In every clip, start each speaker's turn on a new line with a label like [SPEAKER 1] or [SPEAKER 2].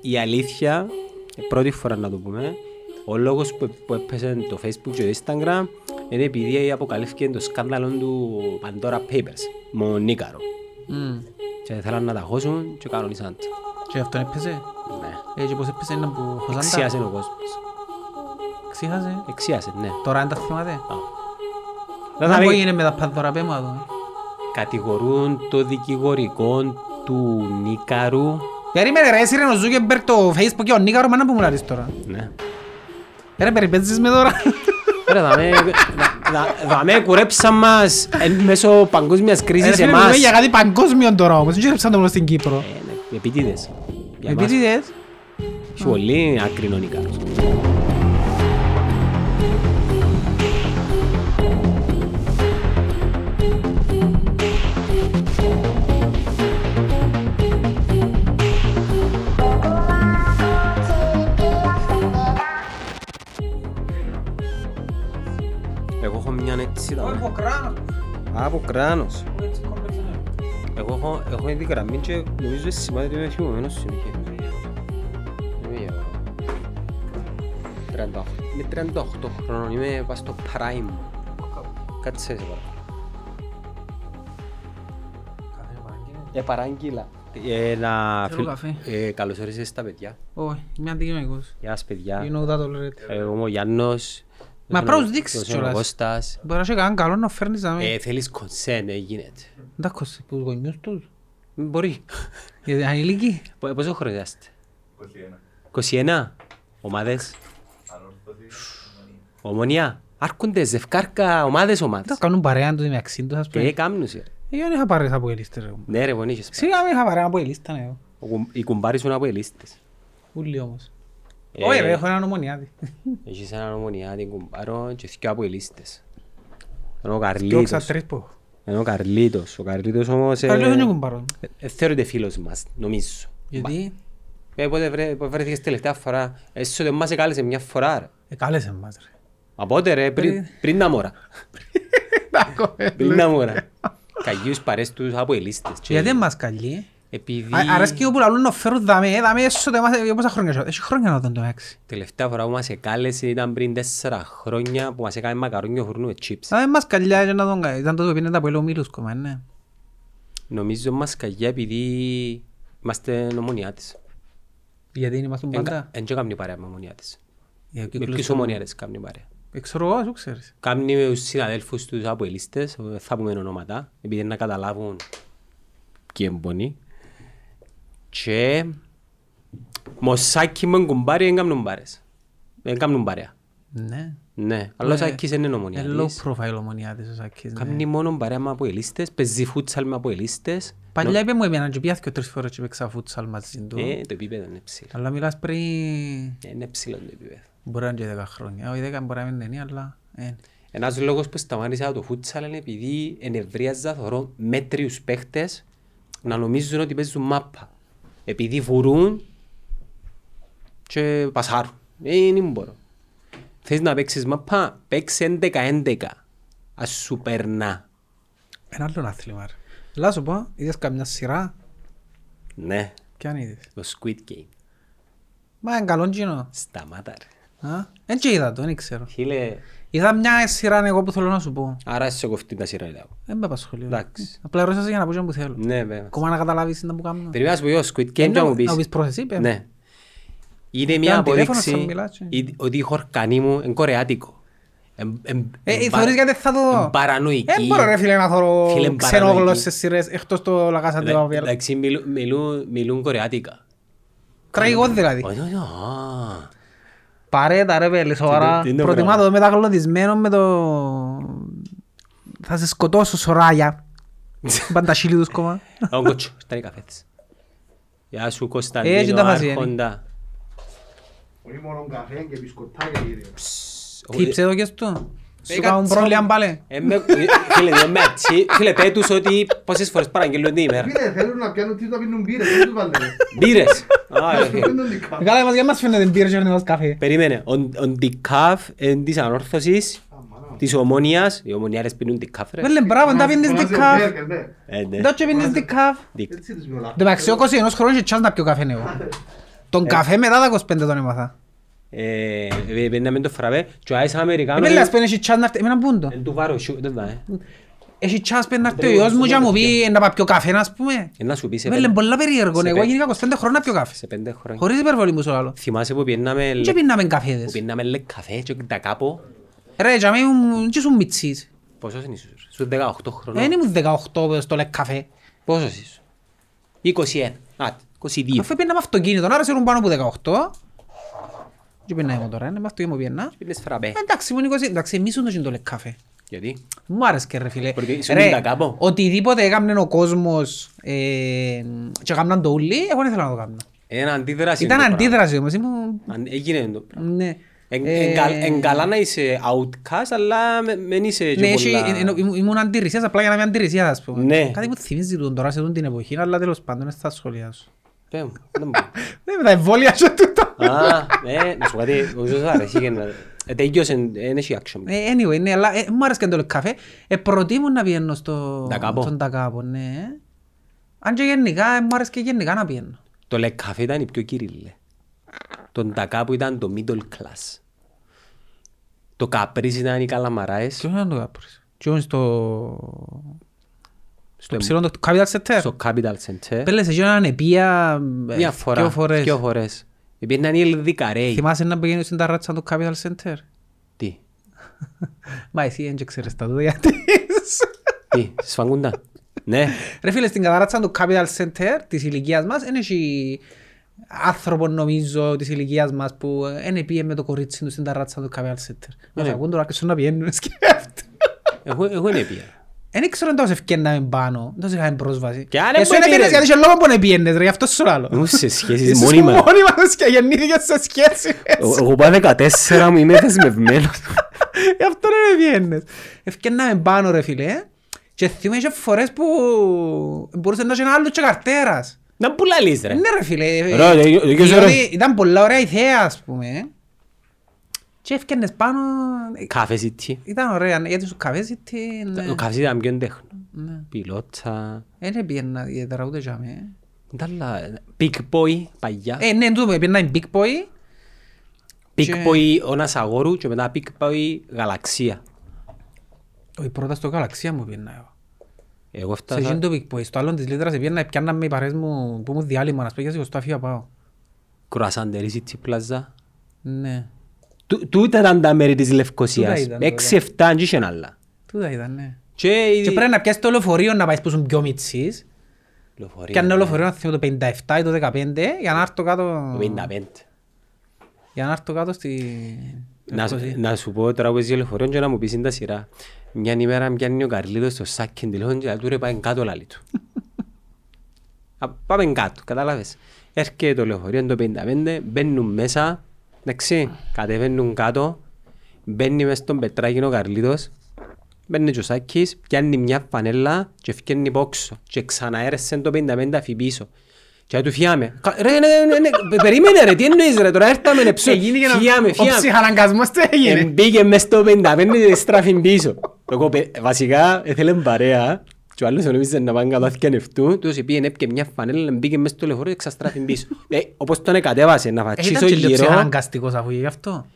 [SPEAKER 1] η αλήθεια, πρώτη φορά να το πούμε, ο λόγος που, που έπεσε το Facebook και το Instagram είναι επειδή αποκαλύφθηκε το σκάνδαλο του Pandora Papers, μονίκαρο.
[SPEAKER 2] Μμμ.
[SPEAKER 1] Και θέλαν να τα χώσουν και κανονίσαν τα.
[SPEAKER 2] Και αυτόν έπαιζε.
[SPEAKER 1] Ναι.
[SPEAKER 2] Ε, και πώς έπαιζε να που χωσάντα.
[SPEAKER 1] Εξίασε ο κόσμος.
[SPEAKER 2] Ξύχασε.
[SPEAKER 1] Εξίασε, ναι.
[SPEAKER 2] Τώρα αν τα θυμάται.
[SPEAKER 1] Να τα
[SPEAKER 2] Αν που
[SPEAKER 1] λέει,
[SPEAKER 2] έγινε με τα πανδώρα πέμα εδώ.
[SPEAKER 1] Κατηγορούν το δικηγορικό του Νίκαρου.
[SPEAKER 2] Περίμενε ρε, εσύ ρε ο Ζούκεμπερκ το Facebook και ο Νίκαρο μάνα που μου λάρεις τώρα.
[SPEAKER 1] Ναι.
[SPEAKER 2] Ρε περιπέτσεις με τώρα.
[SPEAKER 1] Ρε, δαμέ, δα- δα- δαμέ, κουρέψαν μας εν μέσω παγκόσμιας
[SPEAKER 2] Ρε
[SPEAKER 1] κρίσης
[SPEAKER 2] φίλε, μιλούμε
[SPEAKER 1] εμάς.
[SPEAKER 2] για κάτι παγκόσμιο τώρα όμως. Δεν γύρεψαν το μόνο στην Κύπρο.
[SPEAKER 1] Ε, ναι, Επίτηδες. Για εμάς.
[SPEAKER 2] Επίτηδες.
[SPEAKER 1] Έχει πολύ άκρη ο Νίκαρος. Εγώ έχω μια έτσι δαμέ. Α, από κράνος. Εγώ έχω, έχω ήδη γραμμή και νομίζω ότι σημαίνει ότι είμαι θυμωμένος συνέχεια. Είμαι γερός. 38. Είμαι 38 χρόνων, είμαι πας στο prime. μου. Κάτσε σε παρακαλώ. Ε, παράγγειλα. Ε, να...
[SPEAKER 2] Θέλω καφέ.
[SPEAKER 1] Ε, καλώς όρισες τα παιδιά.
[SPEAKER 2] Όχι, είμαι αντικειμενικός.
[SPEAKER 1] Γεια σας παιδιά.
[SPEAKER 2] Γίνω ουδά το λέτε.
[SPEAKER 1] Ε, εγώ είμαι ο Γιάννος.
[SPEAKER 2] Μα
[SPEAKER 1] Ο
[SPEAKER 2] πρέπει να
[SPEAKER 1] Ζω-
[SPEAKER 2] δείξεις
[SPEAKER 1] ο Ζω-
[SPEAKER 2] κιόλας.
[SPEAKER 1] ο Κώστας.
[SPEAKER 2] Μπορεί να σε κανέναν καλό να φέρνεις να μην.
[SPEAKER 1] Ε, θέλεις consent, ε, γίνεται.
[SPEAKER 2] Εντάξει, που τους γονιούς τους.
[SPEAKER 1] Μπορεί.
[SPEAKER 2] Γιατί ανηλίκοι.
[SPEAKER 1] Πο- Πόσο χρόνο είστε. 21. 21. Ομάδες. Ομονία. Άρχονται ζευκάρκα ομάδες
[SPEAKER 2] Τα
[SPEAKER 1] ομάδες.
[SPEAKER 2] κάνουν παρέα τους μεταξύ τους, ας
[SPEAKER 1] Και ε,
[SPEAKER 2] πούμε.
[SPEAKER 1] κάμνουσε.
[SPEAKER 2] Εγώ δεν είχα παρέα από ελίστες, ρε.
[SPEAKER 1] Ναι ρε πον είχες.
[SPEAKER 2] Σίγουρα δεν είχα παρέα από ελίστα, ναι. εγώ.
[SPEAKER 1] Ο κουμ- Οι κουμπάροι σου είναι από ελίστες.
[SPEAKER 2] Ούλοι όμως.
[SPEAKER 1] Ε,
[SPEAKER 2] Όχι, ρε, έχω έναν ομονιάτη.
[SPEAKER 1] Έχεις έναν ομονιάτη κουμπάρο και δυο από ελίστες. Ενώ ο
[SPEAKER 2] Δυο ξα
[SPEAKER 1] Καρλίτος.
[SPEAKER 2] τρεις που έχω.
[SPEAKER 1] Ενώ ο Καρλίτος. Ο Καρλίτος όμως... ε,
[SPEAKER 2] Καλώς δεν έχουν παρόν.
[SPEAKER 1] ε, ε, Θεωρείται φίλος μας, νομίζω.
[SPEAKER 2] Γιατί
[SPEAKER 1] Ε, πότε βρε- πότε βρέθηκες τελευταία φορά. Εσύ ότι μας εκάλεσε μια φορά ρε.
[SPEAKER 2] ε, κάλεσε μας ρε.
[SPEAKER 1] Μα πότε ρε, πριν,
[SPEAKER 2] Ε.
[SPEAKER 1] πριν τα μωρά. Πριν τα μωρά. Καγίους παρές τους από ελίστες.
[SPEAKER 2] Και Γιατί δεν μας καλεί.
[SPEAKER 1] Επειδή
[SPEAKER 2] Αρέσκει όπου λαλούν να φέρουν δαμέ, ε, δαμέ έσω δε μας, για πόσα χρόνια σου. Έχει χρόνια να τον το έξι.
[SPEAKER 1] τελευταία φορά που μας εκάλεσε ήταν πριν τέσσερα χρόνια που μας έκανε μακαρόνιο φουρνού με chips.
[SPEAKER 2] Να δεν μας καλεί και να τον κάνει. Ήταν τότε που πίνε τα πελό μήλους κομμά, ναι.
[SPEAKER 1] Νομίζω μας καγιά επειδή είμαστε νομονιάτες.
[SPEAKER 2] Γιατί είναι είμαστε πάντα.
[SPEAKER 1] Εν και κάμνει παρέα με νομονιάτες.
[SPEAKER 2] Για
[SPEAKER 1] Με
[SPEAKER 2] κύκλους
[SPEAKER 1] ποιους
[SPEAKER 2] του-
[SPEAKER 1] ομονιάτες κάμνει παρέα.
[SPEAKER 2] Ε, Ξέρω εγώ, σου ξέρεις.
[SPEAKER 1] Κάμνει με τους συναδέλφους τους από ελίστες, ε, θα πούμε ονόματα, επειδή να καταλάβουν ποιοι εμπονεί. Και μοσάκι με κουμπάρι δεν κάμνουν παρέες. Δεν κάμνουν παρέα.
[SPEAKER 2] Ναι.
[SPEAKER 1] Ναι, αλλά ο Σάκης είναι
[SPEAKER 2] Ε, low
[SPEAKER 1] νομονιάτης.
[SPEAKER 2] profile ομονιάτης ο Σάκης. ναι.
[SPEAKER 1] Κάμνει μόνο παρέα με από ελίστες, παίζει φούτσαλ με από ελίστες.
[SPEAKER 2] Παλιά είπε μου εμένα και πιάθηκε τρεις φορές και παίξα φούτσαλ μαζί του.
[SPEAKER 1] Ε, το επίπεδο είναι ψηλό.
[SPEAKER 2] Αλλά μιλάς πριν...
[SPEAKER 1] Ε, Είναι ψηλό το επίπεδο.
[SPEAKER 2] Μπορεί να είναι και 10 χρόνια. Όχι 10 μπορεί να μην είναι, αλλά... ε.
[SPEAKER 1] Ένας λόγος που σταμάτησα το φούτσαλ είναι επειδή ενευρίαζα θωρώ μέτριους παίχτες να νομίζουν ότι παίζουν μάπα. Επειδή βουρούν και πασάρουν. Ε, δεν μπορώ. Θες να παίξεις μάπα, παίξε 11-11. Ας σου περνά.
[SPEAKER 2] Ένα άλλο άθλημα. ρε. Έλα σου πω, είδες καμιά σειρά,
[SPEAKER 1] Ναι,
[SPEAKER 2] ποια αν είδες.
[SPEAKER 1] το Squid Game.
[SPEAKER 2] Μα είναι καλό γίνο.
[SPEAKER 1] Σταμάτα ρε.
[SPEAKER 2] Α, Εν και είδα το, δεν ξέρω.
[SPEAKER 1] Φίλε,
[SPEAKER 2] Είδα μια σειρά εγώ που θέλω να σου πω.
[SPEAKER 1] άρα σε κοφτεί τα σειρά λέω.
[SPEAKER 2] Δεν με απασχολεί.
[SPEAKER 1] Εντάξει.
[SPEAKER 2] Απλά ρώσα για να πω και που θέλω.
[SPEAKER 1] Ναι, βέβαια.
[SPEAKER 2] Ακόμα να καταλάβεις τι να που κάνω. Ε,
[SPEAKER 1] Περιμένω να σου πω εγώ Squid Game και να μου πεις.
[SPEAKER 2] Να πεις πρόσθεση, είπε.
[SPEAKER 1] Ναι. Είναι μια
[SPEAKER 2] Ήταν τηλέφωνο σαν
[SPEAKER 1] αποδείξη
[SPEAKER 2] μιλάς, ε.
[SPEAKER 1] ήδη- ότι η χορκανή μου είναι κορεάτικο. Εμ- εμ-
[SPEAKER 2] Ε,
[SPEAKER 1] εμ-
[SPEAKER 2] ε, θεωρείς γιατί θα το δω.
[SPEAKER 1] εμ- παρανοϊκή.
[SPEAKER 2] Δεν μπορώ ρε φίλε να
[SPEAKER 1] Φίλε,
[SPEAKER 2] θωρώ
[SPEAKER 1] παρανοϊκή.
[SPEAKER 2] ξενόγλωσσες σειρές εκτός το La Casa de
[SPEAKER 1] Εντά-
[SPEAKER 2] Papel.
[SPEAKER 1] Εντάξει, μιλού- μιλού- μιλούν κορεάτικα.
[SPEAKER 2] Τραγικό δηλαδή.
[SPEAKER 1] Όχι, όχι, α.
[SPEAKER 2] Παρέτα ρε πέλη, σοβαρά.
[SPEAKER 1] τι είναι το
[SPEAKER 2] Προτιμά
[SPEAKER 1] πράγμα?
[SPEAKER 2] το μεταγλωτισμένο με το... Θα σε σκοτώσω σωράγια. Μπαντασίλι τους κόμμα.
[SPEAKER 1] Α, Ο Κότσο, ήταν η καφέ της. Γεια σου
[SPEAKER 2] έτσι
[SPEAKER 1] Κωνσταντίνο
[SPEAKER 2] τα φάση, ε.
[SPEAKER 1] Άρχοντα.
[SPEAKER 3] Όχι μόνο καφέ και μπισκοτάκια κύριε.
[SPEAKER 1] Ε,
[SPEAKER 2] ε. Τύψε εδώ και στο. Σου
[SPEAKER 1] Έκατσα-
[SPEAKER 2] κάνουν πρόβλημα πάλι.
[SPEAKER 1] Ε, με- ε, Φίλε, δεν με ατσί- Φίλε, πέ τους ότι πόσες φορές παραγγελούν την ημέρα.
[SPEAKER 3] Πήρε, θέλουν να πιάνουν τι να πίνουν πύρες, δεν τους βάλετε.
[SPEAKER 1] Μπύρες. Α, ρε, φίλε.
[SPEAKER 3] Πίνουν δικά.
[SPEAKER 2] Καλά μας για μας φαίνεται μπύρες και μας καφέ.
[SPEAKER 1] Περίμενε, ο Ντικάφ της ανόρθωσης,
[SPEAKER 3] μάνα.
[SPEAKER 1] της ομόνιας, οι ομονιάρες πίνουν Ντικάφ ρε.
[SPEAKER 2] Βέλε μπράβο, τα πίνεις
[SPEAKER 3] Φωνάζει ο
[SPEAKER 2] δικάφ.
[SPEAKER 3] Μπέρκερ, ναι.
[SPEAKER 1] Ε, ναι.
[SPEAKER 2] Δεν τα πίνεις δικάφ.
[SPEAKER 1] Δικ.
[SPEAKER 3] Έτσι τους μιλάω.
[SPEAKER 2] Το μεταξύ ο 21 χρόνος και τσάς να πιω καφέ ναι, εγώ. Τον καφέ μετά τα 25 τον έμαθα.
[SPEAKER 1] Ε, ε, Παίρναμε το φραπέ και ο Άις Αμερικάνο...
[SPEAKER 2] Εμένα Ε, λες πέντε έχει τσάς να έρθει, εμένα πούν το.
[SPEAKER 1] Εν του βάρω, σου, δεν δάει.
[SPEAKER 2] Έχει τσάς πέντε να έρθει ο ιός μου και να μου πει ε, να πάω πιο καφέ ας πούμε.
[SPEAKER 1] Ε, Να σου πει σε
[SPEAKER 2] Εμένα λένε
[SPEAKER 1] πέντε-
[SPEAKER 2] πολλά περίεργο, ναι,
[SPEAKER 1] σε
[SPEAKER 2] εγώ
[SPEAKER 1] πέ-
[SPEAKER 2] γίνηκα 25 χρόνια να πιω καφέ.
[SPEAKER 1] σε πέντε χρόνια.
[SPEAKER 2] Χωρίς υπερβολή μου σου άλλο.
[SPEAKER 1] Θυμάσαι που πιέναμε...
[SPEAKER 2] Και πίναμε καφέδες.
[SPEAKER 1] Ναι. Που πιέναμε λε καφέ και τα κάπου.
[SPEAKER 2] Ρε, για μένα ήμουν- τι σου μιτσείς.
[SPEAKER 1] Πόσος είναι ίσως, σου 18
[SPEAKER 2] Δεν
[SPEAKER 1] χρονών.
[SPEAKER 2] ήμουν 18 πες, στο λε καφέ.
[SPEAKER 1] Πόσος ίσως. 21. Άτε, 22.
[SPEAKER 2] Αφού πίναμε αυτοκίνητο, άρα ήμουν πάνω από 18. Και πίναμε εγώ τώρα, είναι με αυτοκίνητο που πιένα. Ε,
[SPEAKER 1] Πίνες φραπέ.
[SPEAKER 2] Εντάξει, ήμουν 20, εντάξει, εμείς όντως είναι το λε καφέ.
[SPEAKER 1] Γιατί.
[SPEAKER 2] Μου άρεσκε ρε φίλε.
[SPEAKER 1] Porque ήσουν
[SPEAKER 2] Ρε,
[SPEAKER 1] τα κάπου.
[SPEAKER 2] οτιδήποτε έκαμνε ο κόσμος ε, και έκαμναν το ούλι, εγώ δεν ήθελα να το κάνω.
[SPEAKER 1] Είναι αντίδραση.
[SPEAKER 2] Ήταν
[SPEAKER 1] είναι το πράγμα.
[SPEAKER 2] αντίδραση όμως, ήμουν...
[SPEAKER 1] Αν- Έγινε το πράγμα.
[SPEAKER 2] Ναι.
[SPEAKER 1] Εν-
[SPEAKER 2] Ε,
[SPEAKER 1] εν καλ- Εν καλά να είσαι outcast, αλλά δεν είσαι
[SPEAKER 2] ναι,
[SPEAKER 1] και
[SPEAKER 2] έχει- ε, ενώ
[SPEAKER 1] πολλά...
[SPEAKER 2] ήμουν- ήμουν αντιρρησίας, απλά για να είμαι αντιρρησίας, ας πούμε.
[SPEAKER 1] Ναι.
[SPEAKER 2] Κάτι που θυμίζει τον τώρα σε τούτη την εποχή, αλλά τέλος πάντων είναι στα σχολεία σου.
[SPEAKER 1] Πες μου, δεν μπορώ.
[SPEAKER 2] Ναι, με τα εμβόλια σου τούτα.
[SPEAKER 1] Α, ε, να σου πω κάτι, ο Ζωσός αρέσει γεννά. Ε, Τελειώσε, δεν έχει action.
[SPEAKER 2] Ε, Anyway, ναι, αλλά ε, μου άρεσε και το καφέ. Ε, προτιμούν να πηγαίνω στο...
[SPEAKER 1] Ντακάπο.
[SPEAKER 2] στον Ντακάπο, ναι. Αν και γενικά, ε, μου άρεσε και γενικά να πηγαίνω.
[SPEAKER 1] Το Le Café ήταν η πιο κυρίλη. Το Ντακάπου ήταν το middle class. Το Καπρίς ήταν οι καλαμαράες.
[SPEAKER 2] Ποιος ήταν το Κάπρις. Τι είναι στο...
[SPEAKER 1] Στο,
[SPEAKER 2] Ψηλόν το Capital Center.
[SPEAKER 1] στο Capital Center.
[SPEAKER 2] Πέλες εκεί έναν επία ε,
[SPEAKER 1] Μια φορά,
[SPEAKER 2] δυο φορές.
[SPEAKER 1] δυο φορές. Υπήρχαν οι Ελδικαρέοι.
[SPEAKER 2] Θυμάσαι να πηγαίνεις στην ταράτσα του Capital Center.
[SPEAKER 1] Τι,
[SPEAKER 2] Μα εσύ δεν ξέρεις τα τούτα γιατί είσαι.
[SPEAKER 1] τι, σφαγούντα. Ναι,
[SPEAKER 2] Ρε φίλε, στην καταράτσα του Capital Center της ηλικίας μας δεν έχει άνθρωπο νομίζω της ηλικίας μας που δεν πήγε με το κορίτσι του στην ταράτσα του Capital Center. Να σε
[SPEAKER 1] Ναι.
[SPEAKER 2] ακούν τώρα και σου να πηγαίνουν σκέφτε.
[SPEAKER 1] εγώ εγώ είναι πια.
[SPEAKER 2] Δεν ήξερα τόσο ευκαινάμε πάνω, τόσο είχαμε πρόσβαση.
[SPEAKER 1] Κι αν
[SPEAKER 2] Εσύ
[SPEAKER 1] δεν
[SPEAKER 2] δεν πήγαινες
[SPEAKER 1] πήγαινες.
[SPEAKER 2] γιατί είχε λόγο που δεν πήγαινες ρε, γι' αυτό σου λάλλω.
[SPEAKER 1] Νούσε σχέσεις
[SPEAKER 2] Εσύ
[SPEAKER 1] μόνιμα.
[SPEAKER 2] μόνιμα και γεννήθηκες σε σχέση.
[SPEAKER 1] Εγώ- Εγώ πάω 14 μου είμαι δεσμευμένος.
[SPEAKER 2] Γι' αυτό ρε βγαίνεις. Ευκαινάμε πάνω ρε φίλε. Και θυμάμαι και φορές που μπορούσες να έχει ένα άλλο και καρτέρας.
[SPEAKER 1] Να πουλαλείς ρε.
[SPEAKER 2] Ναι ρε φίλε.
[SPEAKER 1] Ρε, ε, ε, και
[SPEAKER 2] διότι
[SPEAKER 1] ξέρω.
[SPEAKER 2] Ήταν πολλά ωραία ιδέα ας πούμε. Και ευκαινες πάνω. ε,
[SPEAKER 1] Καφέ City.
[SPEAKER 2] Ήταν ωραία γιατί σου καβές την...
[SPEAKER 1] Το καφέ ήταν πιο τέχνο.
[SPEAKER 2] Ναι.
[SPEAKER 1] Πιλότσα.
[SPEAKER 2] Δεν πήγαινα ιδιαίτερα ούτε για μέ.
[SPEAKER 1] Ντάλλα, Big Boy παλιά.
[SPEAKER 2] Ε, ναι, τούτο πήγαινα η Big Boy. και-
[SPEAKER 1] Big Boy Ώνας Αγόρου και μετά Big Boy Γαλαξία.
[SPEAKER 2] Όχι, πρώτα στο γαλαξία μου πήγαινα εγώ.
[SPEAKER 1] Εγώ
[SPEAKER 2] Σε εκείνο
[SPEAKER 1] φτάσα...
[SPEAKER 2] το Big Boy. Στο άλλο της λίτρας πήγαινα, πιάνναν με οι παρέες μου που μου διάλειμμα να σου πω γιατί στο αφήμα πάω.
[SPEAKER 1] Κρουασαντερή City Plaza.
[SPEAKER 2] Ναι.
[SPEAKER 1] Τού- Τούτα ήταν τα μέρη της
[SPEAKER 2] Τούτα
[SPEAKER 1] Λευκοσίας.
[SPEAKER 2] ήταν,
[SPEAKER 1] Έξι, εφτά, αν είχαν άλλα.
[SPEAKER 2] Τούτα ήταν, ναι.
[SPEAKER 1] Και
[SPEAKER 2] Και πρέπει να πιάσεις το λεωφορείο να πάεις που ήσουν πιο μητσής.
[SPEAKER 1] Λεωφορεία,
[SPEAKER 2] Και αν είναι
[SPEAKER 1] ναι.
[SPEAKER 2] λεωφορείο να θυμώ το 57 ή το 15 για να έρθω κάτω,
[SPEAKER 1] 55.
[SPEAKER 2] για να έρθω κάτω στη...
[SPEAKER 1] Να σου- Να σου πω τώρα που είσαι λεωφορείο και να μου πεις είναι τα σειρά. Μια ημέρα πιάνει ο Καρλίτος στο σάκι τηλέφωνο και του ρε πάμε κάτω λαλί του. Α, Πάμε κάτω, κατάλαβες. Έρχεται το λεωφορείο το 55, μπαίνουν μέσα, εντάξει, κατεβαίνουν κάτω, μπαίνει μέσα στον πετράγινο ο Καρλίτος, μπαίνει και ο Σάκης, πιάνει μια φανέλα και φκένει πόξο και ξαναέρεσε το 55 αφή πίσω. Και του φιάμε. Κα- Ρε, ναι, ναι, ναι, πε- περίμενε ρε, τι εννοείς ρε, τώρα έρθαμε ναι, ρε ψω.
[SPEAKER 2] Έγινε και ένα-
[SPEAKER 1] Φιάμε,
[SPEAKER 2] ο
[SPEAKER 1] φιάμε.
[SPEAKER 2] ψυχαναγκασμός τι έγινε.
[SPEAKER 1] Μπήκε μες στο 55 και στράφει πίσω. Εγώ πε- βασικά ήθελε παρέα και ο άλλος νομίζε να πάνε καλά και νευτού. Του πήγαινε έπιε μια φανέλα, μπήκε μες στο λεωφορείο και ξαστράφει πίσω. Ε, Όπως τον εκατέβασε να
[SPEAKER 2] Ε, Ήταν
[SPEAKER 1] φατσίσω
[SPEAKER 2] και λίγο
[SPEAKER 1] γύρω.
[SPEAKER 2] ψυχαναγκαστικός αφού γι' αυτό.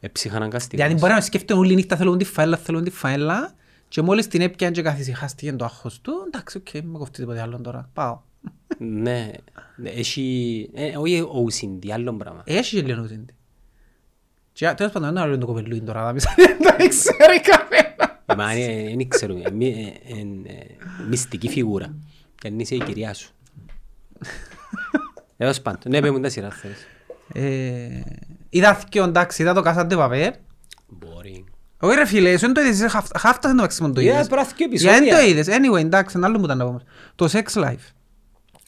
[SPEAKER 1] Ε, ψυχαναγκαστικός.
[SPEAKER 2] Δηλαδή μπορεί να σκέφτεται όλη νύχτα θέλουν τη φαέλα, θέλουν τη φαέλα και μόλις την έπιαν και καθησυχάστηκε το άγχος του, εντάξει, οκ, μην με κοφτεί τίποτε άλλο τώρα, πάω.
[SPEAKER 1] Ναι, ναι, έχει... ε, Όχι ο Ουσίντι, άλλο πράγμα.
[SPEAKER 2] Έχει και Ε, λίγο ζήντη. Και τέλος πάντων, ένα άλλο είναι το κοπελούι τώρα, να πεις, δεν ξέρει κανένα.
[SPEAKER 1] Ε, Μα είναι- δεν ξέρω, ε, μυ- ε, ε, ε, μυστική φιγούρα. Και αν είσαι η κυρία σου. Έως πάντων. Ναι, πες μου τα σειρά θέλεις.
[SPEAKER 2] Ε, Είδα θκιο, εντάξει, είδα το Κάσαντε Παπέρ.
[SPEAKER 1] Boring.
[SPEAKER 2] Όχι ρε φίλε, σου δεν το είδες, είσαι χαφ- χάφτασε το maximum το
[SPEAKER 1] Είδα
[SPEAKER 2] είδες.
[SPEAKER 1] τώρα θκιο
[SPEAKER 2] Για δεν το
[SPEAKER 1] επεισόδια.
[SPEAKER 2] είδες, anyway, εντάξει, ένα άλλο μου ήταν να πω όμως. Το Sex Life.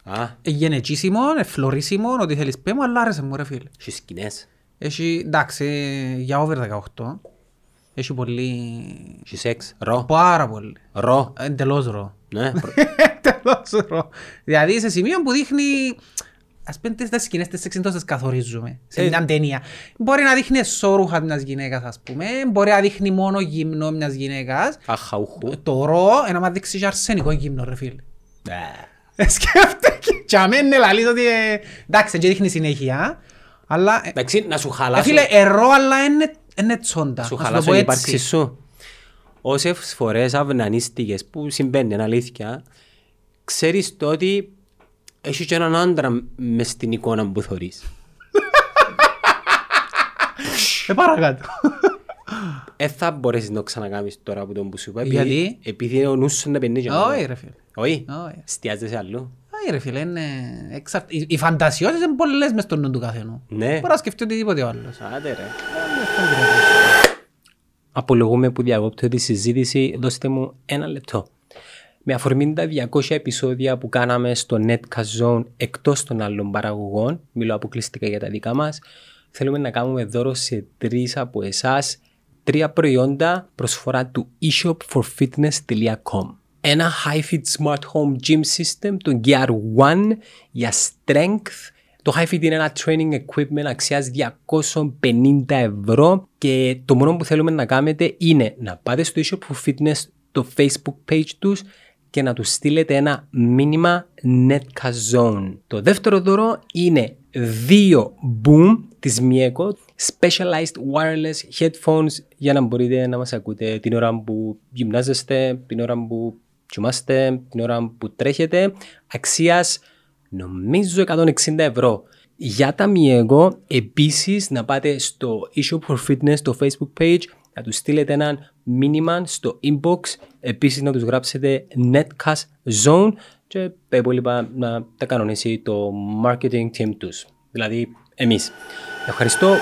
[SPEAKER 1] Α,
[SPEAKER 2] Ε, Γενετσίσιμο, ε, φλωρίσιμο, ό,τι θέλεις πέ μου, αλλά άρεσε μου ρε φίλε.
[SPEAKER 1] έχει σκηνές.
[SPEAKER 2] Έχει, εντάξει, για over 18. Έχει πολύ...
[SPEAKER 1] Έχει σεξ. Ρο.
[SPEAKER 2] Πάρα πολύ.
[SPEAKER 1] Ρο.
[SPEAKER 2] Ε, Εντελώς ρο.
[SPEAKER 1] Ναι.
[SPEAKER 2] Εντελώς ρο. Δηλαδή σε σημείο που δείχνει... Ας πούμε τις τα σκηνές της σεξ είναι τόσες καθορίζουμε σε
[SPEAKER 1] Ε.
[SPEAKER 2] μια ταινία. Μπορεί να δείχνει εσώρουχα μιας γυναίκας ας πούμε, μπορεί να δείχνει μόνο γυμνό μιας γυναίκας. ε,
[SPEAKER 1] Αχαουχού.
[SPEAKER 2] Το ρο, ένα μα δείξει και αρσενικό γυμνό ρε φίλε. Ε, Σκέφτηκε. Και αμέ ναι λαλείς ότι ε, εντάξει δεν δείχνει συνέχεια. Αλλά ε,
[SPEAKER 1] Εντάξει, να σου
[SPEAKER 2] ε,
[SPEAKER 1] χαλάσω.
[SPEAKER 2] φίλε ερώ αλλά είναι- είναι τσόντα.
[SPEAKER 1] σου
[SPEAKER 2] να το
[SPEAKER 1] χαλάσω
[SPEAKER 2] πω
[SPEAKER 1] την
[SPEAKER 2] έτσι.
[SPEAKER 1] ύπαρξη σου. Όσες φορές αυνανίστηκες που συμβαίνει, είναι αλήθεια, ξέρεις το ότι έχεις και έναν άντρα μες στην εικόνα που θωρείς.
[SPEAKER 2] Ε παρακάτω.
[SPEAKER 1] Ε, θα μπορέσεις να το ξανακάμεις τώρα που τον που σου είπα.
[SPEAKER 2] Γιατί? ε.
[SPEAKER 1] Επειδή, επειδή ο νους σου να παινεί και να
[SPEAKER 2] Όχι ρε φίλε.
[SPEAKER 1] Όχι.
[SPEAKER 2] Όχι.
[SPEAKER 1] Στιάζεσαι αλλού.
[SPEAKER 2] Όχι ρε φίλε, είναι... εξαρ- Οι οι φαντασιώσεις είναι πολλές μες στον νου του καθενού.
[SPEAKER 1] Ναι.
[SPEAKER 2] Μπορεί να σκεφτεί οτιδήποτε ο άλλος.
[SPEAKER 1] Άντε ρε. Απολογούμε που διακόπτω τη συζήτηση. Δώστε μου ένα λεπτό. Με αφορμή τα 200 επεισόδια που κάναμε στο Netcast Zone εκτός των άλλων παραγωγών, μιλώ αποκλειστικά για τα δικά μας, θέλουμε να κάνουμε δώρο σε τρεις από εσάς τρία προϊόντα προσφορά του e eShopforfitness.com. Ένα HiFit Smart Home Gym System, το Gear One για strength. Το HiFit είναι ένα training equipment αξίας 250 ευρώ και το μόνο που θέλουμε να κάνετε είναι να πάτε στο eShopforfitness το Facebook page τους και να τους στείλετε ένα μήνυμα Netcast Zone. Το δεύτερο δώρο είναι δύο boom της Mieco specialized wireless headphones για να μπορείτε να μας ακούτε την ώρα που γυμνάζεστε, την ώρα που κοιμάστε, την ώρα που τρέχετε αξίας νομίζω 160 ευρώ. Για τα Mieco επίσης να πάτε στο Issue for Fitness το facebook page να τους στείλετε ένα μήνυμα στο inbox, επίσης να τους γράψετε Netcast Zone και τα υπόλοιπα να τα κανονίσει το marketing team τους, δηλαδή εμείς. Ευχαριστώ.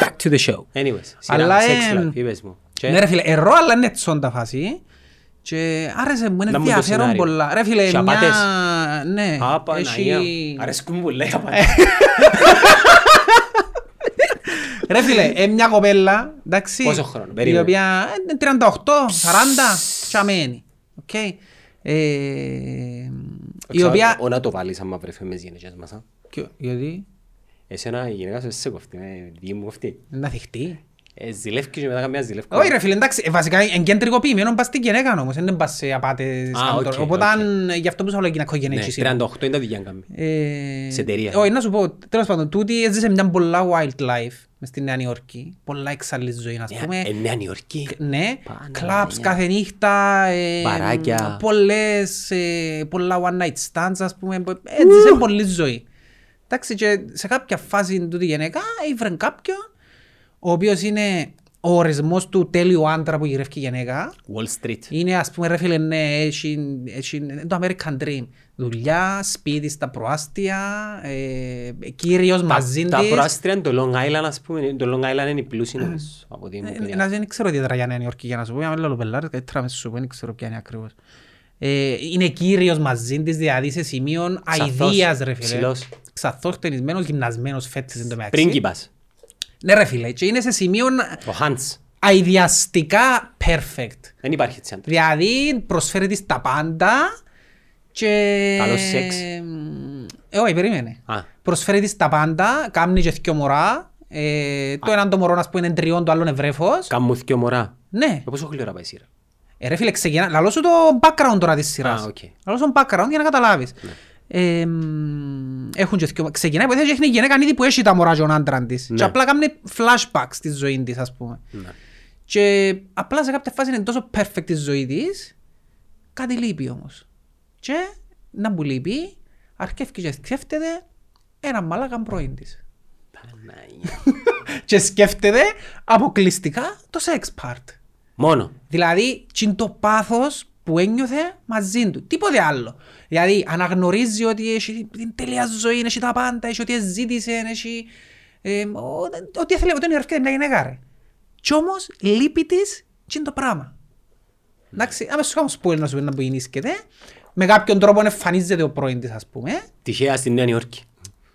[SPEAKER 1] Back to the show. Anyways, σειρά,
[SPEAKER 2] Αλλά,
[SPEAKER 1] sex
[SPEAKER 2] ε,
[SPEAKER 1] life, είπες μου. Και
[SPEAKER 2] Ναι ρε φίλε, ερώ αλλά είναι τσόντα φάση. Και άρεσε μου, είναι
[SPEAKER 1] Να μου το
[SPEAKER 2] ενδιαφέρον
[SPEAKER 1] σενάριο.
[SPEAKER 2] πολλά. Ρε φίλε,
[SPEAKER 1] Και
[SPEAKER 2] μια...
[SPEAKER 1] απάτες.
[SPEAKER 2] Ναι,
[SPEAKER 1] Α, Παναγία.
[SPEAKER 2] έχει...
[SPEAKER 1] Αρέσκουν μου, λέει.
[SPEAKER 2] Ρε φίλε, ε, μια κοπέλα, εντάξει.
[SPEAKER 1] Πόσο χρόνο, περίμενε.
[SPEAKER 2] Η οποία είναι 38, 40, τσαμένη. Οκ. Ε, η οποία...
[SPEAKER 1] Ω, να το βάλεις άμα βρεθούμε με τις γυναίκες μας. α.
[SPEAKER 2] Ποιο- Γιατί,
[SPEAKER 1] Εσένα η γυναίκα σου σε κοφτεί, ε, δική μου κοφτεί.
[SPEAKER 2] να θυχτεί.
[SPEAKER 1] Ε, Ζηλεύκεις και μετά καμιά ζηλεύκω.
[SPEAKER 2] Όχι ρε φίλε, εντάξει, ε, βασικά είναι κεντρικοποιημένο μπας στην γυναίκα όμως, δεν μπας σε απάτες.
[SPEAKER 1] Α,
[SPEAKER 2] σαν
[SPEAKER 1] οκ,
[SPEAKER 2] τώρα. Οπότε
[SPEAKER 1] οκ.
[SPEAKER 2] αν- γι' αυτό που σου λέω γυναικό
[SPEAKER 1] Ναι,
[SPEAKER 2] γενέτσι
[SPEAKER 1] 38 είναι τα δικιά μου.
[SPEAKER 2] Ε,
[SPEAKER 1] Σε εταιρεία.
[SPEAKER 2] Όχι, να σου πω, τέλος πάντων, τούτη έζησε μια πολλά wildlife μες στη Νέα Νιόρκη. Πολλά εξάλλη ζωή, ας πούμε.
[SPEAKER 1] Ε, Νέα Νιόρκη.
[SPEAKER 2] Ναι,
[SPEAKER 1] Παναγία.
[SPEAKER 2] κλαμπς κάθε νύχτα, ε,
[SPEAKER 1] Μπαράκια.
[SPEAKER 2] πολλές, ε, πολλά one night stands, ας πούμε. Έζησε πολλή ζωή. Εντάξει, και σε κάποια φάση τούτη γενέκα ήβρε κάποιον, ο οποίος είναι ο ορισμός του τέλειου άντρα που γυρεύει η γενέκα.
[SPEAKER 1] Wall Street.
[SPEAKER 2] Είναι ας πούμε ρε φίλε ναι, έχει, έχει είναι το American Dream. Δουλειά, σπίτι στα προάστια, ε, κύριος μαζί
[SPEAKER 1] Τα
[SPEAKER 2] της.
[SPEAKER 1] προάστρια είναι το Long Island, ας πούμε. Το Long Island είναι η πλούσια νομίζω, από τη μου
[SPEAKER 2] Ε,
[SPEAKER 1] πειρα.
[SPEAKER 2] να- Δεν ξέρω ιδιαίτερα για Νέα Νιόρκη για να σου πω, αλλά λοπελάρες, καλύτερα μέσα σου πω, δεν ξέρω ποια είναι ακριβώς. Ε, είναι κύριος μαζί της, δηλαδή σε σημείο
[SPEAKER 1] Ξαθός,
[SPEAKER 2] αηδίας ρε φίλε.
[SPEAKER 1] ψηλός.
[SPEAKER 2] Ξαθός, ταινισμένος, γυμνασμένος, φέτης εν τω μεταξύ.
[SPEAKER 1] Πρίγκιπας.
[SPEAKER 2] Ναι ρε φίλε, και είναι σε σημείο
[SPEAKER 1] Ο Hans.
[SPEAKER 2] αηδιαστικά perfect.
[SPEAKER 1] Δεν υπάρχει έτσι άντρας.
[SPEAKER 2] Δηλαδή προσφέρει της τα πάντα και...
[SPEAKER 1] Καλό σεξ.
[SPEAKER 2] Ε, όχι, περίμενε.
[SPEAKER 1] Α.
[SPEAKER 2] Προσφέρει της τα πάντα, κάνει και δυο μωρά. Ε, το έναν το μωρό, ας πούμε, είναι τριών, το άλλο είναι βρέφος.
[SPEAKER 1] Κάμουν δυο μωρά.
[SPEAKER 2] Ναι.
[SPEAKER 1] Ε, Πόσο χλωρά πάει η σειρά.
[SPEAKER 2] Ε, ρε φίλε, ξεκινά. Λαλώ σου το background τώρα της σειράς.
[SPEAKER 1] Α, οκ. Ναι.
[SPEAKER 2] Λαλώ σου το background για να καταλάβεις. Ε, μ, έχουν και δυο... Ξεκινάει, υποθέτει, έχει η γυναίκα ήδη που έχει τα μωρά και τον άντραν της.
[SPEAKER 1] Ναι.
[SPEAKER 2] Και απλά κάνει flashbacks στη ζωή της, ας πούμε.
[SPEAKER 1] Ναι.
[SPEAKER 2] Και απλά σε κάποια φάση είναι τόσο perfect η ζωής της, κάτι λείπει όμως. Και να μου λείπει, αρκεύει και σκέφτεται ένα μάλακα πρώην της.
[SPEAKER 1] Παναγία.
[SPEAKER 2] και σκέφτεται αποκλειστικά το sex part.
[SPEAKER 1] Μόνο.
[SPEAKER 2] Δηλαδή, τι είναι το πάθος που ένιωθε μαζί του. Τίποτε άλλο. Δηλαδή, αναγνωρίζει ότι έχει την τέλεια ζωή, έχει τα πάντα, έχει ό,τι ζήτησε, έχει. Ε, ό, ό,τι ήθελε ποτέ να γραφτεί μια γυναίκα. Ρε. Κι όμως, λείπει της, τι είναι το πράγμα. Εντάξει, άμα σου κάνω spoiler να σου πει να που γεννήσκεται, με κάποιον τρόπο εμφανίζεται ο πρώην της, ας πούμε.
[SPEAKER 1] Τυχαία στη Νέα Νιόρκη.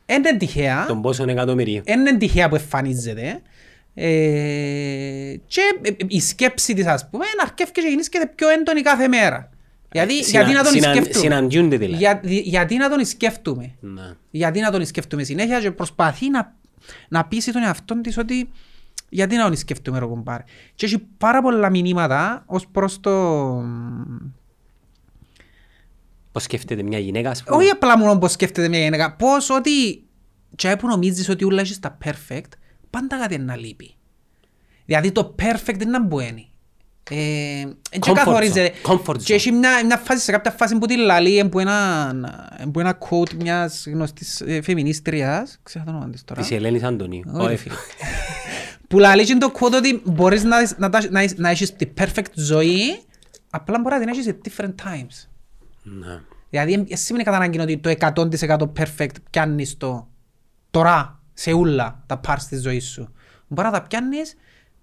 [SPEAKER 2] Ε, Δεν είναι τυχαία.
[SPEAKER 1] Των πόσων εκατομμυρίων.
[SPEAKER 2] Εν είναι τυχαία που εμφανίζεται. Ε, και ε, η σκέψη της ας πούμε αρκεύει και γεννήσκεται πιο έντονη κάθε μέρα. Γιατί,
[SPEAKER 1] Συνα-
[SPEAKER 2] γιατί να τον
[SPEAKER 1] συναν-
[SPEAKER 2] σκέφτουμε.
[SPEAKER 1] συναντιούνται δηλαδή.
[SPEAKER 2] Για- δι- γιατί να τον σκέφτουμε.
[SPEAKER 1] Ναι.
[SPEAKER 2] Γιατί να τον σκέφτουμε συνέχεια και προσπαθεί να, να πείσει τον εαυτό της ότι γιατί να τον σκέφτομαι ρε κομπάρε. Και έχει πάρα πολλά μηνύματα ως προς το...
[SPEAKER 1] Πώς σκέφτεται μια γυναίκα, ας πούμε.
[SPEAKER 2] Όχι απλά μόνο πώς σκέφτεται μια γυναίκα. Πώς ότι και που νομίζεις ότι όλα έχεις τα perfect, πάντα κάτι να λείπει. Δηλαδή το perfect είναι να μπουένει. Ε, και
[SPEAKER 1] Comfort
[SPEAKER 2] καθορίζεται.
[SPEAKER 1] zone, comfort
[SPEAKER 2] Και
[SPEAKER 1] zone.
[SPEAKER 2] έχει μια, μια φάση, σε κάποια φάση που τη λαλεί εμπού ένα, εμπού ένα quote μιας γνωστής ε, φεμινίστριας, ξέρω το όνομα της τώρα,
[SPEAKER 1] Της Ελένης Αντωνίου.
[SPEAKER 2] Ωραία,
[SPEAKER 1] Ω,
[SPEAKER 2] φίλε. που λαλεί και το quote ότι μπορείς να, να, τα- να, να έχεις την perfect ζωή, απλά μπορεί να την έχεις σε different times.
[SPEAKER 1] Ναι.
[SPEAKER 2] Δηλαδή, δεν σημαίνει κατά ανάγκη ότι το 100% perfect πιάνεις το τώρα, σε ούλα, τα parts της ζωής σου. Μπορεί να τα πιάνεις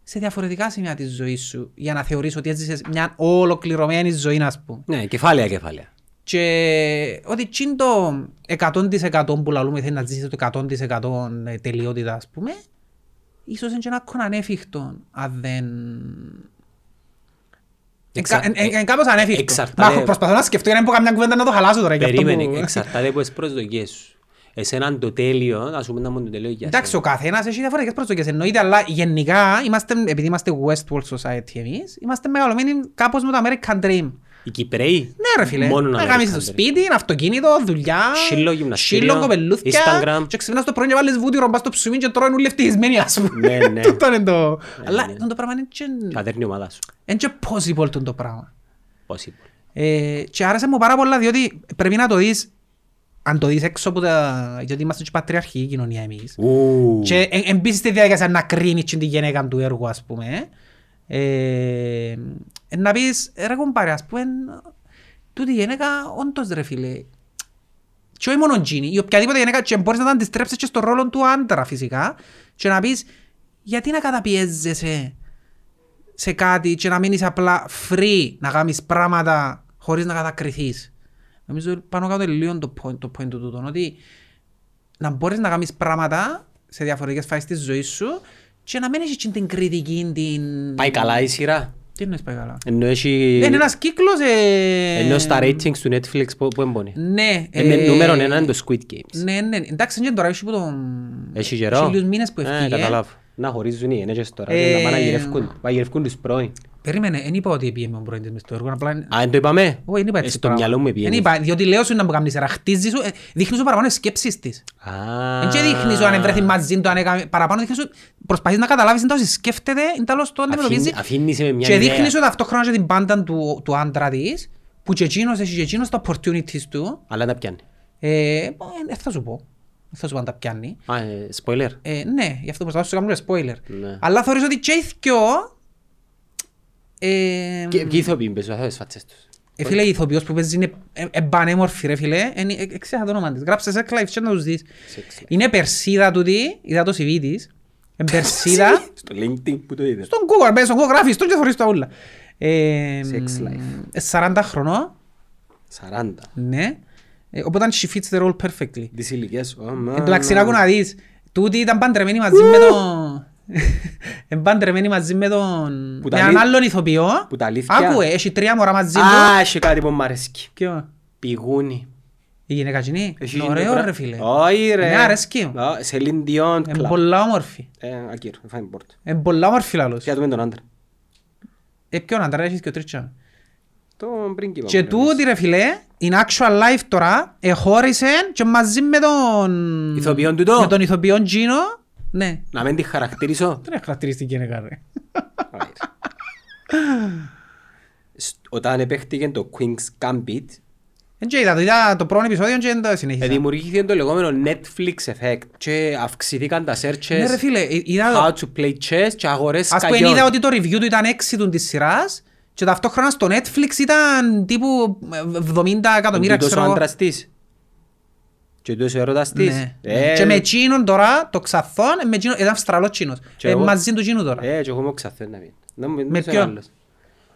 [SPEAKER 2] σε διαφορετικά σημεία της ζωής σου για να θεωρείς ότι έζησες μια ολοκληρωμένη ζωή, ας πούμε.
[SPEAKER 1] Ναι, κεφάλαια, κεφάλαια.
[SPEAKER 2] Και ότι τσιν το 100% που λαλούμε θέλει να ζήσεις το 100% ε, τελειότητα, ας πούμε, ίσως είναι και ένα κονανέφικτο, αν δεν...
[SPEAKER 1] Εξα-
[SPEAKER 2] Ε, ε, ε, Κάπως ανέφικτο.
[SPEAKER 1] εξαρτάται-
[SPEAKER 2] Μα, προσπαθώ να σκεφτώ για να μην πω καμιά κουβέντα να το χαλάσω τώρα. γι' Ε, αυτό
[SPEAKER 1] Περίμενε,
[SPEAKER 2] που-
[SPEAKER 1] εξαρτάται από τις προσδοκίες σου. Εσέναν το τέλειο, ας πούμε να μου το τέλειο για
[SPEAKER 2] Εντάξει, ο καθένας έχει διαφορετικές προσδοκίες εννοείται, αλλά γενικά είμαστε, επειδή είμαστε Westworld Society εμείς, είμαστε μεγαλωμένοι κάπως με το American Dream.
[SPEAKER 1] σένα. Οι Κυπραίοι.
[SPEAKER 2] Ναι ρε φίλε,
[SPEAKER 1] Μόνο
[SPEAKER 2] να
[SPEAKER 1] American
[SPEAKER 2] κάνεις το
[SPEAKER 1] Dream.
[SPEAKER 2] σπίτι, ένα αυτοκίνητο, δουλειά,
[SPEAKER 1] Σύλλο, γυμναστήριο,
[SPEAKER 2] σύλλο, κοπελούθια
[SPEAKER 1] Instagram.
[SPEAKER 2] και ξυπνάς το πρωί και βάλεις βούτυρο, μπας στο ψουμί και τρώνε όλοι ευτυχισμένοι ας πούμε.
[SPEAKER 1] Ναι, ναι.
[SPEAKER 2] Τούτο είναι το... Αλλά
[SPEAKER 1] ναι.
[SPEAKER 2] το πράγμα είναι και-
[SPEAKER 1] Κατέρνει η ομάδα σου.
[SPEAKER 2] είναι και possible το πράγμα.
[SPEAKER 1] Πώς είπε.
[SPEAKER 2] Ε, και άρεσε μου πάρα πολλά διότι πρέπει να το δεις, αν το δεις έξω από τα... γιατί είμαστε και πατριαρχική κοινωνία εμείς.
[SPEAKER 1] Ου.
[SPEAKER 2] Και ε- εμπίσεις στη διαδικασία να κρίνεις την γυναίκα του έργου, ας πούμε. Ε, ε, να πεις, ρε κομπάρε, ας πούμε, τούτη γυναίκα όντως ρε φίλε. Και όχι μόνο εκείνη, η οποιαδήποτε γυναίκα και μπορείς να τα αντιστρέψεις και στο ρόλο του άντρα φυσικά. Και να πεις, γιατί να καταπιέζεσαι σε κάτι και να μείνεις απλά free να κάνεις πράγματα χωρίς να κατακριθείς. Νομίζω πάνω κάτω είναι λίγο το point, το point του τούτον, ότι να μπορείς να κάνεις πράγματα σε διαφορετικές φάσεις της ζωής σου και να μην έχεις εκείνη την κριτική, την...
[SPEAKER 1] Πάει καλά η σειρά.
[SPEAKER 2] Τι εννοείς πάει καλά.
[SPEAKER 1] Ενώ έχει...
[SPEAKER 2] Ε, είναι ένας κύκλος... Ε...
[SPEAKER 1] Ενώ στα ratings του Netflix που που έμπονε.
[SPEAKER 2] Ναι.
[SPEAKER 1] Είναι Ε, νούμερο ένα είναι το Squid Games.
[SPEAKER 2] Ναι, ναι. Εντάξει, είναι τώρα, έχει που τον...
[SPEAKER 1] Έχει καιρό.
[SPEAKER 2] λίγους μήνες που
[SPEAKER 1] Ε,
[SPEAKER 2] έφυγε.
[SPEAKER 1] καταλάβω. Να χωρίζουν οι ενέργειες τώρα.
[SPEAKER 2] Ε,
[SPEAKER 1] Να πάνε να γυρεύκουν. Να γυρεύκουν τους πρώην.
[SPEAKER 2] Περίμενε, δεν είπα ότι πήγε με τον πρώην της μες στο έργο, απλά...
[SPEAKER 1] Α, δεν το είπαμε.
[SPEAKER 2] Όχι, δεν είπα έτσι
[SPEAKER 1] Ε,
[SPEAKER 2] το
[SPEAKER 1] Στο
[SPEAKER 2] πράγμα.
[SPEAKER 1] μυαλό μου
[SPEAKER 2] Δεν
[SPEAKER 1] επειδή.
[SPEAKER 2] είπα, διότι λέω σου να μου κάνεις σειρά, χτίζεις σου, ε, δείχνεις σου παραπάνω τις σκέψεις της. Δεν Ε, και δείχνεις σου αν βρέθη μαζί του, αν έκαμε παραπάνω, δείχνεις σου, προσπαθείς να καταλάβεις είναι το όσο σκέφτεται, είναι το άλλο στο αντιμετωπίζεις.
[SPEAKER 1] Αφήνεις με μια
[SPEAKER 2] Και
[SPEAKER 1] ιδέα.
[SPEAKER 2] δείχνεις σου ταυτόχρονα και την πάντα του, του άντρα της, που και εκείνος έχει και εκείνος τα opportunities του.
[SPEAKER 1] Αλλά τα πιάνει.
[SPEAKER 2] Ε, μα, ε, θα σου πω, Ε, θα σου πω αν τα πιάνει.
[SPEAKER 1] Α, ε, spoiler.
[SPEAKER 2] Ε, ναι, γι' αυτό προσπαθώ να σου κάνω ένα spoiler.
[SPEAKER 1] Ναι.
[SPEAKER 2] Αλλά θεωρείς ότι και οι θκυο... Ε,
[SPEAKER 1] Και ποιοι ηθοποιοί παίζουν, θα δεις φάτσες τους.
[SPEAKER 2] ε, φίλε, η ηθοποιός που παίζεις είναι ε, εμπανέμορφη, ρε φίλε. Ε, ε, ε, ξέχα το όνομα της. Γράψε σε κλάιφ και να τους δεις.
[SPEAKER 1] Sex
[SPEAKER 2] Είναι περσίδα τούτη, είδα το CV της. Ε, Περσίδα.
[SPEAKER 1] Στο LinkedIn που το είδες.
[SPEAKER 2] Στον Google, μπες στον Google, γράφεις τον και θωρείς τα όλα. Ε,
[SPEAKER 1] Sex
[SPEAKER 2] life. 40 χρονών,
[SPEAKER 1] 40.
[SPEAKER 2] ναι. Ε, οπότε she fits the role perfectly.
[SPEAKER 1] Της ηλικίας σου.
[SPEAKER 2] Εν τω
[SPEAKER 1] ναι.
[SPEAKER 2] μεταξύ να ακούω να δεις, τούτη ήταν παντρεμένη μαζί με τον... Εν παντρεμένη μαζί με τον...
[SPEAKER 1] Που τα
[SPEAKER 2] Με έναν
[SPEAKER 1] λι-
[SPEAKER 2] άλλον ηθοποιό.
[SPEAKER 1] που τα αλήθεια.
[SPEAKER 2] Άκουε, έχει τρία μωρά μαζί
[SPEAKER 1] Α, ε.
[SPEAKER 2] του.
[SPEAKER 1] έχει κάτι που μου αρέσκει.
[SPEAKER 2] Ποιο?
[SPEAKER 1] Πηγούνι.
[SPEAKER 2] Η γυναίκα κοινή.
[SPEAKER 1] Έχει
[SPEAKER 2] Ωραίο
[SPEAKER 1] γυναίκα-
[SPEAKER 2] ρε φίλε.
[SPEAKER 1] Όχι ρε.
[SPEAKER 2] Ναι, αρέσκει μου.
[SPEAKER 1] Α, Celine Dion
[SPEAKER 2] Εν
[SPEAKER 1] Club.
[SPEAKER 2] πολλά όμορφη.
[SPEAKER 1] Ε, Ακύρ, fine board.
[SPEAKER 2] Εν πολλά όμορφη λαλός.
[SPEAKER 1] Ποια του με τον άντρα.
[SPEAKER 2] Ε, ποιον άντρα έχεις και ο τρίτσιον.
[SPEAKER 1] Τον πρίγκιπα.
[SPEAKER 2] Και
[SPEAKER 1] που λέμε.
[SPEAKER 2] τούτη ρε φίλε, in actual life τώρα, εχώρισε και μαζί με τον...
[SPEAKER 1] Ηθοποιόν του το.
[SPEAKER 2] Με τον ηθοποιόν Τζίνο. Ναι.
[SPEAKER 1] Να μην τη χαρακτηρίσω.
[SPEAKER 2] Δεν έχει χαρακτηριστική γενικά ρε.
[SPEAKER 1] Ωραία. Σ- Όταν επέχτηκε το Queen's Gambit,
[SPEAKER 2] Εν και είδα, το είδα το πρώτο επεισόδιο και δεν το
[SPEAKER 1] ε,
[SPEAKER 2] συνέχισα.
[SPEAKER 1] δημιουργήθηκε το λεγόμενο Netflix effect και αυξηθήκαν τα
[SPEAKER 2] Ναι ρε
[SPEAKER 1] searches,
[SPEAKER 2] φίλε, ε, είδα... το-
[SPEAKER 1] how to play chess και αγορές
[SPEAKER 2] Ας πούμε
[SPEAKER 1] σκαγιών.
[SPEAKER 2] είδα ότι το review του ήταν 6 του της σειράς και ταυτόχρονα στο Netflix ήταν τύπου ε, 70 εκατομμύρια
[SPEAKER 1] Τούτος
[SPEAKER 2] ξέρω.
[SPEAKER 1] ο
[SPEAKER 2] εγώ.
[SPEAKER 1] άντρας της. Και τούτος ο έρωτας της.
[SPEAKER 2] Ναι.
[SPEAKER 1] Ε,
[SPEAKER 2] Και με εκείνον τώρα, το ξαθόν, με εκείνον, ήταν Αυστραλός Τσίνος.
[SPEAKER 1] Και
[SPEAKER 2] Ε,
[SPEAKER 1] εγώ.
[SPEAKER 2] Μαζί του Τσίνου τώρα.
[SPEAKER 1] Ε, και εγώ μου ξαθώ να μην. Να μην-
[SPEAKER 2] Με
[SPEAKER 1] είσαι
[SPEAKER 2] ποιον?
[SPEAKER 1] άλλος.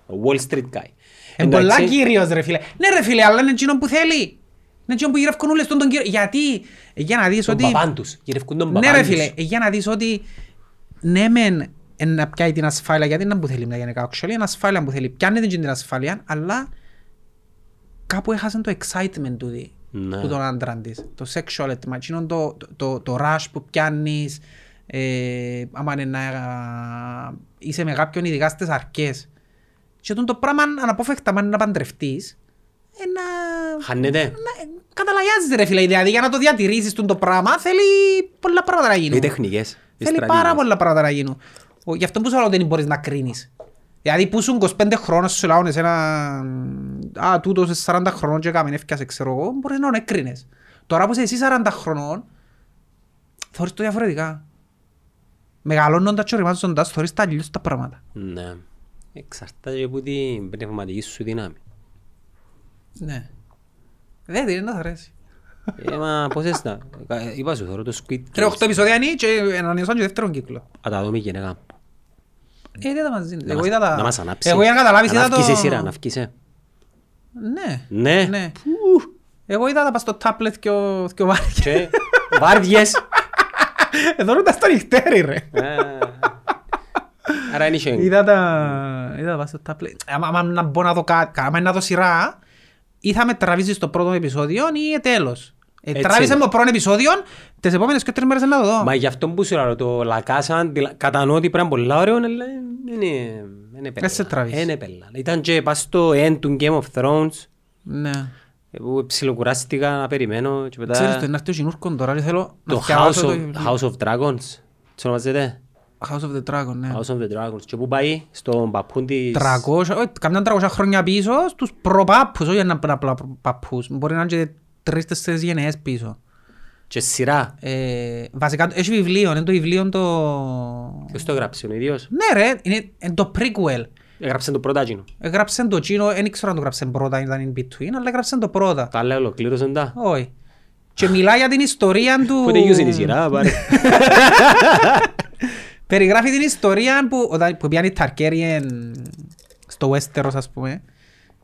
[SPEAKER 1] Ο Wall Street guy.
[SPEAKER 2] Εν Ε, πολλά κύριος ρε φίλε. Ναι ρε φίλε, αλλά είναι εκείνον που θέλει. Είναι εκείνον που γυρεύκουν όλες τον τον κύριο. Γιατί, για να δεις
[SPEAKER 1] Τον
[SPEAKER 2] ότι...
[SPEAKER 1] παπάν τους. Γυρευκούν τον
[SPEAKER 2] Ναι
[SPEAKER 1] παπάν
[SPEAKER 2] ρε
[SPEAKER 1] τους.
[SPEAKER 2] φίλε, για να δεις ότι... Ναι μεν ε, να πιάει την ασφάλεια, γιατί να που θέλει μια γενικά actually, είναι ασφάλεια που θέλει. Πιάνει την την ασφάλεια, αλλά κάπου έχασε το excitement του δι,
[SPEAKER 1] Ναι.
[SPEAKER 2] του τον άντρα της. Το sexual έτοιμα, εκείνον το, το, το, το rush που πιάνεις, ε, άμα είναι να είσαι με κάποιον ειδικά στις αρκές. Και τον το πράγμα αναπόφευκτα, αν είναι να παντρευτείς, ε, να...
[SPEAKER 1] Χάνεται.
[SPEAKER 2] να- ε, Καταλαγιάζεται ρε φίλε, δηλαδή για να το διατηρήσεις τον το πράγμα θέλει πολλά πράγματα να γίνουν.
[SPEAKER 1] Οι τεχνικές. οι
[SPEAKER 2] Θέλει πάρα
[SPEAKER 1] στρατηγικές.
[SPEAKER 2] πολλά πράγματα να γίνουν. Ο- Γι' αυτό που σου λέω ότι δεν μπορείς να κρίνεις. Δηλαδή που ήσουν 25 χρόνια σου λαούν εσένα «Α, τούτος σε 40 χρονών και έκαμε, έφτιασε, ξέρω εγώ», μπορείς να τον έκρινες. Τώρα που είσαι εσύ 40 χρονών, θεωρείς το διαφορετικά. Μεγαλώνοντας και οριμάζοντας, θεωρείς τα αλλιώς τα πράγματα.
[SPEAKER 1] Ναι. Εξαρτάται και από την πνευματική σου δύναμη.
[SPEAKER 2] Ναι. Δεν είναι να θα αρέσει.
[SPEAKER 1] ε, μα πώς έτσι να... ε, Είπα σου, θεωρώ το Squid
[SPEAKER 2] Τρία
[SPEAKER 1] Games.
[SPEAKER 2] οχτώ επεισόδια είναι και ενανιώσαν και δεύτερον κύκλο.
[SPEAKER 1] Α, τα δούμε και να κάνουμε.
[SPEAKER 2] Ε, δεν τα μαζί. είναι.
[SPEAKER 1] Να
[SPEAKER 2] Εγώ
[SPEAKER 1] μας-
[SPEAKER 2] είδα τα...
[SPEAKER 1] Να μας ανάψει.
[SPEAKER 2] Εγώ για να καταλάβεις είδα το...
[SPEAKER 1] Αναύκησε η σειρά, αναύκησε.
[SPEAKER 2] Ναι.
[SPEAKER 1] Ναι.
[SPEAKER 2] Ναι. Εγώ είδα τα πας στο τάπλετ και ο και ο Βάρκε.
[SPEAKER 1] Και βάρδιες.
[SPEAKER 2] Εδώ είναι τα στο νυχτέρι ρε.
[SPEAKER 1] Ε, Άρα είναι και...
[SPEAKER 2] Είδα τα... Είδα τα πας στο τάπλετ. Άμα- Άμα να μπω να δω κάτι, άμα είναι να δω σειρά, ή θα με τραβήσεις στο πρώτο επεισόδιο ή τέλος. Ε,
[SPEAKER 1] Έτσι
[SPEAKER 2] Τράβησε
[SPEAKER 1] είναι.
[SPEAKER 2] με το πρώτο επεισόδιο, τις επόμενες και τρεις μέρες να το δω.
[SPEAKER 1] Μα γι' αυτό που σου λέω, το λακάσαν, κατανοώ ότι πρέπει πολλά ωραίο, αλλά δεν είναι- δεν είναι
[SPEAKER 2] Δεν σε τραβείς.
[SPEAKER 1] Δεν είναι πέλα. Ήταν και πας στο end του Game of Thrones,
[SPEAKER 2] Ναι.
[SPEAKER 1] ε, που ψιλοκουράστηκα να περιμένω και μετά...
[SPEAKER 2] Ξέρεις το, είναι αυτοί ο Γινούρκον τώρα και θέλω να
[SPEAKER 1] Το House
[SPEAKER 2] φτιάξω
[SPEAKER 1] of, House of Dragons. Τι ονομάζεται?
[SPEAKER 2] House of the Dragon, ναι.
[SPEAKER 1] House of the Dragons. Και πού πάει στον παππούν της...
[SPEAKER 2] 300, όχι, ε, καμιά 300 χρόνια πίσω στους προπάπους, όχι έναν απλά παππούς. Μπορεί να είναι και τρεις-τέσσερις γενναίες πίσω.
[SPEAKER 1] Και σειρά.
[SPEAKER 2] Ε, βασικά έχει βιβλίο, είναι το βιβλίο το...
[SPEAKER 1] Ποιος το έγραψε ο ίδιος.
[SPEAKER 2] Ναι ρε, είναι, είναι το prequel.
[SPEAKER 1] Έγραψε το πρώτα κοινό.
[SPEAKER 2] Έγραψε το τσίνο, δεν ήξερα αν το έγραψε πρώτα, ήταν in between, αλλά έγραψε το πρώτα.
[SPEAKER 1] Τα άλλα ολοκλήρωσαν τα.
[SPEAKER 2] Όχι. Και μιλά για την ιστορία του...
[SPEAKER 1] Πότε γιούσε τη σειρά, πάρε.
[SPEAKER 2] Περιγράφει την ιστορία που, όταν, που πιάνει Ταρκέριεν στο Westeros ας πούμε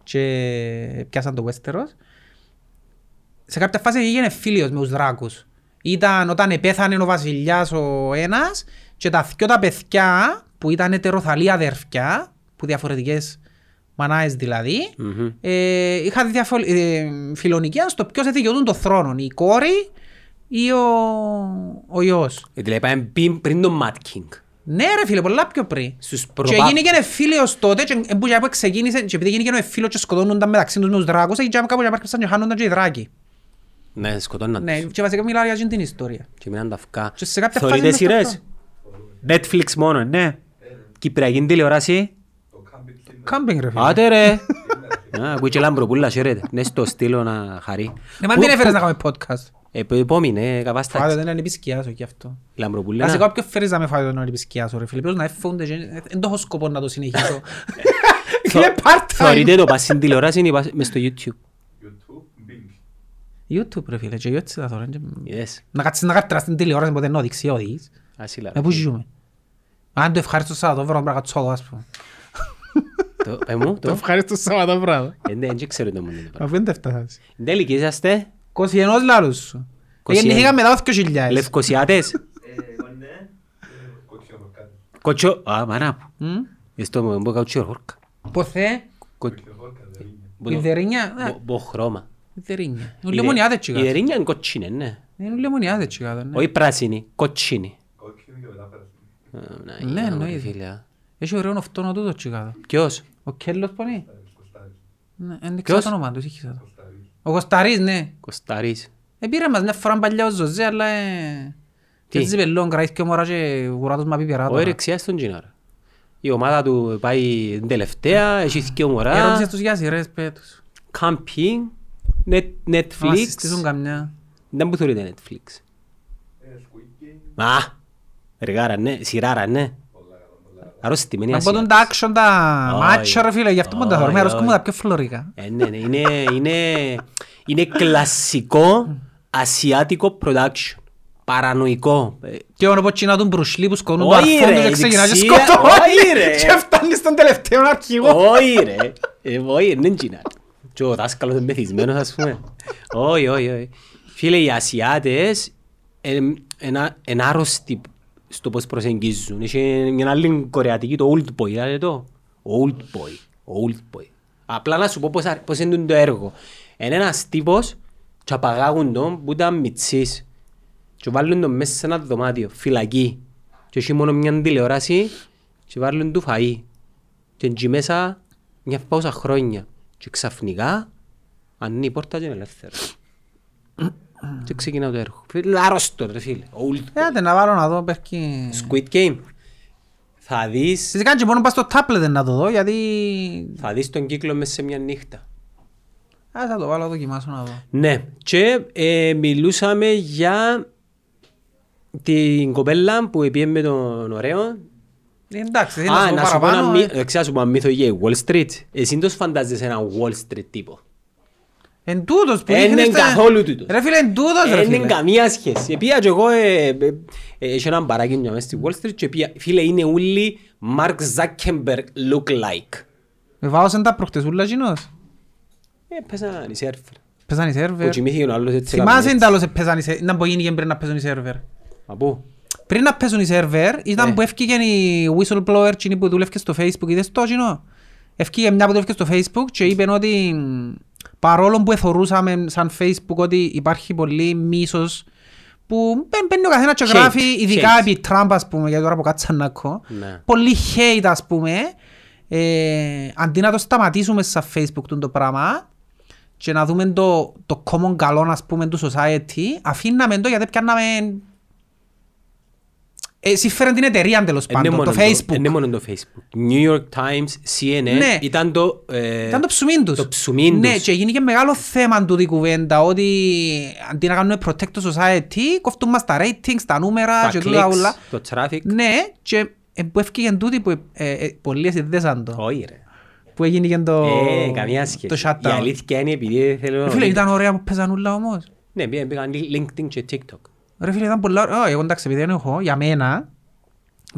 [SPEAKER 2] και πιάσαν το Westeros σε κάποια φάση έγινε φίλιος με τους δράκους. Ήταν όταν επέθανε ο βασιλιάς ο ένας και τα δυο τα παιδιά που ήταν ετεροθαλή αδερφιά που διαφορετικές μανάες δηλαδή
[SPEAKER 1] Μμμ.
[SPEAKER 2] ε, είχαν διαφο- ε, φιλονικία στο ποιος εθιγιωτούν το θρόνο η κόρη ή ο, ο ιός.
[SPEAKER 1] Ε, Δηλαδή πάμε πριν- πριν τον Mad King.
[SPEAKER 2] Ναι ρε φίλε, πολλά πιο πριν.
[SPEAKER 1] Στους
[SPEAKER 2] Και
[SPEAKER 1] προπά...
[SPEAKER 2] έγινε και ένα φίλος τότε και ε, που για που ξεκίνησε και επειδή έγινε και ένα φίλος και σκοτώνονταν μεταξύ τους με τους δράκους έγινε και κάπου για και χάνονταν και οι δράκοι.
[SPEAKER 1] Ναι, σκοτώναν
[SPEAKER 2] Ναι,
[SPEAKER 1] τους.
[SPEAKER 2] και βασικά μιλάει για την ιστορία.
[SPEAKER 1] Και μείναν τα αυκά.
[SPEAKER 2] Και σε κάποια
[SPEAKER 1] Θωρείτε
[SPEAKER 2] φάση είναι
[SPEAKER 1] σειρές.
[SPEAKER 4] Netflix μόνο, ναι. Κυπριακή τηλεόραση.
[SPEAKER 2] Κάμπινγκ ρε φίλε.
[SPEAKER 1] Άτε ρε. Α, Ακούει και λαμπροπούλα, χαίρετε. Ναι, στο στείλω να χαρεί.
[SPEAKER 2] Ναι, μα
[SPEAKER 1] Πού-
[SPEAKER 2] δεν έφερες να κάνουμε podcast.
[SPEAKER 1] Ε, επόμενη, ε,
[SPEAKER 2] Φάτε
[SPEAKER 1] καβάστα.
[SPEAKER 2] δεν είναι επισκιάσω και αυτό.
[SPEAKER 1] Λαμπροπούλα.
[SPEAKER 2] Βασικά όποιο φέρεις να με φάτε τον επισκιάσω ρε φίλε. Ποιος να έφονται και ε, δεν το έχω σκοπό να το συνεχίσω. Φίλε part time.
[SPEAKER 1] Θεωρείτε το πας στην τηλεόραση είναι πας- μες στο YouTube.
[SPEAKER 2] YouTube ρε φίλε και έτσι θα θωρώ, είναι και-
[SPEAKER 1] Είδες.
[SPEAKER 2] Να κάτσεις να κάττρας στην τηλεόραση ποτέ ενώ δεξιόδης.
[SPEAKER 1] Ασύλα.
[SPEAKER 2] Να πού ζούμε. Αν το ευχάριστο Σαββατόβραδο πρέπει να κάτσω εδώ, ας πούμε.
[SPEAKER 1] Το- Πες μου, το.
[SPEAKER 2] ευχάριστο Σαββατόβραδο.
[SPEAKER 1] Ε, ναι, Δεν ξέρω το μόνο.
[SPEAKER 2] Αφού δεν τα φτάσεις.
[SPEAKER 1] Εν τέλει, είσαστε
[SPEAKER 2] 21 λάρους σου.
[SPEAKER 1] 21.
[SPEAKER 2] Γεννηθήκα μετά το 2000.
[SPEAKER 1] λευκοσιάτες.
[SPEAKER 2] Ε,
[SPEAKER 1] Κοτσιο... Α, μάνα μου.
[SPEAKER 2] Μμ.
[SPEAKER 1] Εστώ μου, μπω καουτσιο χόρκα.
[SPEAKER 2] Ποθέ, ιδερίνια. ε,
[SPEAKER 1] Μπω χρώμα.
[SPEAKER 2] Ιδερίνια. Είναι λεμονιάδες
[SPEAKER 1] Η
[SPEAKER 2] τσιγά.
[SPEAKER 1] δερίνια είναι κοτσίνη, ναι.
[SPEAKER 2] Είναι λεμονιάδες ναι. τσιγά. δεν είναι.
[SPEAKER 1] Όχι πράσινη, κοτσίνη. Ε,
[SPEAKER 2] Ναι, εννοείται.
[SPEAKER 1] φίλε.
[SPEAKER 2] Έχει ωραίον αυτόνο τούτο τσιγά.
[SPEAKER 1] Ποιος.
[SPEAKER 2] Ο Κέλλος που είναι. Ναι, Δεν ξέρω
[SPEAKER 1] Ποιος?
[SPEAKER 2] το όνομα του, είχε εδώ. Ο Κωσταρίς, ναι.
[SPEAKER 1] Κοσταρίς.
[SPEAKER 2] Επήρε μας μια φορά παλιά ο Ζωζέ, αλλά... ε,
[SPEAKER 1] Τι?
[SPEAKER 2] Και ζιμπελόν, κραείς και μωράς και γουράτος μα πει περάτω.
[SPEAKER 1] Ο Ερεξιάς τον Τζινάρα. Η ομάδα του πάει τελευταία, έχει δυο μωρά.
[SPEAKER 2] Ερώτησες τους για σειρές, πέ τους.
[SPEAKER 1] Camping, net-
[SPEAKER 2] Να μας
[SPEAKER 1] Netflix.
[SPEAKER 2] συστήσουν καμιά.
[SPEAKER 1] Δεν μου θεωρείται Netflix. Μα, εργάρα ναι, σειράρα ναι. Αρρωστημένη
[SPEAKER 2] Να πω τον τα action τα μάτσο ρε φίλε, γι' αυτό μου τα
[SPEAKER 1] Όχι,
[SPEAKER 2] θεωρούμε, αρρωστούμε
[SPEAKER 1] όχι.
[SPEAKER 2] τα πιο φλωρικά.
[SPEAKER 1] Ε, ναι, ναι, είναι, είναι, είναι κλασικό ασιάτικο production. Παρανοϊκό. Ε,
[SPEAKER 2] Και όνο πω τσινά τον Μπρουσλί που σκοτώνουν τον
[SPEAKER 1] Όχι,
[SPEAKER 2] αρθόντο
[SPEAKER 1] ρε,
[SPEAKER 2] και ξεκινά και
[SPEAKER 1] δεξιά, όχι,
[SPEAKER 2] σκοτώνει
[SPEAKER 1] ρε.
[SPEAKER 2] και φτάνει στον τελευταίο αρχηγό.
[SPEAKER 1] Όχι ρε, Ε, όχι, δεν είναι Και ο δάσκαλος είναι μεθυσμένος ας πούμε. Όχι, όχι, όχι. Φίλε, οι Ασιάτες είναι άρρωστοι στο πώς προσεγγίζουν. Έχει μια άλλη κορεατική, το Old Boy, είδατε το. Old Boy, Old Boy. Απλά να σου πω πώς, αρ- πώς είναι το έργο. Είναι ένας τύπος και απαγάγουν τον που ήταν μητσής. Και βάλουν τον μέσα σε ένα δωμάτιο, φυλακή. Και έχει μόνο μια τηλεόραση και βάλουν του φαΐ. Και εκεί μέσα μια πάουσα χρόνια. Και ξαφνικά Ανοίγει η πόρτα και είναι ελεύθερο. και ξεκινά το έργο. Φίλε, άρρωστο ρε φίλε. Old.
[SPEAKER 2] Ε, Άντε να βάλω να δω πέρκι.
[SPEAKER 1] Squid Game. Θα δεις,
[SPEAKER 2] Φυσικά και μπορώ να πάω στο τάπλετ να το δω γιατί...
[SPEAKER 1] θα δεις τον κύκλο μέσα σε μια νύχτα.
[SPEAKER 2] Α, θα το βάλω, να δοκιμάσω να δω.
[SPEAKER 1] Ναι, και ε, μιλούσαμε για την κοπέλα που πήγε με τον ωραίο.
[SPEAKER 2] Ε, Εντάξει, θέλω
[SPEAKER 1] Α,
[SPEAKER 2] να
[SPEAKER 1] να
[SPEAKER 2] σου
[SPEAKER 1] σου
[SPEAKER 2] πω
[SPEAKER 1] πω ένα
[SPEAKER 2] παραπάνω.
[SPEAKER 1] μύθο,
[SPEAKER 2] ε.
[SPEAKER 1] ε, ξέρω να σου πω ένα μύθο για Wall Street. Εσύ τους φαντάζεσαι ένα Wall Street τύπο.
[SPEAKER 2] Εν τούτος που
[SPEAKER 1] Ε,
[SPEAKER 2] δείχνεις
[SPEAKER 1] είναι
[SPEAKER 2] τα-
[SPEAKER 1] καθόλου τούτος. Ε,
[SPEAKER 2] Ρε φίλε, εν τούτος ρε
[SPEAKER 1] Δεν
[SPEAKER 2] φίλε.
[SPEAKER 1] καμία σχέση. Επία και εγώ, ε, ε, ε, είχε έναν παράκινο μέσα στη Wall Street και επία, φίλε, είναι όλοι Mark Zuckerberg look like.
[SPEAKER 2] Με βάωσαν Ε, τα προχτεσούλα κοινός.
[SPEAKER 1] Ε, πέσαν οι σέρφερ.
[SPEAKER 2] Πέσαν οι
[SPEAKER 1] Που
[SPEAKER 2] σερβερ.
[SPEAKER 1] κοιμήθηκε ο άλλος έτσι.
[SPEAKER 2] Θυμάσαι
[SPEAKER 1] έκαμε
[SPEAKER 2] τα άλλος πέσαν οι σερβερ. Ήταν που γίνηκε πριν να παίζουν οι σερβερ.
[SPEAKER 1] έτσι. Από.
[SPEAKER 2] Πριν να παίζουν οι σερβερ
[SPEAKER 1] Ε.
[SPEAKER 2] ήταν που έφυγε η whistleblower εκείνη που δούλευκε στο facebook. Είδες το κοινό. Έφυγε μια που δούλευκε στο facebook και είπε ότι μ, παρόλο που εθωρούσαμε σαν facebook ότι υπάρχει πολύ μίσος που μπαίν- μπαίνει ο καθένας και
[SPEAKER 1] Hate,
[SPEAKER 2] γράφει ειδικά
[SPEAKER 1] hate.
[SPEAKER 2] επί Τραμπ ας πούμε γιατί τώρα που κάτσαν να ακούω
[SPEAKER 1] Ναι.
[SPEAKER 2] πολύ hate ας πούμε ε, αντί να το σταματήσουμε στα facebook του το πράγμα και να δούμε το, το common καλό ας πούμε του society αφήναμε το γιατί πιάναμε ε, συμφέρον την εταιρεία τέλος
[SPEAKER 1] Είναι
[SPEAKER 2] πάντων,
[SPEAKER 1] Ε, ναι, μόνο
[SPEAKER 2] το facebook
[SPEAKER 1] Είναι μόνο το Facebook. New York Times, CNN,
[SPEAKER 2] Ναι.
[SPEAKER 1] ήταν το... ε,
[SPEAKER 2] Ήταν το ψουμί τους.
[SPEAKER 1] Το ψουμί τους.
[SPEAKER 2] Ναι, και γίνει και μεγάλο θέμα του η κουβέντα ότι αντί να κάνουμε protect the society, κόφτουν μας τα ratings, τα νούμερα
[SPEAKER 1] τα
[SPEAKER 2] και τούτα
[SPEAKER 1] clicks,
[SPEAKER 2] όλα.
[SPEAKER 1] το traffic.
[SPEAKER 2] Ναι, και ε, που έφυγε τούτη που ε, ε, ε, πολλοί εσυνδέσαν το.
[SPEAKER 1] Όχι ρε.
[SPEAKER 2] Που έγινε και το,
[SPEAKER 1] Ε, καμία
[SPEAKER 2] το
[SPEAKER 1] σχέση. Η
[SPEAKER 2] shutdown.
[SPEAKER 1] αλήθεια είναι επειδή δεν
[SPEAKER 2] Ρε
[SPEAKER 1] θέλω...
[SPEAKER 2] φίλε, ήταν ωραία που παίζαν όλα όμως.
[SPEAKER 1] Ναι, πήγαν- πήγαν LinkedIn και TikTok.
[SPEAKER 2] Ρε φίλε, ήταν πολλά ωραία. Ω, Εγώ εντάξει, επειδή δεν έχω, για μένα,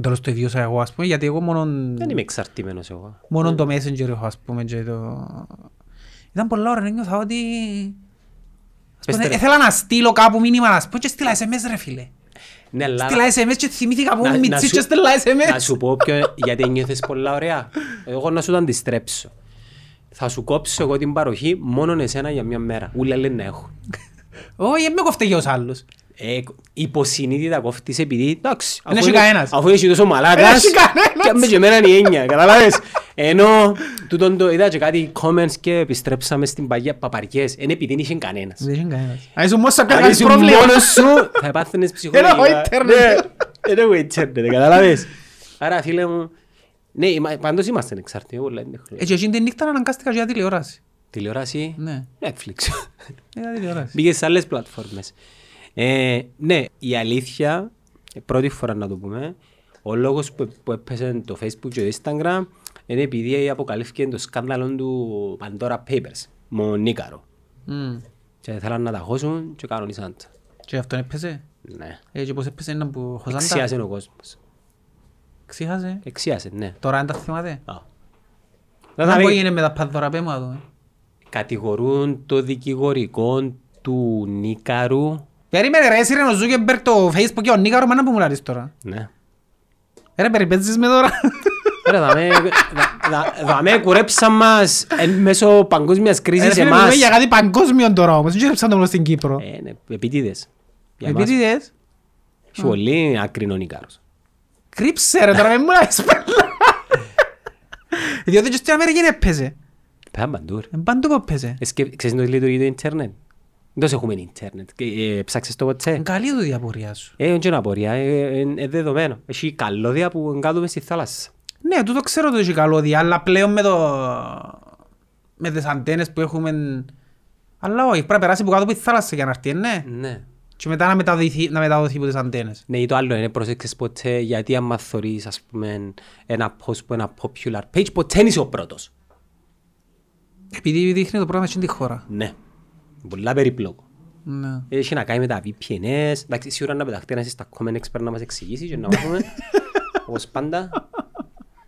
[SPEAKER 2] τέλος το ιδιώσα εγώ ας πούμε, γιατί εγώ μόνον...
[SPEAKER 1] Δεν είμαι εξαρτημένος εγώ.
[SPEAKER 2] Μόνο το Messenger έχω, ας πούμε, και το... Ήταν πολλά ώρα, νιώθα ότι... ας
[SPEAKER 1] Πες
[SPEAKER 2] πούμε,
[SPEAKER 1] τα ρε.
[SPEAKER 2] Ήθελα να στείλω κάπου μήνυμα, να πούμε, και στείλα SMS, ρε φίλε.
[SPEAKER 1] Ναι, αλλά...
[SPEAKER 2] Στείλα SMS και θυμήθηκα που
[SPEAKER 1] Να-
[SPEAKER 2] ήμουν
[SPEAKER 1] να
[SPEAKER 2] μητσής
[SPEAKER 1] σου-
[SPEAKER 2] και στείλα
[SPEAKER 1] Να
[SPEAKER 2] SMS.
[SPEAKER 1] σου πω ποιο, γιατί νιώθεις πολλά ωραία. Εγώ να σου το αντιστρέψω. Θα σου κόψω εγώ την παροχή μόνο εσένα για μια μέρα. Ούλα λένε να έχω.
[SPEAKER 2] Όχι, δεν με κοφτεί για τους άλλους.
[SPEAKER 1] Ε, υποσυνείδητα κόφτης επειδή εντάξει,
[SPEAKER 2] Δεν έχει κανένας.
[SPEAKER 1] αφού είσαι τόσο
[SPEAKER 2] Δεν
[SPEAKER 1] μαλάκας
[SPEAKER 2] έχει κανένας.
[SPEAKER 1] και με και εμένα είναι η έννοια, καταλάβες ενώ τούτον το είδα και κάτι comments και επιστρέψαμε στην παγιά παπαριές είναι επειδή δεν είχε κανένας
[SPEAKER 2] Δεν είχε κανένας. Αν ήσουν μόνος σου,
[SPEAKER 1] αν
[SPEAKER 2] κανένας
[SPEAKER 1] ήσουν
[SPEAKER 2] πρόβλημα.
[SPEAKER 1] μόνος σου θα επάθαινες ψυχολογικά
[SPEAKER 2] Ένα waiter,
[SPEAKER 1] Ναι,
[SPEAKER 2] ναι.
[SPEAKER 1] ένα waiter, ναι, καταλάβες άρα φίλε μου ναι, είμα- πάντως είμαστε εξαρτημένοι όλα είναι
[SPEAKER 2] Ε,
[SPEAKER 1] χρόνια.
[SPEAKER 2] και εκείνη την νύχτα αναγκάστηκα για τηλεόραση.
[SPEAKER 1] Τηλεόραση,
[SPEAKER 2] Ναι,
[SPEAKER 1] Netflix
[SPEAKER 2] είδα τηλεόραση.
[SPEAKER 1] Πήγε σε άλλες πλατφόρμες. Ε, ναι, η αλήθεια, πρώτη φορά να το πούμε, ο λόγος που, που έπεσε το Facebook και το Instagram είναι επειδή αποκαλύφθηκε το σκάνδαλο του Pandora Papers, μονίκαρο.
[SPEAKER 2] Μμ.
[SPEAKER 1] Και θέλαν να τα χώσουν και κανονίσαν τα.
[SPEAKER 2] Και αυτό έπαιζε.
[SPEAKER 1] Ναι.
[SPEAKER 2] Ε, και πώς έπαιζε ήταν που χωσάντα.
[SPEAKER 1] Εξίασε ο κόσμος.
[SPEAKER 2] Ξύχασε.
[SPEAKER 1] Εξίασε, ναι.
[SPEAKER 2] Τώρα δεν τα θυμάται.
[SPEAKER 1] Α. Δεν θα
[SPEAKER 2] Να πω
[SPEAKER 1] λέει-
[SPEAKER 2] γίνεται με τα πανδώρα, πέ μου, να δούμε.
[SPEAKER 1] Κατηγορούν το δικηγορικό του Νίκαρου.
[SPEAKER 2] Περίμενε ρε, εσύ ρε ο Ζούκεμπερ το Facebook και ο Νίκαρο μάνα που μου λάρεις τώρα.
[SPEAKER 1] Ναι.
[SPEAKER 2] Ε, Ρε περιπέτσεις με τώρα.
[SPEAKER 1] Ρε, δαμέ, δα- δα- δαμέ κουρέψαν μας εν, μέσω παγκόσμιας
[SPEAKER 2] Ε, Ρε
[SPEAKER 1] κρίσης
[SPEAKER 2] φίλε, μιλούμε
[SPEAKER 1] εμάς.
[SPEAKER 2] για κάτι παγκόσμιο τώρα όμως. Δεν ξέρω μόνο στην Κύπρο.
[SPEAKER 1] Ε, ναι, επίτηδες. Για εμάς.
[SPEAKER 2] Επίτηδες.
[SPEAKER 1] Έχει πολύ άκρινον Ικάρος.
[SPEAKER 2] Κρύψε ρε τώρα, μην μου λάρεις πέλα. Διότι και στην Αμερική δεν παίζε.
[SPEAKER 1] Πέραν παντού. ρε.
[SPEAKER 2] Εν Παντού που παίζε.
[SPEAKER 1] Ε, σκε- Ξέρεις να λειτουργεί το ίντερνετ. Δεν τόσο έχουμε ίντερνετ. Ε, ε, Ψάξες το
[SPEAKER 2] Είναι
[SPEAKER 1] ποτέ.
[SPEAKER 2] Καλή του διαπορία σου.
[SPEAKER 1] Ε, όχι να πορεία. Είναι ε, δεδομένο. Έχει καλώδια που εγκάτω μες στη θάλασσα.
[SPEAKER 2] Ναι, τούτο ξέρω ότι έχει καλώδια, αλλά πλέον με το... με τις αντένες που έχουμε... Αλλά όχι, πρέπει να περάσει από κάτω από τη θάλασσα για να έρθει, ε, ναι.
[SPEAKER 1] Ναι.
[SPEAKER 2] Και μετά να μεταδοθεί, να μεταδοθεί από τις αντένες.
[SPEAKER 1] Ναι, ή το άλλο είναι πρόσεξες ποτέ γιατί άμα θωρείς ας πούμε ένα post που ένα popular page ποτέ δεν είσαι ο πρώτος.
[SPEAKER 2] Επειδή δείχνει το πρόγραμμα στην τη χώρα.
[SPEAKER 1] Ναι. Πολλά περιπλόκο.
[SPEAKER 2] Ναι.
[SPEAKER 1] Έχει να κάνει με τα VPNs. Εντάξει, σίγουρα να πεταχτεί ένας στα Common Expert να μας εξηγήσεις και να μάθουμε. Όπως πάντα.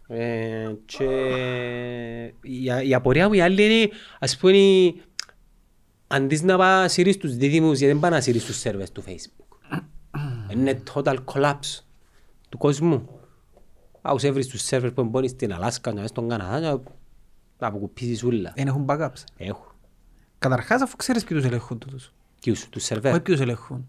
[SPEAKER 1] Ε, και η, α- η απορία μου η άλλη είναι, ας πούμε, η- αντί να πάει σύρεις τους δίδυμους, γιατί δεν πάει να σύρεις τους σερβers του Facebook. Είναι total collapse του κόσμου. Άους έβρεις τους σερβers που μπώνεις στην Αλάσκα, να είσαι στον Καναδά, να- να αποκουπίσεις ούλα.
[SPEAKER 2] Δεν έχουν backups.
[SPEAKER 1] Έχω.
[SPEAKER 2] Καταρχάς αφού ξέρεις ποιους ελέγχουν τούτους.
[SPEAKER 1] Ποιους, τους σερβέρ.
[SPEAKER 2] Όχι ποιους ελέγχουν.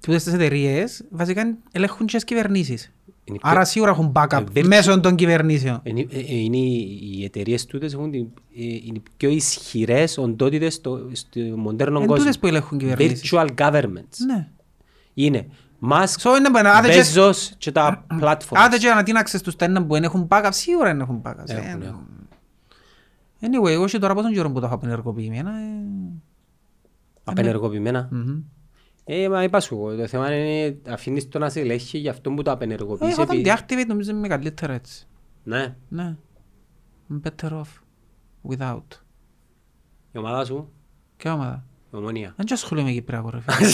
[SPEAKER 2] Τούτες τις εταιρείες βασικά ελέγχουν και τις κυβερνήσεις.
[SPEAKER 1] Είναι πιο-
[SPEAKER 2] Άρα σίγουρα έχουν backup
[SPEAKER 1] Ε, virtue-
[SPEAKER 2] μέσω των κυβερνήσεων.
[SPEAKER 1] Είναι, ε, ε, είναι οι- οι εταιρείες τούτες έχουν την- ε, είναι οι πιο ισχυρές οντότητες στο, στο μοντέρνο
[SPEAKER 2] Εν
[SPEAKER 1] κόσμο.
[SPEAKER 2] τούτες που ελέγχουν κυβερνήσεις.
[SPEAKER 1] Virtual governments.
[SPEAKER 2] Ναι.
[SPEAKER 1] Είναι Musk,
[SPEAKER 2] So, είναι μπεν, άντε και-
[SPEAKER 1] Bezos και τα platforms.
[SPEAKER 2] Άντε και ανατείναξες τους τα ένα που δεν έχουν backup, σίγουρα δεν έχουν backup. Ε,
[SPEAKER 1] Έχουν, έχουν.
[SPEAKER 2] Anyway, εγώ και τώρα πόσον καιρό που τα έχω απενεργοποιημένα. ε,
[SPEAKER 1] Απενεργοποιημένα.
[SPEAKER 2] μμμ.
[SPEAKER 1] Ε, μα είπα σου εγώ, το θέμα είναι αφήνεις το να σε ελέγχει για αυτό που το απενεργοποιείς.
[SPEAKER 2] Εγώ Ε, όταν
[SPEAKER 1] επει-
[SPEAKER 2] deactivate νομίζω είμαι καλύτερα έτσι.
[SPEAKER 1] Ναι,
[SPEAKER 2] Ναι. I'm better off without.
[SPEAKER 1] η ομάδα σου,
[SPEAKER 2] Και ομάδα.
[SPEAKER 1] η ομόνια.
[SPEAKER 2] Δεν και ασχολούμαι με Κυπριακό ρε φίλε.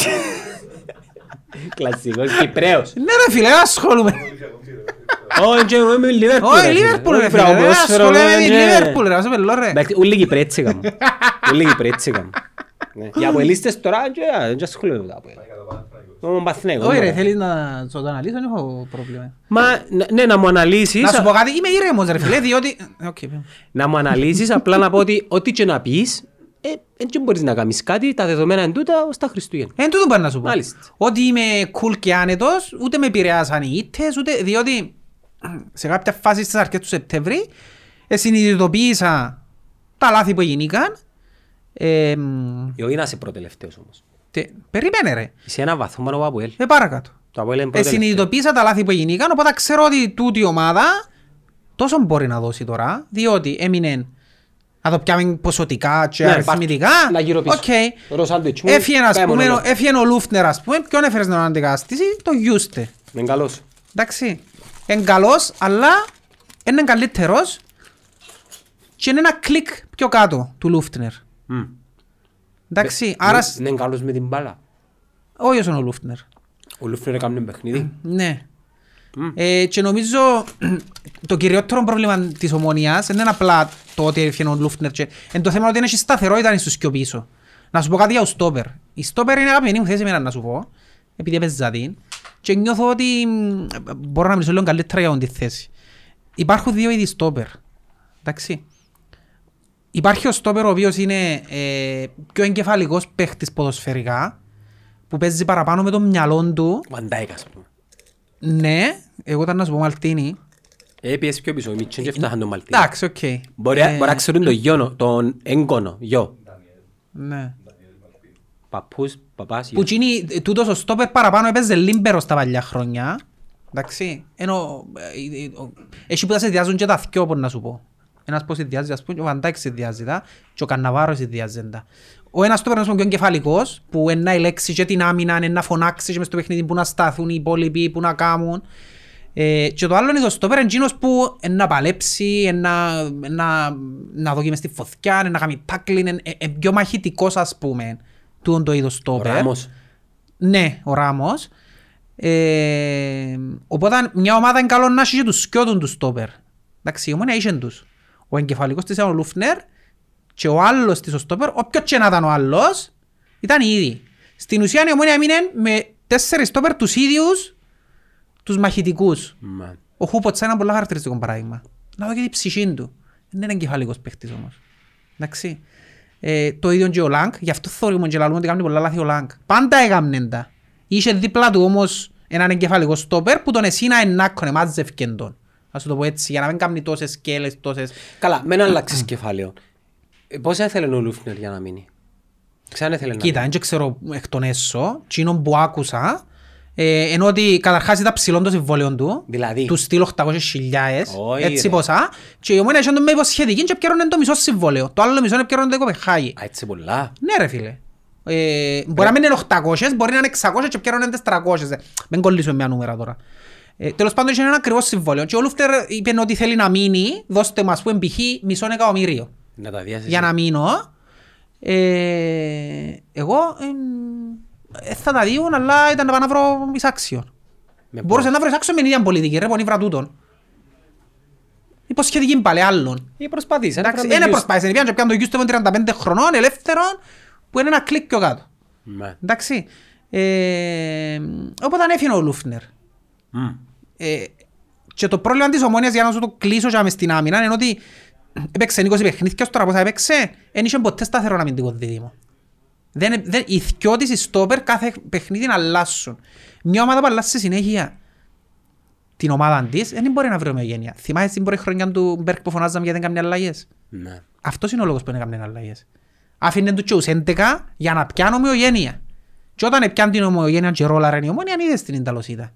[SPEAKER 1] Κλασσικός Κυπρέος.
[SPEAKER 2] Ναι ρε φίλε, δεν ασχολούμαι.
[SPEAKER 1] Όχι, και εγώ είμαι η Λίβερπουλ.
[SPEAKER 2] Όχι, Λίβερπουλ ρε φίλε. Δεν ασχολούμαι με
[SPEAKER 1] ναι.
[SPEAKER 2] Λίβερπουλ ρε. Ας πελώ ρε.
[SPEAKER 1] Εντάξει, ούλοι Κυπρέτσικα μου. Ούλοι Κυπρέτσικα μου. Ναι. Οι Αποελίστες τώρα και, α, δεν ασχολούμαι με τα Αποέλ. Ο Παθηναίκος,
[SPEAKER 2] Όχι
[SPEAKER 1] ναι.
[SPEAKER 2] ρε, θέλεις να σου το αναλύσω, δεν έχω πρόβλημα.
[SPEAKER 1] Μα, ναι, ναι, να μου αναλύσεις,
[SPEAKER 2] Να σου
[SPEAKER 1] α-
[SPEAKER 2] πω κάτι, είμαι ήρεμος ρε φίλε, διότι... Οκ, παι.
[SPEAKER 1] να μου αναλύσεις, απλά να πω ότι ό,τι και να πεις, ε, δεν και μπορείς να κάνεις κάτι, τα δεδομένα είναι τούτα ως τα Χριστούγεννα.
[SPEAKER 2] Εν τούτο μπορεί να σου πω.
[SPEAKER 1] Μάλιστα.
[SPEAKER 2] Ότι είμαι cool και άνετος, ούτε με επηρεάσαν οι ήττες, ούτε διότι σε κάποια φάση στις αρχές του Σεπτέμβρη ε, συνειδητοποίησα τα λάθη που γίνηκαν. Ε, μ,
[SPEAKER 1] Ε, Όχι να είσαι προτελευταίος όμως.
[SPEAKER 2] τε, περιμένε ρε.
[SPEAKER 1] Είσαι ένα βαθμό πάνω από Αποέλ.
[SPEAKER 2] Ε, παρακάτω.
[SPEAKER 1] Το Αποέλ είναι
[SPEAKER 2] Ε,
[SPEAKER 1] προτελευταίο.
[SPEAKER 2] συνειδητοποίησα τα λάθη που γίνηκαν, οπότε ξέρω ότι τούτη η ομάδα τόσο μπορεί να δώσει τώρα, διότι έμεινε να το πιάμε ποσοτικά και
[SPEAKER 1] Ναι,
[SPEAKER 2] αριθμητικά.
[SPEAKER 1] πάρ' το. Να γύρω πίσω.
[SPEAKER 2] Οκ.
[SPEAKER 1] Ρος σάντουιτς μου,
[SPEAKER 2] Έφυγε, ας
[SPEAKER 1] κάμε
[SPEAKER 2] πούμε,
[SPEAKER 1] μόνο.
[SPEAKER 2] ο- έφυγε ο Λούφνερ, ας πούμε, ποιον έφερες να αντικαστήσει, το Γιούστε.
[SPEAKER 1] Είναι καλός.
[SPEAKER 2] Εντάξει. Εν καλός, αλλά είναι καλύτερος και είναι ένα κλικ πιο κάτω του Λούφτνερ.
[SPEAKER 1] Μμ.
[SPEAKER 2] Εντάξει,
[SPEAKER 1] Ναι,
[SPEAKER 2] άρα...
[SPEAKER 1] Είναι καλός με την μπάλα.
[SPEAKER 2] Όχι όσο είναι ο Λούφτνερ.
[SPEAKER 1] Ο Λούφνερ έκανε παιχνίδι.
[SPEAKER 2] Ναι. Ε, και νομίζω το κυριότερο πρόβλημα της ομονίας δεν είναι απλά το ότι έφυγε ο Λούφτνερ. Και... Εν το θέμα είναι ότι είναι σταθερότητα στους πιο πίσω. Να σου πω κάτι για ο Στόπερ. Η Στόπερ είναι αγαπημένη μου θέση εμένα να σου πω, επειδή έπαιζα την. Και νιώθω ότι μ, μπορώ να μιλήσω λίγο καλύτερα για αυτή τη θέση. Υπάρχουν δύο είδη Στόπερ. Εντάξει. Υπάρχει ο Στόπερ ο οποίος είναι ε, πιο εγκεφαλικός παίχτης ποδοσφαιρικά, που παίζει παραπάνω με το μυαλό του.
[SPEAKER 1] Βαντάικ ας πούμε.
[SPEAKER 2] Ναι, εγώ ήταν να σου πω Μαλτίνη.
[SPEAKER 1] Ε, πιες πιο πίσω. Οι Μίτσεν και έφταχαν τον Μαλτίνο.
[SPEAKER 2] Εντάξει, οκ. Ε,
[SPEAKER 1] Μπορεί μπορεί να ξέρουν τον γιόνο, τον έγκονο, γιο.
[SPEAKER 2] Ναι.
[SPEAKER 1] Παππούς, παπάς,
[SPEAKER 2] Που
[SPEAKER 1] γιο.
[SPEAKER 2] τσίνει, ε, τούτος ο στόπερ παραπάνω έπαιζε λίμπερο στα παλιά χρόνια. Εντάξει. Ενώ, ε, ε, ο- έχει που τα συνδυάζουν και τα θκυο, μπορεί να σου πω. Ένας πώς συνδυάζει, ας πούμε, ο Βαντάκ συνδυάζει τα και ο Καναβάρος συνδυάζει τα. Ο ένας στόπερ, ας πούμε, πιο εγκεφαλικός, που εν να ελέξει και την άμυνα, εν να φωνάξεις και μες στο παιχνίδι που να στάθουν οι υπόλοιποι, που να κάμουν. Ε, και το άλλο είναι το στόπερ εντζίνος που εν να παλέψει, εν να, εν να, να δοκιμαστεί στη φωθιά, εν να κάνει τάκλιν, εν, εν- εν πιο μαχητικός ας πούμε, τούτον το είδος
[SPEAKER 1] Ο
[SPEAKER 2] στόπερ.
[SPEAKER 1] Ράμος.
[SPEAKER 2] Ναι, ο Ράμος. Ε, οπότε μια ομάδα είναι καλό να έχει και τους σκιώτων του στόπερ. Εντάξει, η ομόνια είχε τους. Ο εγκεφαλικός της ήταν ο Λουφνέρ και ο άλλος της ο στόπερ, όποιος και να ήταν ο άλλος, ήταν ήδη. Στην ουσία η ομόνια έμεινε με τέσσερις στόπερ τους ίδιους, τους μαχητικούς.
[SPEAKER 1] Μα.
[SPEAKER 2] Ο Χούποτς είναι ένα πολύ χαρακτηριστικό παράδειγμα. Να δω και την ψυχή του. Δεν είναι εγκεφαλικός παίχτης όμως. Εντάξει. Ε, το ίδιο και ο Λάγκ. Γι' αυτό θόρυβο και λαλούμε ότι κάνει πολλά λάθη ο Λάγκ. Πάντα έκαμνε τα. Είχε δίπλα του όμως έναν εγκεφαλικό στόπερ που τον εσύ να ενάκωνε, μάζευκεν τον. Ας σου το πω έτσι, για να μην κάνει τόσες σκέλες, τόσες...
[SPEAKER 1] Καλά, με να αλλάξεις κεφάλαιο. Ε, Πώς έθελε ο Λούφνερ για να μείνει. Ξανά έθελε να μείνει.
[SPEAKER 2] Κοίτα, δεν ξέρω εκ των έσω, τσίνον που άκουσα, ε, ενώ ότι καταρχάς ήταν ψηλόν το συμβόλαιο του,
[SPEAKER 1] Δηλαδή.
[SPEAKER 2] του στείλω 800.000,
[SPEAKER 1] Όχι,
[SPEAKER 2] έτσι
[SPEAKER 1] ρε.
[SPEAKER 2] ποσά, και η ομόνια είχε τον με υποσχετική και πιέρωνε το μισό συμβόλαιο, το άλλο μισό είναι πιέρωνε το Κοπεχάγη.
[SPEAKER 1] Α, έτσι πολλά.
[SPEAKER 2] Ναι ρε φίλε, ε, μπορεί να μην είναι 800, μπορεί να είναι 600 και πιέρωνε 400, ε, μην κολλήσουμε με τα νούμερα τώρα. Ε, τέλος πάντων είχε ένα ακριβό συμβόλαιο και ο Λούφτερ είπε ότι θέλει να μείνει, δώστε μας που εμπιχεί μισό εκατομμύριο
[SPEAKER 1] Να τα διάσεις.
[SPEAKER 2] για να μείνω. Ε, εγώ εμ, ε, θα τα δύο, αλλά ήταν να πάω να βρω εισάξιον.
[SPEAKER 1] Με
[SPEAKER 2] Μπορούσα να βρω εισάξιον με την ίδια πολιτική, ρε, πονή βρατούτον. Υποσχετική πάλι άλλων.
[SPEAKER 1] Ή Ε, προσπαθείς. ένα
[SPEAKER 2] Εντάξει,
[SPEAKER 1] πράγμα
[SPEAKER 2] ένα
[SPEAKER 1] το γιους.
[SPEAKER 2] προσπάθησε, πιάνε και πιάνε το γιούστο με 35 χρονών, ελεύθερον, που είναι ένα κλικ πιο κάτω.
[SPEAKER 1] Μα.
[SPEAKER 2] Εντάξει. Ε, οπότε έφυγε ο Λούφνερ.
[SPEAKER 1] Μμ.
[SPEAKER 2] Ε, και το πρόβλημα της ομόνιας για να σου το κλείσω και να μες στην άμυνα είναι ότι έπαιξε 20 παιχνίδια ως τώρα πόσα έπαιξε, δεν είχε ποτέ σταθερό αμυντικό δίδυμο. Δεν, ε, δεν, οι δυο της οι στόπερ κάθε παιχνίδι να αλλάσουν. Μια ομάδα που αλλάζει συνέχεια την ομάδα της, δεν μπορεί να βρει ομοιογένεια. Θυμάσαι την πρώτη χρονιά του Μπέρκ που φωνάζαμε γιατί δεν έκανε αλλαγές.
[SPEAKER 1] Ναι.
[SPEAKER 2] Αυτός είναι ο λόγος που δεν έκανε αλλαγές. Άφηνε του τσιούς 11 για να πιάνει ομοιογένεια. Και όταν πιάνει την ομοιογένεια και ρόλαρε η ομόνια, είδες στην Ινταλοσίδα.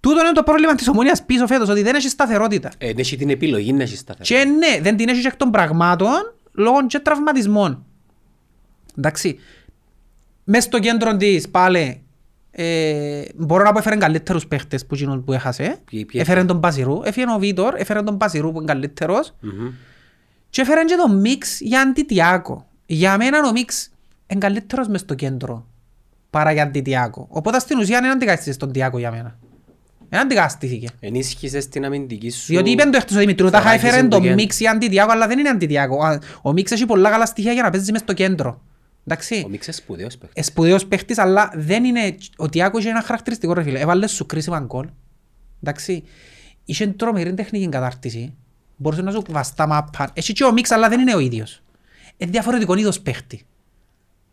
[SPEAKER 2] Τούτο είναι το πρόβλημα της ομόνια πίσω φέτος, ότι δεν έχει σταθερότητα.
[SPEAKER 1] Ε, δεν έχει την επιλογή να έχει σταθερά.
[SPEAKER 2] Και ναι, δεν την έχεις εκ των πραγμάτων λόγω και τραυματισμών. Εντάξει. Μες στο κέντρο της πάλι ε, μπορώ να πω έφερε καλύτερους παίχτες που, εκείνον που έχασε.
[SPEAKER 1] Ποιοι- ποιοι
[SPEAKER 2] Έφερε τον Πασιρού, έφερε ο Βίτορ, έφερε τον Πασιρού που είναι καλύτερος. Και έφερε και τον Μίξ για αντιτιάκο. Για μένα ο Μίξ είναι καλύτερος μες στο κέντρο παρά για αντιτιάκο. Οπότε στην ουσία δεν αντικαστήσε στον Τιάκο για μένα. Δεν αντικαστήθηκε.
[SPEAKER 1] Ενίσχυσες την αμυντική σου.
[SPEAKER 2] Διότι είπαν το εκτός ο Δημητρίου, τα
[SPEAKER 1] Θωράκισε
[SPEAKER 2] έφερε
[SPEAKER 1] το
[SPEAKER 2] το
[SPEAKER 1] κέντρο.
[SPEAKER 2] Μίξ ή αντιδιάκο, αλλά δεν είναι αντιδιάκο. Α, Ο Μίξ έχει πολλά καλά στοιχεία για να παίζεις μες στο κέντρο.
[SPEAKER 1] Ο
[SPEAKER 2] Εντάξει.
[SPEAKER 1] Μίξ είναι σπουδαίος παίκτης.
[SPEAKER 2] Ε, Σπουδαίος παίχτης, αλλά δεν είναι... Ο Τιάκο είχε ένα χαρακτηριστικό ρε φίλε. Έβαλες σου κρίσιμα γκολ. Εντάξει. Είχε τρομερή τεχνική κατάρτιση. Μπορούσε να σου βαστά μαπά. Έχει και ο Μίξ, αλλά δεν είναι ο ίδιος. Είναι διαφορετικό είδος παίχτη.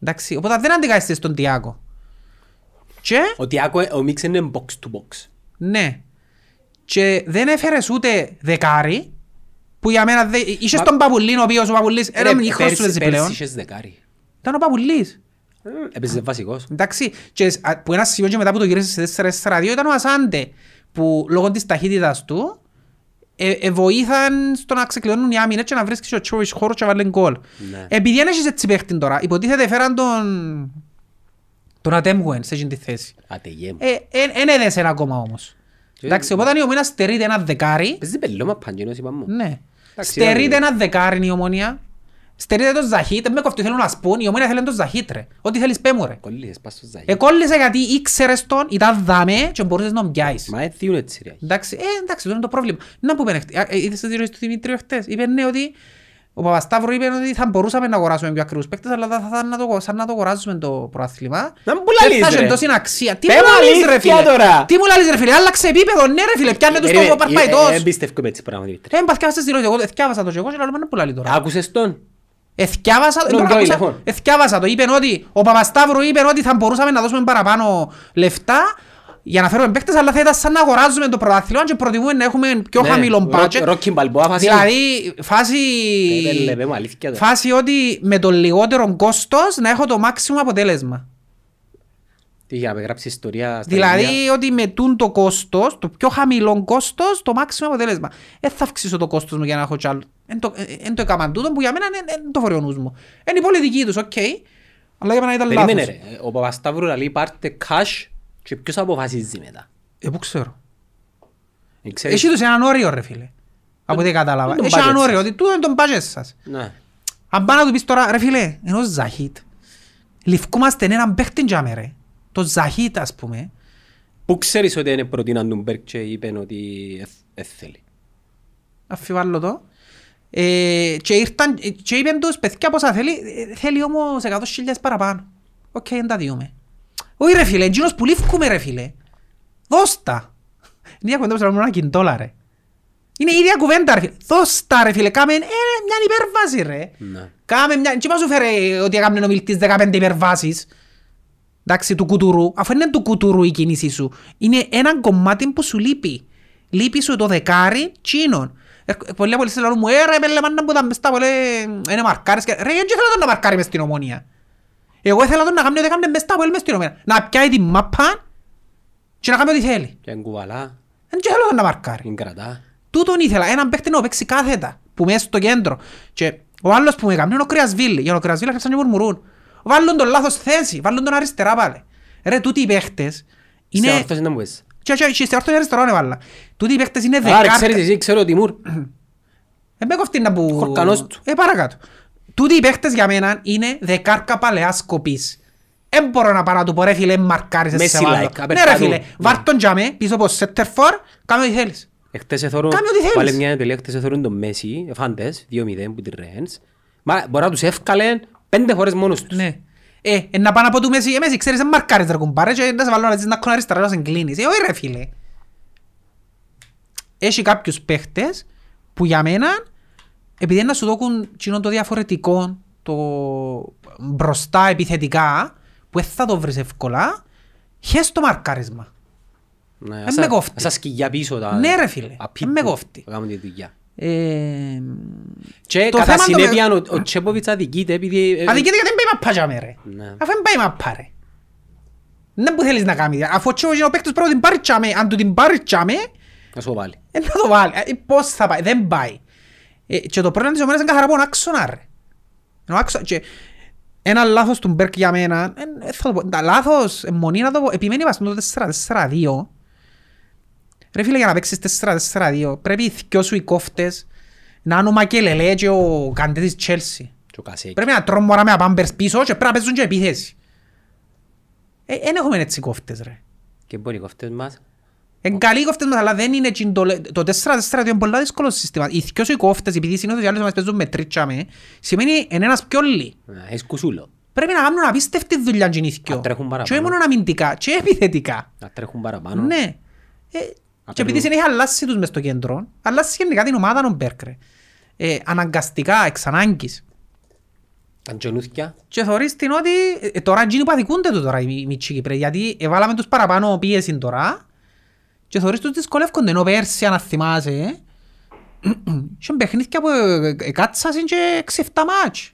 [SPEAKER 2] Εντάξει. Οπότε δεν αντικαθιστείς τον Τιάκο. Και...
[SPEAKER 1] Ο Τιάκο, ε, ο Μίξ είναι box to box.
[SPEAKER 2] Ναι. Και δεν έφερες ούτε δεκάρι, που για μένα δεν... Είσαι στον Παπουλίν, ο οποίος ο Παπουλής
[SPEAKER 1] Ρε,
[SPEAKER 2] έναν ήχος
[SPEAKER 1] πέρσι-
[SPEAKER 2] σου έτσι
[SPEAKER 1] πέρσι
[SPEAKER 2] πλέον.
[SPEAKER 1] είχες δεκάρι.
[SPEAKER 2] Ήταν ο Παπουλής.
[SPEAKER 1] Ε, Έπαιζε βασικός.
[SPEAKER 2] Εντάξει. Και σ- α, που ένα σημείο και μετά που το γύρισε σε 4-4-2 ήταν ο Ασάντε, που λόγω της ταχύτητας του ε, ε, βοήθαν στο να ξεκλειώνουν οι άμυνες και να βρίσκεις ο Τσόβις χώρος και να βάλει γκολ.
[SPEAKER 1] Ναι.
[SPEAKER 2] Επειδή δεν έχεις έτσι παίχτη τώρα, υποτίθεται φέραν τον... τον Ατέμγουεν σε εκείνη τη θέση.
[SPEAKER 1] Ατεγέ μου.
[SPEAKER 2] Ε, εν- εν έδεσε ένα ακόμα όμως. Εντάξει, οπότε η ομονία στερείται ένα δεκάρι.
[SPEAKER 1] Παίζει πελώμα παντζίνος, είπα μου.
[SPEAKER 2] Ναι.
[SPEAKER 1] Εντάξει,
[SPEAKER 2] Στερείται
[SPEAKER 1] ήταν-
[SPEAKER 2] ένα δεκάρι η ομονία. Στερείται το ζαχίτ. Με κοφτή θέλουν να σπούν. Η ομονία θέλει το ζαχίτ ρε. Ό,τι θέλεις πέ μου ρε.
[SPEAKER 1] Κολλήσες, πας στο Ζαγί.
[SPEAKER 2] Εκόλλησε γιατί ήξερες τον, ήταν δάμε και μπορούσες να τον πιάσεις.
[SPEAKER 1] Μα δεν θύουν έτσι ρε.
[SPEAKER 2] Εντάξει, ε, εντάξει, αυτό είναι το πρόβλημα. Να πούμε, χτε- α, ε, είδες τις δηλώσεις του Δημήτριου χτες. Είπε ναι ότι ο Παπασταύρου είπε ότι θα μπορούσαμε να αγοράσουμε πιο ακριβούς παίκτες, αλλά θα ήταν να το, σαν να το αγοράζουμε το προάθλημα.
[SPEAKER 1] Να μου λαλείς,
[SPEAKER 2] Δεν θα είχε
[SPEAKER 1] ρε.
[SPEAKER 2] τόση αξία. Τι
[SPEAKER 1] Πε
[SPEAKER 2] μου
[SPEAKER 1] μου
[SPEAKER 2] λαλείς ρε
[SPEAKER 1] αλήθεια
[SPEAKER 2] φίλε.
[SPEAKER 1] τώρα.
[SPEAKER 2] Τι μου λαλείς ρε φίλε. Άλλαξε επίπεδο. Ναι ρε φίλε. Πιάνε τους
[SPEAKER 1] Περίμενε,
[SPEAKER 2] το παρπαϊτός.
[SPEAKER 1] ε, ε, Δεν πιστεύω έτσι πράγμα. Δημήτρη.
[SPEAKER 2] Εν παθιάβασα τις δηλώσεις. Εγώ εθιάβασα το και εγώ και λέω «Μα, να μου λαλεί τώρα.
[SPEAKER 1] Άκουσες τον.
[SPEAKER 2] Εθιάβασα
[SPEAKER 1] Τον
[SPEAKER 2] τώρα
[SPEAKER 1] Γκόι,
[SPEAKER 2] άκουσα-
[SPEAKER 1] λοιπόν.
[SPEAKER 2] εθιάβασα το, είπεν ότι ο Παπασταύρου είπε ότι θα μπορούσαμε να δώσουμε παραπάνω λεφτά για να φέρουμε παίκτες, αλλά θα ήταν σαν να αγοράζουμε το πρωτάθλημα και προτιμούμε να έχουμε πιο
[SPEAKER 1] Ναι,
[SPEAKER 2] χαμηλό
[SPEAKER 1] Ρο-
[SPEAKER 2] budget.
[SPEAKER 1] Rocky Balboa φάση.
[SPEAKER 2] Δηλαδή, φάση...
[SPEAKER 1] Ε, ρε, λέ, πε μου αλήθεια τώρα.
[SPEAKER 2] φάση ότι με το λιγότερο κόστος να έχω το maximum αποτέλεσμα.
[SPEAKER 1] Τι για να γράψει ιστορία στα
[SPEAKER 2] Δηλαδή
[SPEAKER 1] βιβλία.
[SPEAKER 2] ότι με τούν το κόστος, το πιο χαμηλό κόστος, το maximum αποτέλεσμα. Δεν θα αυξήσω το κόστος μου για να έχω κι άλλο. Εν το, ε, εν το έκαναν τούτο που για μένα είναι ε, το φορείο νους μου. Είναι η πολιτική τους, οκ. Αλλά για μένα ήταν
[SPEAKER 1] Περίμενε
[SPEAKER 2] λάθος.
[SPEAKER 1] ρε. Ο Παπασταύρου λέει πάρτε cash και ποιος αποφασίζει μετά.
[SPEAKER 2] Ε, πού ξέρω.
[SPEAKER 1] Ε, ξέρεις-
[SPEAKER 2] Έχει τους έναν όριο ρε φίλε. Από ό,τι κατάλαβα.
[SPEAKER 1] είναι το
[SPEAKER 2] Έχει έναν
[SPEAKER 1] Ε, budget
[SPEAKER 2] όριο,
[SPEAKER 1] σας.
[SPEAKER 2] ότι τούτο είναι το budget σας.
[SPEAKER 1] Ναι.
[SPEAKER 2] Αν πάω να του πεις τώρα, ρε φίλε, ενώ Ζαχίτ, λευκούμαστε έναν παίχτη τζάμε ρε. Το Ζαχίτ ας πούμε,
[SPEAKER 1] Πού ξέρεις ότι είναι προτείναν τον Μπέρκ και είπαν ότι εθ- εθ θέλει.
[SPEAKER 2] αφιβάλλω το. Ε, και, ήρθαν, ε, και είπαν τους παιδιά πόσα θέλει, ε, θέλει όμως 100.000 παραπάνω. Οκ, δεν τα διούμε. Όχι ρε φίλε, εκείνος που λήφκουμε ρε φίλε. Δώστα. Είναι μια κουβέντα που σαρμόνω ένα κιντόλα ρε. Είναι η ίδια κουβέντα ρε φίλε. Δώστα ρε φίλε, κάμε ε, μια υπερβάση ρε.
[SPEAKER 1] Ναι.
[SPEAKER 2] Κάμε μια, τι μας σου φέρε ότι έκαμε ο μιλτής 15 υπερβάσεις. Εντάξει, του κουτουρού, αφού είναι του κουτουρού η κίνησή σου, είναι ένα κομμάτι που σου λείπει. Λείπει σου το δεκάρι τσίνων. Ερκ- Πολλοί από λένε μου, «Ε, ρε πέλε μάνα που τα μεστά, πολλέ, είναι μαρκάρες. και-» Ρε, δεν ήθελα τον να μαρκάρει μες στην ομόνια. Εγώ ήθελα τον να κάνει ό,τι έκανε μεστά, πολλέ μες στην ομόνια. Να πιάει την μάπα και να κάνει ό,τι θέλει.
[SPEAKER 1] Και αν κουβαλά,
[SPEAKER 2] Δεν ήθελα τον να μαρκάρει.
[SPEAKER 1] την κρατά.
[SPEAKER 2] Τούτον ήθελα, έναν παίχτη να παίξει κάθετα, που μέσα στο κέντρο. Και ο άλλος που με έκανε είναι ο Κρυασβίλη. Για τον Κρυασβίλη άρχισαν και μουρμουρούν. Βάλουν τον λάθος θέση, βάλουν τον αριστερά πάλι. Ρε, τούτοι οι παίχτες είναι...
[SPEAKER 1] Σε όρθος να μου πες.
[SPEAKER 2] Και- και- και σε όρθος αριστερό είναι ναι, βάλα. Τούτοι οι παίχτες είναι
[SPEAKER 1] Άρα
[SPEAKER 2] δεκάρτα.
[SPEAKER 1] ξέρεις εσύ, ξέρω ο Τιμούρ.
[SPEAKER 2] Ε, με κοφτεί να που...
[SPEAKER 1] Χορκανός του.
[SPEAKER 2] Ε, παρακάτω. Τούτοι οι παίχτες για μένα είναι δεκάρκα παλαιάς κοπής. Δεν μπορώ να πάω να του πω ρε φίλε μαρκάρισες
[SPEAKER 1] Messi
[SPEAKER 2] σε βάλω.
[SPEAKER 1] like,
[SPEAKER 2] Ναι ρε
[SPEAKER 1] απερκάτου.
[SPEAKER 2] φίλε,
[SPEAKER 1] Ναι.
[SPEAKER 2] βάρ' τον τζάμε πίσω από center for, κάνε ό,τι θέλεις.
[SPEAKER 1] Εχθές εθώρουν,
[SPEAKER 2] Κάνε ό,τι θέλεις.
[SPEAKER 1] πάλι μια εντολή, εχθές εθώρουν τον Μέση, φάντες, 2-0 που την Ρένς. Μα μπορεί να τους εύκαλεν πέντε φορές μόνος τους.
[SPEAKER 2] Ναι. Ε, ε, να πάω να πω του Μέση, ε, Μέση, ξέρεις, δεν μαρκάρεις ρε κουμπάρε και να σε βάλω να δεις να κονάρεις αριστερά να σε εγκλίνεις. Ε, όχι ρε φίλε. Έχει κάποιους παίχτες που για μένα, επειδή είναι να σου δώκουν κοινό το διαφορετικό, το μπροστά επιθετικά, που δεν θα το βρεις εύκολα, χες το μαρκάρισμα.
[SPEAKER 1] Ναι,
[SPEAKER 2] Εν
[SPEAKER 1] σαν-
[SPEAKER 2] με κόφτει.
[SPEAKER 1] Σαν σκυλιά πίσω. τα-
[SPEAKER 2] Ναι, ρε, φίλε.
[SPEAKER 1] τα
[SPEAKER 2] Εν
[SPEAKER 1] people
[SPEAKER 2] με κόφτει.
[SPEAKER 1] που Κάνουν τη δουλειά.
[SPEAKER 2] Ε,
[SPEAKER 1] Και
[SPEAKER 2] Το
[SPEAKER 1] κατά
[SPEAKER 2] θέμα είναι το
[SPEAKER 1] συνέπεια ο- ο Τσέποβιτς αδικείται επειδή... ε,
[SPEAKER 2] αδικείται γιατί δεν πάει μαπά για μέ, ρε.
[SPEAKER 1] Ναι.
[SPEAKER 2] Αφού δεν πάει μαπά ρε. Δεν που θέλεις να κάνει. Αφού ο Τσίπος είναι ο παίκτης πρώτα την πάρει τσάμε, αν του την πάρει τσάμε,
[SPEAKER 1] Να σου το βάλει.
[SPEAKER 2] ε, να το βάλει. Ε, Πώς θα πάει, δεν πάει. Ε, Και το πρόβλημα της ομάδας είναι καθαρά από τον άξονα ρε. Ο άξο- και Ένα λάθος του Μπέρκ για μένα, ε, ε, θα το πω, τα λάθος, ε, μονή να το πω, επιμένει μας το 4-4-2. Ρε φίλε, για να παίξεις 4-4-2, πρέπει οι δυο σου οι κόφτες να είναι ο Μακελελέ και ο Καντέ της Chelsea.
[SPEAKER 1] Και ο Κασέκη.
[SPEAKER 2] Πρέπει να τρώμε ώρα με τα πάμπερς πίσω και πρέπει να παίζουν και επίθεση. Ε, εν έχουμε έτσι κόφτες ρε.
[SPEAKER 1] Και μπορεί οι κοφτές μας.
[SPEAKER 2] Εν Ε, καλοί οι κόφτες μας, αλλά δεν είναι εκείνο το... λε- Το 4-4-2 είναι πολύ δύσκολο σύστημα. Οι δυο σου οι κόφτες, επειδή συνήθως οι άλλοι μας παίζουν με τρίτσα με, σημαίνει εν ένας πιο όλοι.
[SPEAKER 1] Ναι, Έχεις κουσούλο.
[SPEAKER 2] Πρέπει να κάνουν απίστευτη δουλειά και οι δυο.
[SPEAKER 1] Να τρέχουν
[SPEAKER 2] Και
[SPEAKER 1] παραπάνω.
[SPEAKER 2] όχι μόνο αμυντικά, και επιθετικά.
[SPEAKER 1] Να τρέχουν παραπάνω.
[SPEAKER 2] Ναι. Ε, και
[SPEAKER 1] παίρνουν-
[SPEAKER 2] επειδή συνέχεια αλλάσει τους μες στο κέντρο, αλλάσει γενικά την ομάδα των Μπέρκρε. Ε, αναγκαστικά, εξ ανάγκης.
[SPEAKER 1] Τα τζονούθκια.
[SPEAKER 2] Και θεωρείς την ότι ε, τώρα εκείνοι παθηκούνται το τώρα οι μι- μιτσοί Κύπρες, γιατί εβάλαμε τους παραπάνω πίεση τώρα και θεωρείς τους δυσκολεύκονται, ενώ πέρσι αν θυμάσαι είχε παιχνίδια που ε, ε, κάτσασαν και 6-7 μάτς.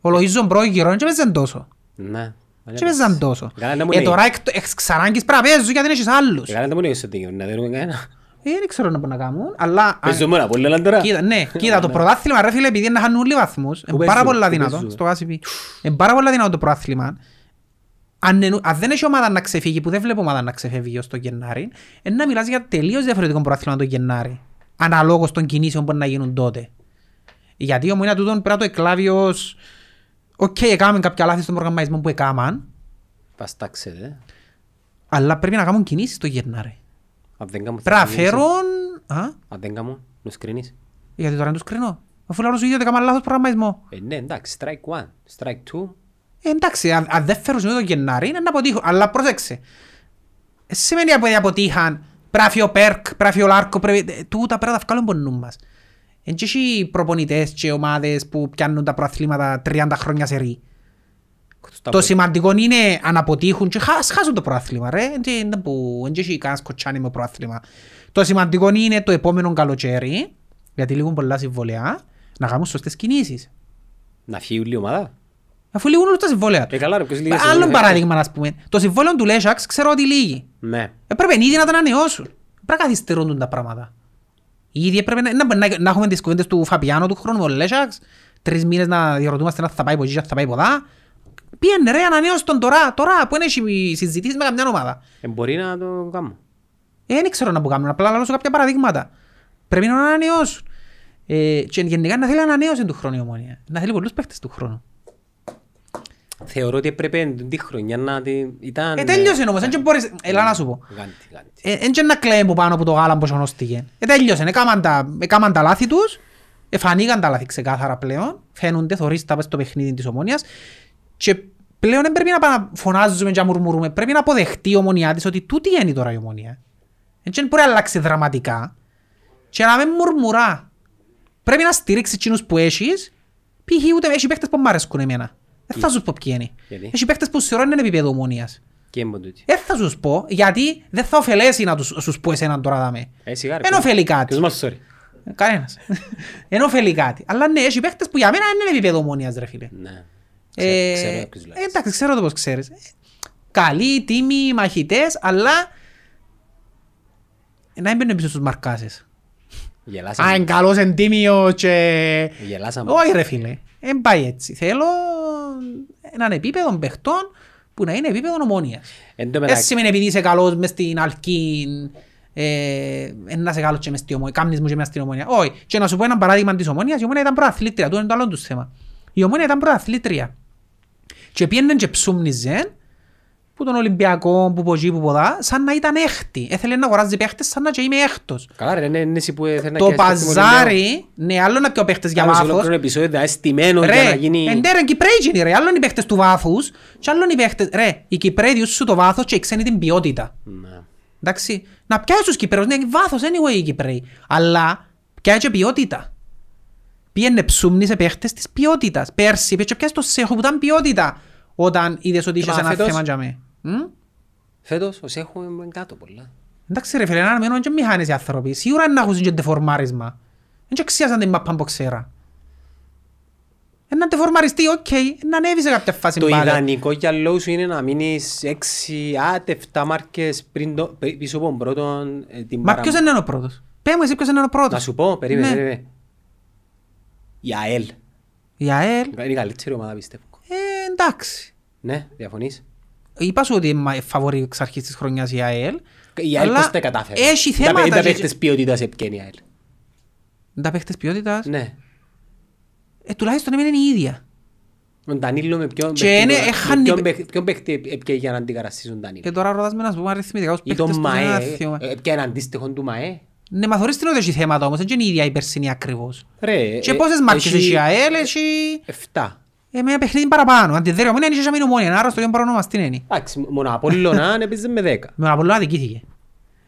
[SPEAKER 2] Ο Λοΐζον πρώην γυρών και παίζαν τόσο.
[SPEAKER 1] Ναι.
[SPEAKER 2] Και παίζαν τόσο.
[SPEAKER 1] Καλά να μου
[SPEAKER 2] Ε,
[SPEAKER 1] λέει.
[SPEAKER 2] τώρα εκ- εξ ξανάγκης πρέπει να παίζουν γιατί δεν έχεις άλλους.
[SPEAKER 1] Ε, Καλά να μου νέωσαι ότι γίνουν, να δίνουμε κανένα.
[SPEAKER 2] Ε, Δεν ξέρω να μπορούν να κάνουν, αλλά... αν-
[SPEAKER 1] Παίζουμε ένα πολύ λαντρά.
[SPEAKER 2] Κοίτα, ναι, κοίτα, το πρωτάθλημα ρε φίλε, επειδή είναι να χάνουν όλοι βαθμούς, είναι πάρα
[SPEAKER 1] παίζουν,
[SPEAKER 2] πολλά
[SPEAKER 1] πού
[SPEAKER 2] δυνατό,
[SPEAKER 1] παίζουν.
[SPEAKER 2] στο Κάσιπι. Είναι πάρα πολλά δυνατό το πρωτάθλημα. Αν, εν- αν δεν έχει ομάδα να ξεφύγει, που δεν βλέπω ομάδα να ξεφεύγει ως το Γενάρη, είναι να μιλάς για τελείως διαφορετικό πρωτάθλημα το Γενάρη. Αναλόγως των κινήσεων που μπορεί να γίνουν τότε. Γιατί ο Μουίνα τούτον πρέπει να το εκλάβει ως... Οκ, έκαναν κάποια λάθη στον προγραμματισμό που έκαναν,
[SPEAKER 1] Παστάξετε. ε.
[SPEAKER 2] αλλά πρέπει να κάνουν κινήσεις το Γενάρη.
[SPEAKER 1] Αν δεν κάνουν...
[SPEAKER 2] Πρέπει να
[SPEAKER 1] θα μιλήσω.
[SPEAKER 2] φέρουν... Α,
[SPEAKER 1] Αν δεν κάνουν, νους κρίνεις.
[SPEAKER 2] γιατί τώρα είναι τους κρινώ. Αφού λάρω σου ίδιο ότι έκαναν λάθος προγραμματισμό.
[SPEAKER 1] Ε, ναι, εντάξει, strike one, strike two.
[SPEAKER 2] Ε, εντάξει, αν, αν δεν φέρουν συνήθως το Γενάρη είναι να αποτύχουν. Αλλά πρόσεξε. Ε, Σημαίνει ότι αποτύχαν. Πράφει ο Πέρκ, πράφει ο Λάρκο. Πρέπει... ε, Τούτα πρέπει να τα βγάλουν από νου μας. Εν και οι προπονητές και ομάδες που πιάνουν τα προαθλήματα 30 χρόνια σε ρί.
[SPEAKER 1] Στα
[SPEAKER 2] Το
[SPEAKER 1] πόδια.
[SPEAKER 2] σημαντικό είναι αν αποτύχουν και χά- χάσουν το προάθλημα ρε. Εν και- εν που- εν και έχει κανένας κοτσάνι με προάθλημα. Το σημαντικό είναι το επόμενο καλοκαίρι, γιατί λήγουν πολλά συμβολιά, να κάνουν σωστές κινήσεις.
[SPEAKER 1] Να φύγει όλη η ομάδα.
[SPEAKER 2] Αφού λήγουν όλα τα συμβόλαια τους.
[SPEAKER 1] Ε, καλά ρε, ποιος λύγει.
[SPEAKER 2] Άλλο παράδειγμα, ας πούμε. Το συμβόλαιο του Λέσσαξ ξέρω ότι λύγει.
[SPEAKER 1] Ναι.
[SPEAKER 2] Έπρεπε ήδη να τα ανανεώσουν. Πρέπει να καθυστερούν τα πράγματα. Ήδη έπρεπε να, να, να, να έχουμε τις κουβέντες του Φαπιάνο του χρόνου με τον Λέσσαξ. Τρεις μήνες να διαρωτούμαστε να θα πάει από εκεί, αν θα πάει ποδά. Πήγαινε ρε ανανεώσ' τον τώρα, τώρα που είναι συζητήσεις με καμιά ομάδα.
[SPEAKER 1] Ε, μπορεί να το κάνουμε.
[SPEAKER 2] Ε, δεν ξέρω να που κάνουν, απλά λαλώσω κάποια παραδείγματα. Πρέπει να ανανεώσουν. Ε, και γενικά να θέλει ανανέωση του χρόνου η ομόνια. Να θέλει πολλούς παίχτες του χρόνου.
[SPEAKER 1] Θεωρώ ότι έπρεπε την χρονιά να την... Ήταν...
[SPEAKER 2] Ε, τέλειωσε όμως, δεν και μπορείς... Έλα να σου πω.
[SPEAKER 1] Γάντι, γάντι.
[SPEAKER 2] Ε, Εν και να κλαίει που πάνω από το γάλα που σωνώστηκε. Ε, τέλειωσε, έκαναν τα, έκαναν τα λάθη τους, εφανήκαν τα λάθη ξεκάθαρα πλέον, φαίνονται, θωρείς τα πες στο παιχνίδι της ομόνιας και πλέον δεν πρέπει να πάμε να φωνάζουμε και να μουρμουρούμε, πρέπει να αποδεχτεί η ομονιά της ότι τούτη είναι τώρα η ομόνια. Εν και δεν μπορεί να αλλάξει δραματικά και να μην μουρμουρά. Πρέπει να στηρίξεις εκείνους που έχεις, π.χ. ούτε έχει παίχτες που μ' αρέσκουν εμένα. Δεν θα σου πω ποιοι είναι.
[SPEAKER 1] Γιατί?
[SPEAKER 2] Έχει παίχτες που σειρώνουν επίπεδο ομόνιας.
[SPEAKER 1] Και έμπον τούτη.
[SPEAKER 2] Δεν Ε, θα σου πω, γιατί δεν θα ωφελέσει να τους, σου πω εσέναν τώρα δάμε.
[SPEAKER 1] Ε, σιγά ρε.
[SPEAKER 2] Δεν ωφελεί κάτι. Ε,
[SPEAKER 1] Ποιος μας sorry.
[SPEAKER 2] Κανένας. Δεν ωφελεί κάτι. Αλλά ναι, έχει παίχτες που για μένα δεν είναι επίπεδο ομόνιας, ρε φίλε.
[SPEAKER 1] Ναι.
[SPEAKER 2] Ε,
[SPEAKER 1] Ξέρω- Ξέρω ποιους
[SPEAKER 2] ε,
[SPEAKER 1] λες.
[SPEAKER 2] εντάξει, ξέρω το πώς ξέρεις. Ε, Καλοί, τίμοι, μαχητές, αλλά να μην μπαίνουν πίσω στους μαρκάσεις. Α, είναι
[SPEAKER 1] Γελάσαμε.
[SPEAKER 2] καλός, είναι τίμιος και...
[SPEAKER 1] Γελάσαμε.
[SPEAKER 2] Όχι ρε φίλε, δεν πάει έτσι. Θέλω έναν επίπεδο παιχτών που να είναι επίπεδο ομόνιας.
[SPEAKER 1] Εν τω
[SPEAKER 2] Δεν
[SPEAKER 1] μεταξύ-
[SPEAKER 2] σημαίνει επειδή είσαι καλός μες στην αλκή, ε, ε, να είσαι καλός και μες στην ομόνια, κάμνεις μου και μες στην ομόνια. Όχι. Και να σου πω ένα παράδειγμα της ομόνιας, η ομόνια ήταν προαθλήτρια, τούτο είναι το άλλο τους θέμα. Η ομόνια ήταν προαθλήτρια. Και πήγαινε και ψούμνιζε που τον Ολυμπιακό, που ποζί, που ποδά, σαν να ήταν έκτη. Έθελε να αγοράζει παίχτες σαν να και είμαι έκτος.
[SPEAKER 1] Καλά ρε, είναι- είναι εσύ που θέλει να
[SPEAKER 2] Το
[SPEAKER 1] πιάσεις
[SPEAKER 2] παζάρι, ναι, άλλο να πιω παίχτες για
[SPEAKER 1] Για μάθος.
[SPEAKER 2] βάθος,
[SPEAKER 1] ολόκληρο επεισόδιο ήταν αισθημένο για να
[SPEAKER 2] Ρε,
[SPEAKER 1] γίνει...
[SPEAKER 2] εν τέρεν Κυπρέοι γίνει ρε, άλλον οι παίχτες του βάθους και άλλον οι παίχτες, ρε, οι Κυπρέοι διούσουν σου το βάθος και οι ξένοι την ποιότητα.
[SPEAKER 1] Ναι.
[SPEAKER 2] Εντάξει, να πιάσεις τους Κυπρέους, ναι, βάθος anyway οι Κυπρέοι, αλλά πιάει και ποιότητα. Πήγαινε ψούμνη σε παίχτες της ποιότητας. Πέρσι πήγε και πιάσεις το Σέχο που ήταν ποιότητα όταν είδες ότι είχες
[SPEAKER 1] μα
[SPEAKER 2] ένα
[SPEAKER 1] φέτος-
[SPEAKER 2] θέμα για μέ. Μμ?
[SPEAKER 1] Φέτος, ως έχουμε κάτω πολλά.
[SPEAKER 2] Εντάξει ρε φίλε, να μένουν και μηχάνες οι άνθρωποι. Σίγουρα να έχουν και ντεφορμάρισμα. Δεν και ξίασαν την μαπά που ξέρα. Έναν ντεφορμαριστεί, οκ. Να ανέβει σε κάποια φάση
[SPEAKER 1] Το
[SPEAKER 2] μπάλα.
[SPEAKER 1] ιδανικό για λόγους σου είναι να μείνεις έξι, άτε, 7 μάρκες πριν το- πρι- πίσω από τον πρώτον ε, την
[SPEAKER 2] Μα
[SPEAKER 1] παρα-
[SPEAKER 2] ποιος είναι ο πρώτος. Πες μου εσύ ποιος είναι ο πρώτος.
[SPEAKER 1] Να σου πω, περίμενε,
[SPEAKER 2] Ναι.
[SPEAKER 1] περίμενε. Η ΑΕΛ.
[SPEAKER 2] Η ΑΕΛ,
[SPEAKER 1] Είναι η καλύτερη ομάδα πιστεύω.
[SPEAKER 2] ε, εντάξει.
[SPEAKER 1] Ναι, διαφωνείς.
[SPEAKER 2] Είπας σου ότι μα- φαβορεί εξ αρχής της χρονιάς η ΑΕΛ.
[SPEAKER 1] Η ΑΕΛ
[SPEAKER 2] αλλά
[SPEAKER 1] πώς τα κατάφερε.
[SPEAKER 2] Έχει
[SPEAKER 1] Τα παι-
[SPEAKER 2] θέματα.
[SPEAKER 1] Τα
[SPEAKER 2] και-
[SPEAKER 1] παίχτες ποιότητας έπιανε η ΑΕΛ.
[SPEAKER 2] Τα παίχτες ποιότητας.
[SPEAKER 1] Ναι.
[SPEAKER 2] Ε, τουλάχιστον έμεινε η ίδια.
[SPEAKER 1] Τον Τανίλο με ποιον
[SPEAKER 2] Και
[SPEAKER 1] παίχτη-
[SPEAKER 2] είναι-
[SPEAKER 1] με
[SPEAKER 2] έχαν
[SPEAKER 1] ποιον
[SPEAKER 2] οι-
[SPEAKER 1] παίχ- ποιον παίχτη έπιανε για να αντικαταστήσει τον Τανίλο.
[SPEAKER 2] Και τώρα ρωτάς με να σου πούμε αριθμητικά ως
[SPEAKER 1] Ή
[SPEAKER 2] παίχτες
[SPEAKER 1] τον
[SPEAKER 2] που δεν
[SPEAKER 1] ΜΑΕ.
[SPEAKER 2] αναθεωμα-
[SPEAKER 1] ε, Έπιανε αντίστοιχο του ΜΑΕ.
[SPEAKER 2] Ναι, μα θεωρείς την ότι έχει θέματα όμως, δεν είναι η ίδια η περσινή ακριβώς.
[SPEAKER 1] Ρε,
[SPEAKER 2] Και
[SPEAKER 1] ε,
[SPEAKER 2] πόσες μάρκες
[SPEAKER 1] έχει
[SPEAKER 2] έχει η ΑΕΛ, έχει...
[SPEAKER 1] Εφτά.
[SPEAKER 2] ε, με ένα παιχνίδι παραπάνω. Αν τη δέρει ο Μόνιαν, είχε και μείνει ο Μόνιαν, άρα στο δύο παρονόμας, τι είναι.
[SPEAKER 1] Εντάξει, μόνο Απόλλωνα έπαιζε με δέκα.
[SPEAKER 2] Με τον Απόλλωνα αδικήθηκε.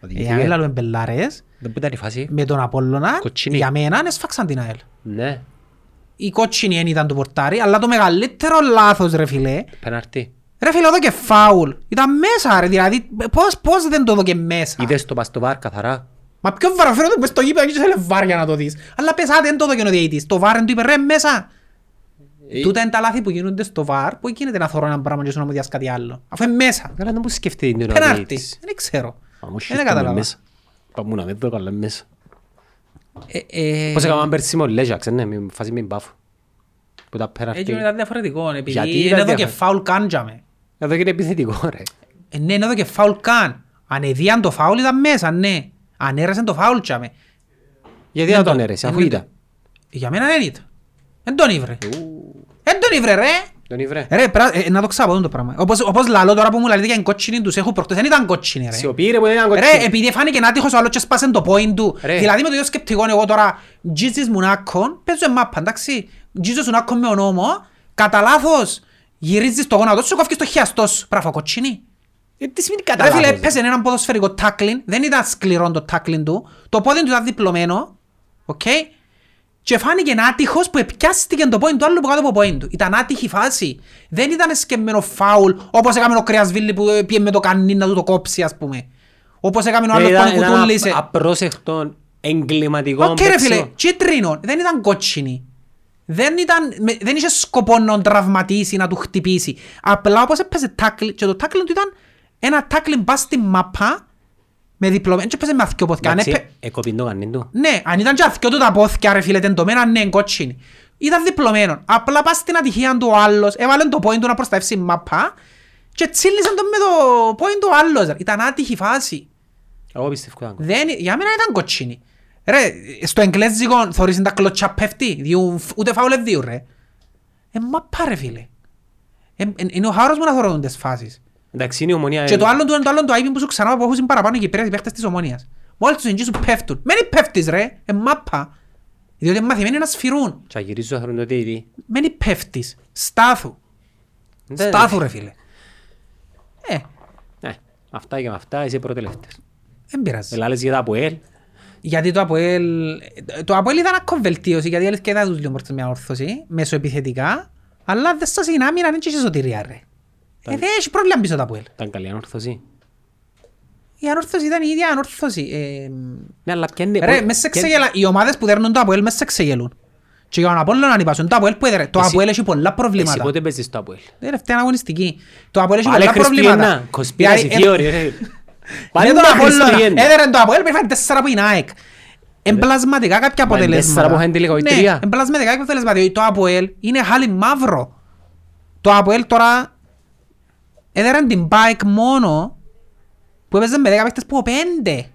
[SPEAKER 1] Οδηγήθηκε.
[SPEAKER 2] Η ΑΕΛ λαλούμε μπελάρες,
[SPEAKER 1] Δεν ήταν η φάση.
[SPEAKER 2] με τον Απόλλωνα,
[SPEAKER 1] Κοτσινή.
[SPEAKER 2] για μένα, έσφαξαν την ΑΕΛ.
[SPEAKER 1] Ναι,
[SPEAKER 2] Η κότσινη δεν ήταν το πορτάρι, αλλά το μεγαλύτερο λάθος ρε φίλε,
[SPEAKER 1] πέναρτη.
[SPEAKER 2] ρε φίλε εδώ και φάουλ. Ήταν μέσα ρε, δηλαδή πώς, πώς δεν το δω και μέσα.
[SPEAKER 1] Είδες το Παστοβάρ καθαρά.
[SPEAKER 2] Μα πιο βαροφέρον το πες στο γήπεδο και σε βάρ για να το δεις. Αλλά πες άντε δεν το δω και ο διαιτητής, το βάρ εν του είπε ρε μέσα.
[SPEAKER 1] Ε,
[SPEAKER 2] Τούτα είναι τα λάθη που γίνονται στο βαρ που γίνεται να θωρώ ένα πράγμα και σου να μου διάσεις κάτι άλλο. Αφού είναι μέσα.
[SPEAKER 1] Καλά να μου σκεφτεί την ώρα
[SPEAKER 2] Πενάρτη.
[SPEAKER 1] διαιτητής.
[SPEAKER 2] Δεν ξέρω.
[SPEAKER 1] Αμώ
[SPEAKER 2] Δεν
[SPEAKER 1] σκεφτούμε
[SPEAKER 2] κατάλαβα.
[SPEAKER 1] μέσα. Πάμε να με δω καλά μέσα.
[SPEAKER 2] Ε, ε,
[SPEAKER 1] Πώς έκαναν πέρσι με ο Λέζαξ, ναι, με φάση με μπάφο. Που τα
[SPEAKER 2] Έτσι
[SPEAKER 1] πέναρτη.
[SPEAKER 2] ήταν ε, διαφορετικό,
[SPEAKER 1] Γιατί
[SPEAKER 2] επειδή
[SPEAKER 1] ήταν
[SPEAKER 2] είναι εδώ και
[SPEAKER 1] διαφορετικό.
[SPEAKER 2] φάουλ καν για με.
[SPEAKER 1] Ε, Εδώ και είναι επιθετικό ρε.
[SPEAKER 2] Ε, Ναι, είναι εδώ και φάουλ καν. Αν εδίαν το φάουλ ήταν μέσα, ναι. Αν έρασαν το φάουλ για με.
[SPEAKER 1] Γιατί
[SPEAKER 2] Δεν
[SPEAKER 1] να
[SPEAKER 2] το-
[SPEAKER 1] τον έρεσε,
[SPEAKER 2] δεν
[SPEAKER 1] αφού
[SPEAKER 2] το-
[SPEAKER 1] ήταν.
[SPEAKER 2] Για μένα δεν ήταν. Εν τον ήβρε. Εν τον ήβρε ρε.
[SPEAKER 1] Τον ήβρε.
[SPEAKER 2] Ρε, πρά- ε, να το ξαποδούν το πράγμα. Όπως, όπως λαλώ τώρα που μου λαλείτε για την κότσινη τους, έχω προχτές, δεν ήταν κότσινη ρε.
[SPEAKER 1] Σιωπή ρε που δεν ήταν
[SPEAKER 2] ε. Ρε,
[SPEAKER 1] κοτσί.
[SPEAKER 2] επειδή φάνηκε να τύχος ο άλλος και σπάσε το point του.
[SPEAKER 1] Ρε.
[SPEAKER 2] Δηλαδή με το ίδιο σκεπτικό εγώ τώρα, Jesus Μονάκον, παίζω μάπα, εντάξει. Jesus Μονάκον με ο νόμο, κατά λάθος γυρίζεις το γόνατο σου, κόφκεις το χιαστός σου. Μπράβο, κοτσινή.
[SPEAKER 1] Ε, Τι σημαίνει
[SPEAKER 2] Ρε φίλε,
[SPEAKER 1] καταλάβω.
[SPEAKER 2] έπαιζε έναν ποδοσφαιρικό τάκλιν, δεν ήταν σκληρό το τάκλιν του, το πόδι του ήταν διπλωμένο, οκ. Και φάνηκε ένα άτυχος που επιάστηκε το πόιν του άλλου που κάτω από point του. Ήταν άτυχη φάση. Δεν ήταν σκεμμένο φάουλ όπως έκαμε ο Κρεασβίλη που ε, πήγε με το κανί να του το κόψει ας πούμε. Όπως έκαμε ο άλλος που τον κουτούλησε.
[SPEAKER 1] απρόσεχτον εγκληματικό
[SPEAKER 2] Οκ ρε φίλε,
[SPEAKER 1] παίξιμο.
[SPEAKER 2] κίτρινο, δεν ήταν κότσινη. Δεν, ήταν, με- δεν είχε σκοπό να τον τραυματίσει, να του χτυπήσει. Απλά όπως έπαιζε τάκλι, και το τάκλι του ήταν ένα τάκλι μπας στη μαπά με διπλωμένο και έπαιζε με αθκιό πόθηκια. Αν
[SPEAKER 1] Εντάξει,
[SPEAKER 2] έπαι-
[SPEAKER 1] εκόπιν το κανήν του.
[SPEAKER 2] Ναι, αν ήταν και αθκιό του τα πόθηκια ρε φίλε τεντωμένα, ναι, είναι κότσινη. Ήταν διπλωμένο. Απλά πας στην ατυχία του ο άλλος, έβαλε το πόιν του να προστατεύσει η μαπά και τσίλισε τον με το πόιν του ο άλλος. ρε. Ήταν άτυχη φάση.
[SPEAKER 1] Εγώ πιστεύω ήταν κοτσί.
[SPEAKER 2] Δεν, για μένα ήταν κοτσίνη. Ρε, στο εγκλέζικο θωρείς τα κλωτσιά πέφτει, διού, ούτε φάουλε δύο ρε. Ε, μα πάρε φίλε. Ε, ε, είναι ο χάρος μου να θωρώνουν τις φάσεις.
[SPEAKER 1] Εντάξει, είναι η ομονία. ε,
[SPEAKER 2] Και το άλλο του είναι το άλλο του άιπιν που σου ξανά που έχουν παραπάνω οι Κυπρέας οι παίχτες της ομόνιας. Μόλις τους εγγύς σου πέφτουν. Μένει πέφτεις ρε, ε, μάπα. Διότι είναι μαθημένοι να σφυρούν.
[SPEAKER 1] Και γυρίζω θα το τι.
[SPEAKER 2] Μένει πέφτεις. Στάθου.
[SPEAKER 1] Δεν-
[SPEAKER 2] Στάθου ρε φίλε. Ε,
[SPEAKER 1] Ναι, αυτά και με αυτά είσαι προτελευτές.
[SPEAKER 2] δεν πειράζει.
[SPEAKER 1] Ελάλες για τα Αποέλ.
[SPEAKER 2] Γιατί το Αποέλ, το Αποέλ ήταν ακόμα βελτίωση, γιατί έλεγες και ήταν τους λίγο μπροστά μια όρθωση, μεσοεπιθετικά, αλλά δεν σας είναι άμυνα, δεν είχε σωτηρία ρε. Ε, δεν έχει πρόβλημα πίσω το Αποέλ.
[SPEAKER 1] Ήταν καλή ανόρθωση.
[SPEAKER 2] Η ανόρθωση ήταν η ίδια ανόρθωση. Ε,
[SPEAKER 1] Ναι, αλλά πιάνε...
[SPEAKER 2] ρε, μέσα σε ξεγελά, οι ομάδες που δέρνουν το Αποέλ μέσα σε ξεγελούν. Και για τον Απόλλωνα να υπάσουν, το Αποέλ που έδερε, το
[SPEAKER 1] Εσύ-
[SPEAKER 2] Αποέλ έχει πολλά
[SPEAKER 1] Εσύ
[SPEAKER 2] προβλήματα. Ε,
[SPEAKER 1] πότε παίζεις στο Αποέλ.
[SPEAKER 2] Τελευταία αγωνιστική. Το Αποέλ έχει
[SPEAKER 1] Πάλε
[SPEAKER 2] πολλά προβλήματα.
[SPEAKER 1] Χριστιανά. Κοσπίραση
[SPEAKER 2] Δηλαδή, ε,
[SPEAKER 1] θείωρη, ρε. Πάλι
[SPEAKER 2] δεν
[SPEAKER 1] τα
[SPEAKER 2] τον Απόλλωνα.
[SPEAKER 1] Χριστιανά.
[SPEAKER 2] Έδερε το Αποέλ, περιφέρει τέσσερα που είναι ΑΕΚ. Εμπλασματικά κάποια
[SPEAKER 1] Μα είναι
[SPEAKER 2] αποτελέσματα.
[SPEAKER 1] τέσσερα που είχαν τελικά, όχι
[SPEAKER 2] Ναι,
[SPEAKER 1] τρία.
[SPEAKER 2] εμπλασματικά κάποια αποτελέσματα. Το Αποέλ είναι χάλι μαύρο. Το Αποέλ τώρα έδεραν την ΠΑΕΚ μόνο που έπαιζε με 10 παίχτες που πέντε.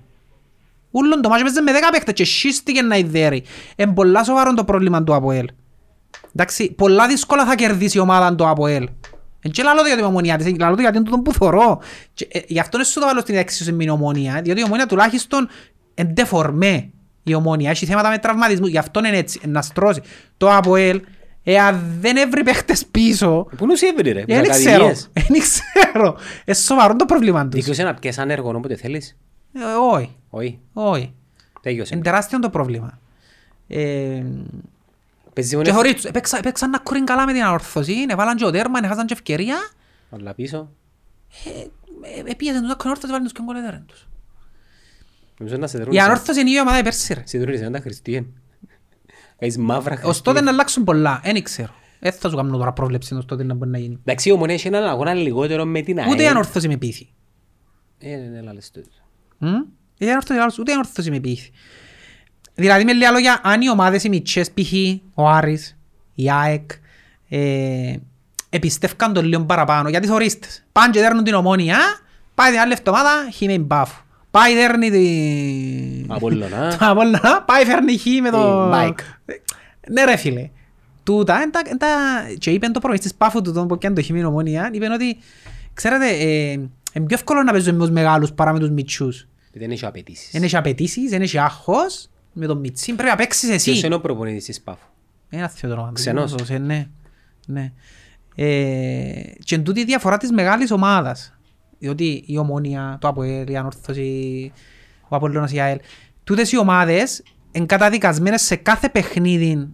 [SPEAKER 2] Ούλον το μάτσο έπαιζε με 10 παίχτες και σύστηκε να ιδέρει. Είναι πολλά σοβαρό το πρόβλημα του Αποέλ. Εντάξει, πολλά δύσκολα θα κερδίσει η ομάδα του ΑΠΟΕΛ. Εν και λαλώ το για την ομονία της, λαλώ το γιατί είναι τούτον που θωρώ. Και, ε, γι' αυτό δεν σου το βάλω στην εξίσωση με την ομονία, διότι η ομονία τουλάχιστον εν τεφορμέ η ομονία. Έχει θέματα με τραυματισμού, γι' αυτό είναι έτσι, εν να στρώσει. Το ΑΠΟΕΛ, εάν δεν έβρει παίχτες πίσω,
[SPEAKER 1] Πού νους έβρι, ρε.
[SPEAKER 2] Ε, δεν ξέρω, δεν ξέρω. Ε, σοβαρό το πρόβλημα τους.
[SPEAKER 1] Δικαιούσε να πιες άνεργο όποτε θέλεις.
[SPEAKER 2] Ε, Όχι,
[SPEAKER 1] Όχι.
[SPEAKER 2] όχι.
[SPEAKER 1] Τέγιωσε.
[SPEAKER 2] Είναι τεράστιο το πρόβλημα. Ε,
[SPEAKER 1] Παίζει μόνο
[SPEAKER 2] Και χωρίς τους, έπαιξα- έπαιξαν να κουρήν καλά με την ανόρθωση, έβαλαν και ο τέρμα, έχασαν και ευκαιρία,
[SPEAKER 1] όλα πίσω.
[SPEAKER 2] ε, ε, επίεσαν τους να κάνουν όρθωση, βάλουν τους και γκολ έδεραν τους.
[SPEAKER 1] Νομίζω να σε
[SPEAKER 2] Η
[SPEAKER 1] δρώνεις.
[SPEAKER 2] ανόρθωση είναι η ομάδα η πέρσι ρε.
[SPEAKER 1] Σε δρώνεις σαν τα Χριστιαν. Κάνεις μαύρα
[SPEAKER 2] Ως
[SPEAKER 1] Χριστιαν.
[SPEAKER 2] τότε να αλλάξουν πολλά, δεν ξέρω. Δεν θα σου κάνω τώρα πρόβλεψη ως τότε να μπορεί να γίνει.
[SPEAKER 1] Εντάξει, η Ομονία έχει έναν αγώνα λιγότερο με την
[SPEAKER 2] Ούτε η
[SPEAKER 1] ΑΕΛ.
[SPEAKER 2] ανόρθωση με πείθει.
[SPEAKER 1] Ε, ναι, ναι, λες το.
[SPEAKER 2] Μμ? Η ανόρθωση, άλλος, ούτε η ανόρθωση με πείθει. Δηλαδή με λίγα λόγια, αν οι ομάδες οι μητσές π.χ. ο Άρης, η ΑΕΚ, ε, επιστεύκαν τον λίγο παραπάνω γιατί θωρίστες. Πάνε και δέρνουν την ομόνια, πάει την άλλη εβδομάδα, χ με μπάφου. Πάει δέρνει την...
[SPEAKER 1] Απόλλωνα.
[SPEAKER 2] Το Απόλλωνα, πάει φέρνει χ με το...
[SPEAKER 1] Ε, Mike.
[SPEAKER 2] Ναι ρε φίλε. Τούτα, εν τα- εν τα... και είπεν το προμηθείς πάφου του τον που έκανε το χειμήνο ομόνια, είπεν ότι, ξέρετε, ε, είναι πιο εύκολο να παίζουμε με τους μεγάλους παρά με τους μητσούς.
[SPEAKER 1] Δεν έχει απαιτήσεις.
[SPEAKER 2] Δεν έχει απαιτήσεις, δεν έχει άγχος, με τον μητσί πρέπει να παίξεις
[SPEAKER 1] Ποιος
[SPEAKER 2] εσύ.
[SPEAKER 1] είναι ο προπονητής της ΠΑΦΟ.
[SPEAKER 2] Ένα θείο το όνομα.
[SPEAKER 1] Ξενός.
[SPEAKER 2] Ε, Ναι, ναι. Ε, και εν τούτη η διαφορά της μεγάλης ομάδας. Διότι η Ομόνια, το Αποέλ, η Ανόρθωση, ο Απολλώνας, η ΑΕΛ. Τούτες οι ομάδες είναι καταδικασμένες σε κάθε παιχνίδι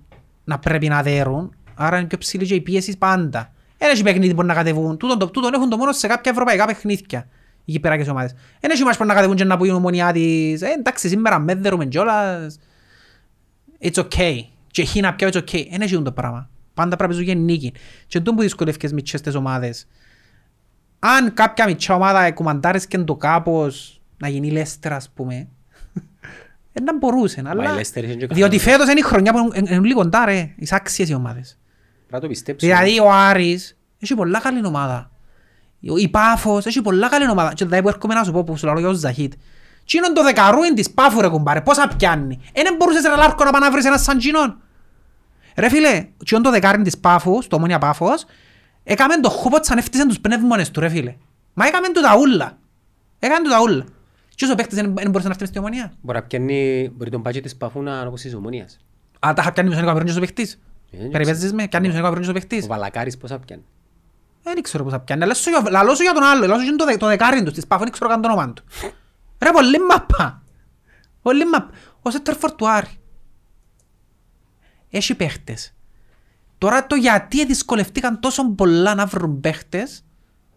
[SPEAKER 2] να πρέπει να δέρουν. Άρα είναι πιο ψηλή και η πίεση πάντα. Ένα έχει παιχνίδι που μπορεί να κατεβούν. Τούτον, το- τούτον έχουν το μόνο σε κάποια ευρωπαϊκά παιχνίδια. Οι κυπεράκες ομάδες. Ένα έχει μάτς που να κατεβούν και να πούν η ομονιά της. Ε, εντάξει, σήμερα με δέρουμε κιόλας it's okay. Και χει να πιάω it's okay. Ένα γίνουν το πράγμα. Πάντα πρέπει να ζουν νίκη. Και τον που δυσκολεύκες με τις ομάδες. Αν κάποια μητσιά ομάδα κουμαντάρεις το κάπως να γίνει Λέστερα ας πούμε. Δεν θα μπορούσε,
[SPEAKER 1] Μα η
[SPEAKER 2] αλλά...
[SPEAKER 1] Λέστερ είχε και καλά.
[SPEAKER 2] Διότι φέτος είναι η χρονιά που είναι- είναι λίγο κοντά ρε. Είσαι άξιες οι ομάδες.
[SPEAKER 1] Πρέπει να το πιστέψω.
[SPEAKER 2] Δηλαδή ο Άρης έχει πολλά καλή ομάδα. Η Πάφος έχει πολλά καλή ομάδα. Και δηλαδή που έρχομαι να σου πω που σου λέω για ο Ζαχίτ. Τι είναι το δεκαρούιν της Πάφου ρε κουμπάρε, πόσα πιάνει. Έναν μπορούσες ρε Λάρκο να πάνε να βρεις ένα σαν κοινόν. Ρε φίλε, τι είναι το δεκάριν της Πάφου, στο Ομόνια Πάφος, έκαμε το χώπο σαν έφτιασαν τους πνεύμονες του ρε φίλε. Μα έκαμε του τα ούλα. Έκαμε του τα ούλα. Και όσο παίχτες δεν δεν μπορούσε να φτιάξει στην Ομόνια.
[SPEAKER 1] Μπορεί να πιάνει, μπορεί τον πάγκο της ΠΑΦΟ να είναι όπως της Ομονίας.
[SPEAKER 2] Αλλά τα είχα πιάνει μισό νεκαπρόνιος ο παίχτης.
[SPEAKER 1] Ε, δεν
[SPEAKER 2] Περιπέζεις με, πιάνει μισό νεκαπρόνιος ο
[SPEAKER 1] Ο
[SPEAKER 2] παίχτης.
[SPEAKER 1] Βαλακάρης πόσα πιάνει.
[SPEAKER 2] Δεν ξέρω πώς θα πιάνει, αλλά σου- λαλώ σου για τον άλλο, λαλώ σου για το, δε- το δεκάριν του, της Πάφου, δεν ξέρω καν το όνομα του. Ρε, πολύ μαπά. Πολύ μαπά. Ο Σέτερφορ του Άρη. Έχει παίχτες. Τώρα το γιατί δυσκολευτήκαν τόσο πολλά να βρουν παίχτες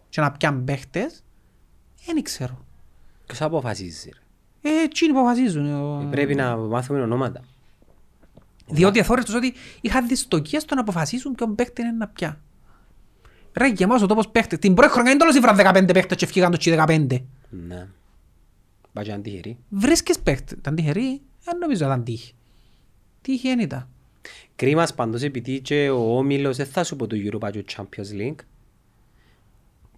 [SPEAKER 2] και να πιάνουν παίχτες, δεν ξέρω.
[SPEAKER 1] Ποιος αποφασίζει. ρε.
[SPEAKER 2] Ε, εκείνοι που αποφασίζουν. ο-
[SPEAKER 1] Ε, Πρέπει να μάθουμε ονόματα.
[SPEAKER 2] Διότι αθόρες τους ότι είχαν δυστοκία στο να αποφασίσουν ποιον παίχτη είναι να πια. Ρε γεμάτος ο τόπος παίχτες. Την πρώτη χρονιά είναι όλος ήβραν 15 παίχτες και φύγαν τους και 15.
[SPEAKER 1] Ναι. Πάγκο είναι τυχερή.
[SPEAKER 2] Βρίσκεις παίχτες. Ήταν τυχερή. Δεν νομίζω να ήταν τύχη. Τύχη δεν ήταν.
[SPEAKER 1] Κρίμας πάντως επειδή και ο Όμιλος, δεν θα σου πω του Europa και του Champions League,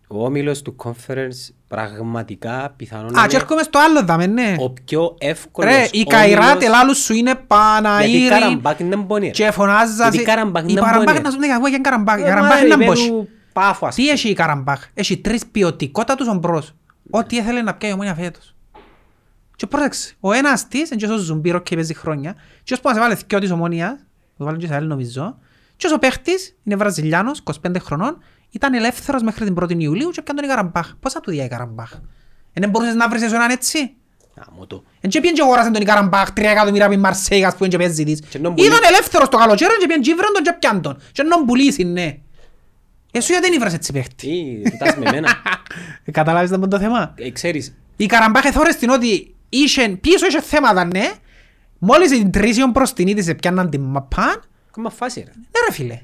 [SPEAKER 1] ο Όμιλος του Conference πραγματικά πιθανόν
[SPEAKER 2] Α, και έρχομαι στο άλλο δάμε, ναι.
[SPEAKER 1] ο πιο εύκολος
[SPEAKER 2] Ρε, η Καϊράτ ελάλους σου είναι
[SPEAKER 1] Γιατί η
[SPEAKER 2] Παναήρη
[SPEAKER 1] Καραμπάκ είναι μπονή.
[SPEAKER 2] και φωνάζαζε.
[SPEAKER 1] Γιατί η Καραμπάχ
[SPEAKER 2] Η
[SPEAKER 1] να
[SPEAKER 2] Καραμπάχ
[SPEAKER 1] μπορεί.
[SPEAKER 2] να σου λέει, εγώ για
[SPEAKER 1] Ε,
[SPEAKER 2] Καραμπάχ. Η Καραμπάχ είναι μπος.
[SPEAKER 1] Πάφο ας
[SPEAKER 2] Τι
[SPEAKER 1] πούμε.
[SPEAKER 2] έχει η Καραμπάχ. Έχει τρεις ποιοτικότατους ομπρός. Ό,τι έθελε να πιάει η ομόνια φέτος. Και πρόσεξε, ο ένας της, είναι και όσο ζουμπίρο και παίζει χρόνια, και όσο να σε βάλει δυο της ομόνιας, το βάλει και σε άλλη νομίζω, και όσο παίχτης, είναι Βραζιλιάνος, 25 χρονών, ήταν ελεύθερος μέχρι την 1η Ιουλίου και πιάνε τον η Καραμπάχ. Πώς θα του διάει η Καραμπάχ. Ε, Δεν μπορούσες να βρεις εσύ έναν έτσι.
[SPEAKER 1] Γάμο το.
[SPEAKER 2] Εν και πιέν και αγόρασε τον η Καραμπάχ, τρία εκατομμύρια από η Μαρσέη, ας πούμε, και παίζει της.
[SPEAKER 1] Και νον πουλεί.
[SPEAKER 2] Ήταν ελεύθερος το καλοκαίρι και πιέν και ήβραν τον και πιάν τον. Και νον πουλήσεις, ναι. Εσύ γιατί δεν ήβρες έτσι παίχτη.
[SPEAKER 1] Τι, κοιτάς με εμένα.
[SPEAKER 2] Ε, Καταλάβεις να πω το θέμα.
[SPEAKER 1] Ε, Ξέρεις,
[SPEAKER 2] Η Καραμπάχ εθώρες την ότι είχε, πίσω είχε θέματα, ναι. Μόλις την τρίσιον προς την είδηση πιάνναν την μαπάν.
[SPEAKER 1] ακόμα φάση ρε.
[SPEAKER 2] Ναι ρε φίλε.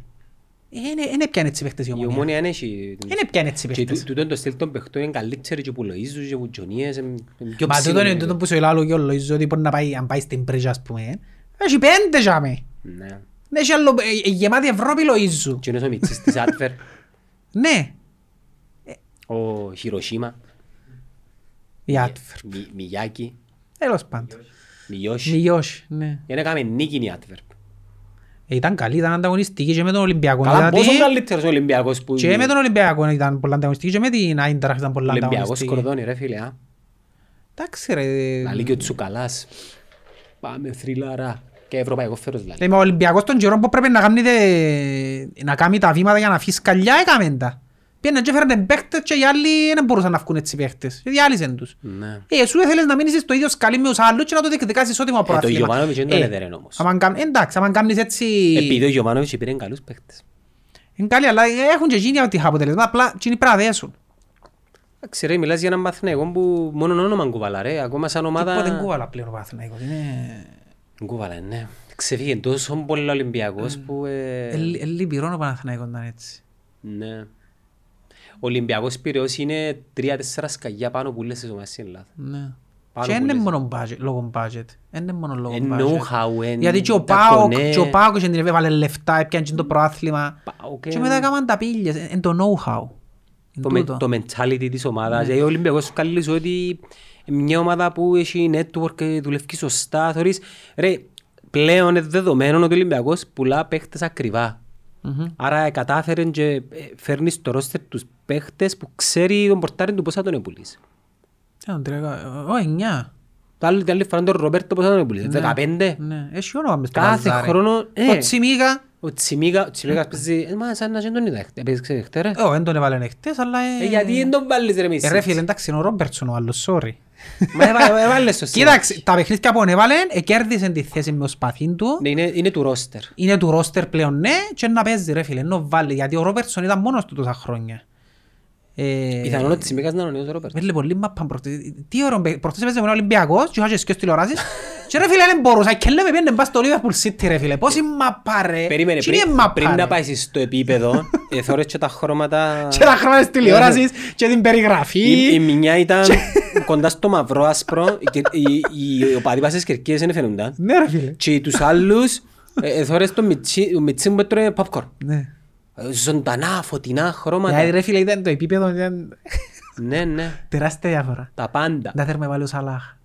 [SPEAKER 2] Είναι πιάνε έτσι παίχτες η
[SPEAKER 1] Η
[SPEAKER 2] ομονία.
[SPEAKER 1] ομόνια δεν έχει...
[SPEAKER 2] Είναι πιάνε έτσι
[SPEAKER 1] Και
[SPEAKER 2] παίχτες.
[SPEAKER 1] τού- τούτον το στυλ των παιχτών είναι καλύτερη και που λοίζουν και που τζονίες, είναι πιο
[SPEAKER 2] Μα τούτο είναι
[SPEAKER 1] ψηλό.
[SPEAKER 2] τούτο που σου λέω και όλο. Ίσως ότι μπορεί να πάει, αν πάει στην πρίζα ας πούμε. ε. Έχει πέντε τζάμε.
[SPEAKER 1] Ναι.
[SPEAKER 2] Ναι, έχει άλλο, ε, ε, γεμάτη Ευρώπη Λοΐζου.
[SPEAKER 1] Και είναι ο Μιτσής της Adver,
[SPEAKER 2] Ναι.
[SPEAKER 1] ο Χιροσίμα,
[SPEAKER 2] Η Άτφερ.
[SPEAKER 1] Μι- Μιγιάκη,
[SPEAKER 2] Τέλος πάντων.
[SPEAKER 1] Μιώσι.
[SPEAKER 2] Μιλιώσει, ναι.
[SPEAKER 1] Για να κάμε νίκη η Adver.
[SPEAKER 2] Ε, Ήταν καλή, ήταν ανταγωνιστική και με τον Ολυμπιακό.
[SPEAKER 1] Καλά,
[SPEAKER 2] Δηλαδή,
[SPEAKER 1] πόσο καλύτερος ο Ολυμπιακός που
[SPEAKER 2] Και με τον Ολυμπιακό ήταν πολλά ανταγωνιστική και με την Άιντραχ ήταν πολλά
[SPEAKER 1] Ολυμπιακός
[SPEAKER 2] ανταγωνιστική.
[SPEAKER 1] κορδόνι ρε φίλε. α.
[SPEAKER 2] Εντάξει ρε.
[SPEAKER 1] Λαλεί και ο Τσουκαλάς. Πάμε θρυλαρά. Και ευρωπαϊκός φέρος λαλεί.
[SPEAKER 2] Δηλαδή, ο Ολυμπιακός των καιρών που πρέπει να κάνει, δε- να κάνει τα βήματα για να αφήσει καλιά έκαμε τα. Πήγαινε και έφερνε παίχτες και οι άλλοι δεν μπορούσαν να βγουν έτσι παίχτες. Και διάλυσαν τους.
[SPEAKER 1] Ναι.
[SPEAKER 2] Ε, σου ήθελες να μείνεις στο ίδιο σκαλί με τους άλλους και να το διεκδικάσεις ό,τι μου
[SPEAKER 1] Ε, Το
[SPEAKER 2] αποραθλήμα.
[SPEAKER 1] Γιωβάνοβιτς δεν τον έδερε όμως.
[SPEAKER 2] Εντάξει, άμα κάνεις έτσι...
[SPEAKER 1] Επειδή ο Γιωβάνοβιτς πήρε καλούς παίχτες.
[SPEAKER 2] Είναι καλή, αλλά έχουν και γίνει αποτελέσματα. Απλά γίνει πρέπει να δέσουν.
[SPEAKER 1] Εντάξει ρε, μιλάς για έναν Παθηναϊκό που μόνο όνομα κουβαλά ρε, ακόμα σαν ομάδα...
[SPEAKER 2] Τίποτε δεν κουβαλά πλέον ο Παθηναϊκός. Είναι
[SPEAKER 1] Κουβαλά, ναι. Ξεφύγει τόσο πολύ ο Ολυμπιακός που... ε,
[SPEAKER 2] ε, λυπηρών ο Παναθηναϊκός να είναι έτσι.
[SPEAKER 1] Ναι. Ο Ολυμπιακός Πυραιός είναι τρία-τέσσερα σκαγιά πάνω που λες ομάδες στην Ελλάδα.
[SPEAKER 2] Ναι.
[SPEAKER 1] Πάνω
[SPEAKER 2] Και
[SPEAKER 1] που
[SPEAKER 2] είναι
[SPEAKER 1] λες.
[SPEAKER 2] μόνο budget, λόγω budget. Είναι μόνο λόγω
[SPEAKER 1] Ε,
[SPEAKER 2] budget.
[SPEAKER 1] know-how, ε,
[SPEAKER 2] Γιατί και ο
[SPEAKER 1] τα
[SPEAKER 2] Πάοκ,
[SPEAKER 1] κονέ.
[SPEAKER 2] και ο Πάοκ είχε την έβαλε λεφτά, έπιανε και το προάθλημα.
[SPEAKER 1] Πάοκ,
[SPEAKER 2] Και
[SPEAKER 1] ε,
[SPEAKER 2] μετά έκαναν τα πύλες, Ε, είναι το know-how. Είναι
[SPEAKER 1] Το, με,
[SPEAKER 2] τούτο. Ναι.
[SPEAKER 1] το mentality της ομάδας. Δηλαδή ο Ολυμπιακός σου καλεί σου ότι μια ομάδα που έχει network, ε, δουλεύει σωστά, θεωρείς, ρε, πλέον είναι δεδομένο ότι ο Ολυμπιακός πουλά παίχτες ακριβά.
[SPEAKER 2] Μμμ.
[SPEAKER 1] Άρα κατάφερε και ε, φέρνεις στο ρόστερ τους παίχτες που ξέρει τον πορτάρι του πόσα τον επουλήσει.
[SPEAKER 2] Έναν τριακά- ε, Ω, εννιά.
[SPEAKER 1] Τα άλλη, την άλλη φορά τον Ρομπέρτο πόσα τον επουλήσει, 15.
[SPEAKER 2] Ναι, έχει όνομα μες στο
[SPEAKER 1] Κάθε
[SPEAKER 2] παζάρι.
[SPEAKER 1] χρόνο, ε.
[SPEAKER 2] Το Τσιμίγα,
[SPEAKER 1] Ο Τσιμίγα, ο Τσιμίγας παίζει, ε, μα σαν να και τον είδα, χτε- παίζει ξέρεις, χτε, ρε.
[SPEAKER 2] ε, ο, δεν τον έβαλε χτες, αλλά... ε,
[SPEAKER 1] Ε, γιατί δεν τον βάλεις ρε
[SPEAKER 2] Ε,
[SPEAKER 1] μισή.
[SPEAKER 2] ρε φίλε, εντάξει, είναι ο Ρόμπερτσον ο άλλος, sorry.
[SPEAKER 1] Μα έβα- έβαλες το σύνορο.
[SPEAKER 2] Κοίταξε, τα παιχνίδια που ανέβαλε, εκέρδισε τη θέση με ο σπαθήν του.
[SPEAKER 1] Ναι, είναι- είναι του ρόστερ.
[SPEAKER 2] Είναι του ρόστερ πλέον, ναι, και να παίζει ρε φίλε, ενώ βάλει, γιατί ο Ρόμπερτσον ήταν μόνος του τόσα χρόνια. Ε,
[SPEAKER 1] Πιθανόν ότι Τσιμίκας να είναι ο νέος Ρόπερτ.
[SPEAKER 2] Μέλε πολύ μαπαν προχτές. Τι ώρα μπαι- προχτές έπαιζε με τον Ολυμπιακός και είχα και σκέψεις τηλεοράσεις. Και ρε φίλε δεν μπορούσα. Και λέμε πιέντε μπας στο Liverpool City ρε φίλε. Πόση μαπά ρε.
[SPEAKER 1] Περίμενε,
[SPEAKER 2] Ε, Τι είναι
[SPEAKER 1] πριν,
[SPEAKER 2] μαπά,
[SPEAKER 1] πριν
[SPEAKER 2] ρε.
[SPEAKER 1] να πάει στο επίπεδο, ε, θωρείς και τα χρώματα...
[SPEAKER 2] Και τα χρόνια της τηλεόρασης και την
[SPEAKER 1] Η, η
[SPEAKER 2] περιγραφή.
[SPEAKER 1] μηνιά ήταν κοντά στο μαυρό άσπρο, και οι, οι οπαδοί πάσες κερκίες δεν φαινούνταν.
[SPEAKER 2] Ναι ρε φίλε.
[SPEAKER 1] Και τους άλλους, ε, θωρείς τον Μιτσί, ο Μιτσί μου έτρωγε popcorn.
[SPEAKER 2] Ναι.
[SPEAKER 1] Ε, Ζωντανά, φωτεινά
[SPEAKER 2] Δηλαδή
[SPEAKER 1] χρώματα.
[SPEAKER 2] ρε φίλε ήταν το επίπεδο ήταν
[SPEAKER 1] Ναι, ναι,
[SPEAKER 2] τεράστια διαφορά.
[SPEAKER 1] τα πάντα.
[SPEAKER 2] Να θέλουμε βάλει ο Σαλάχ.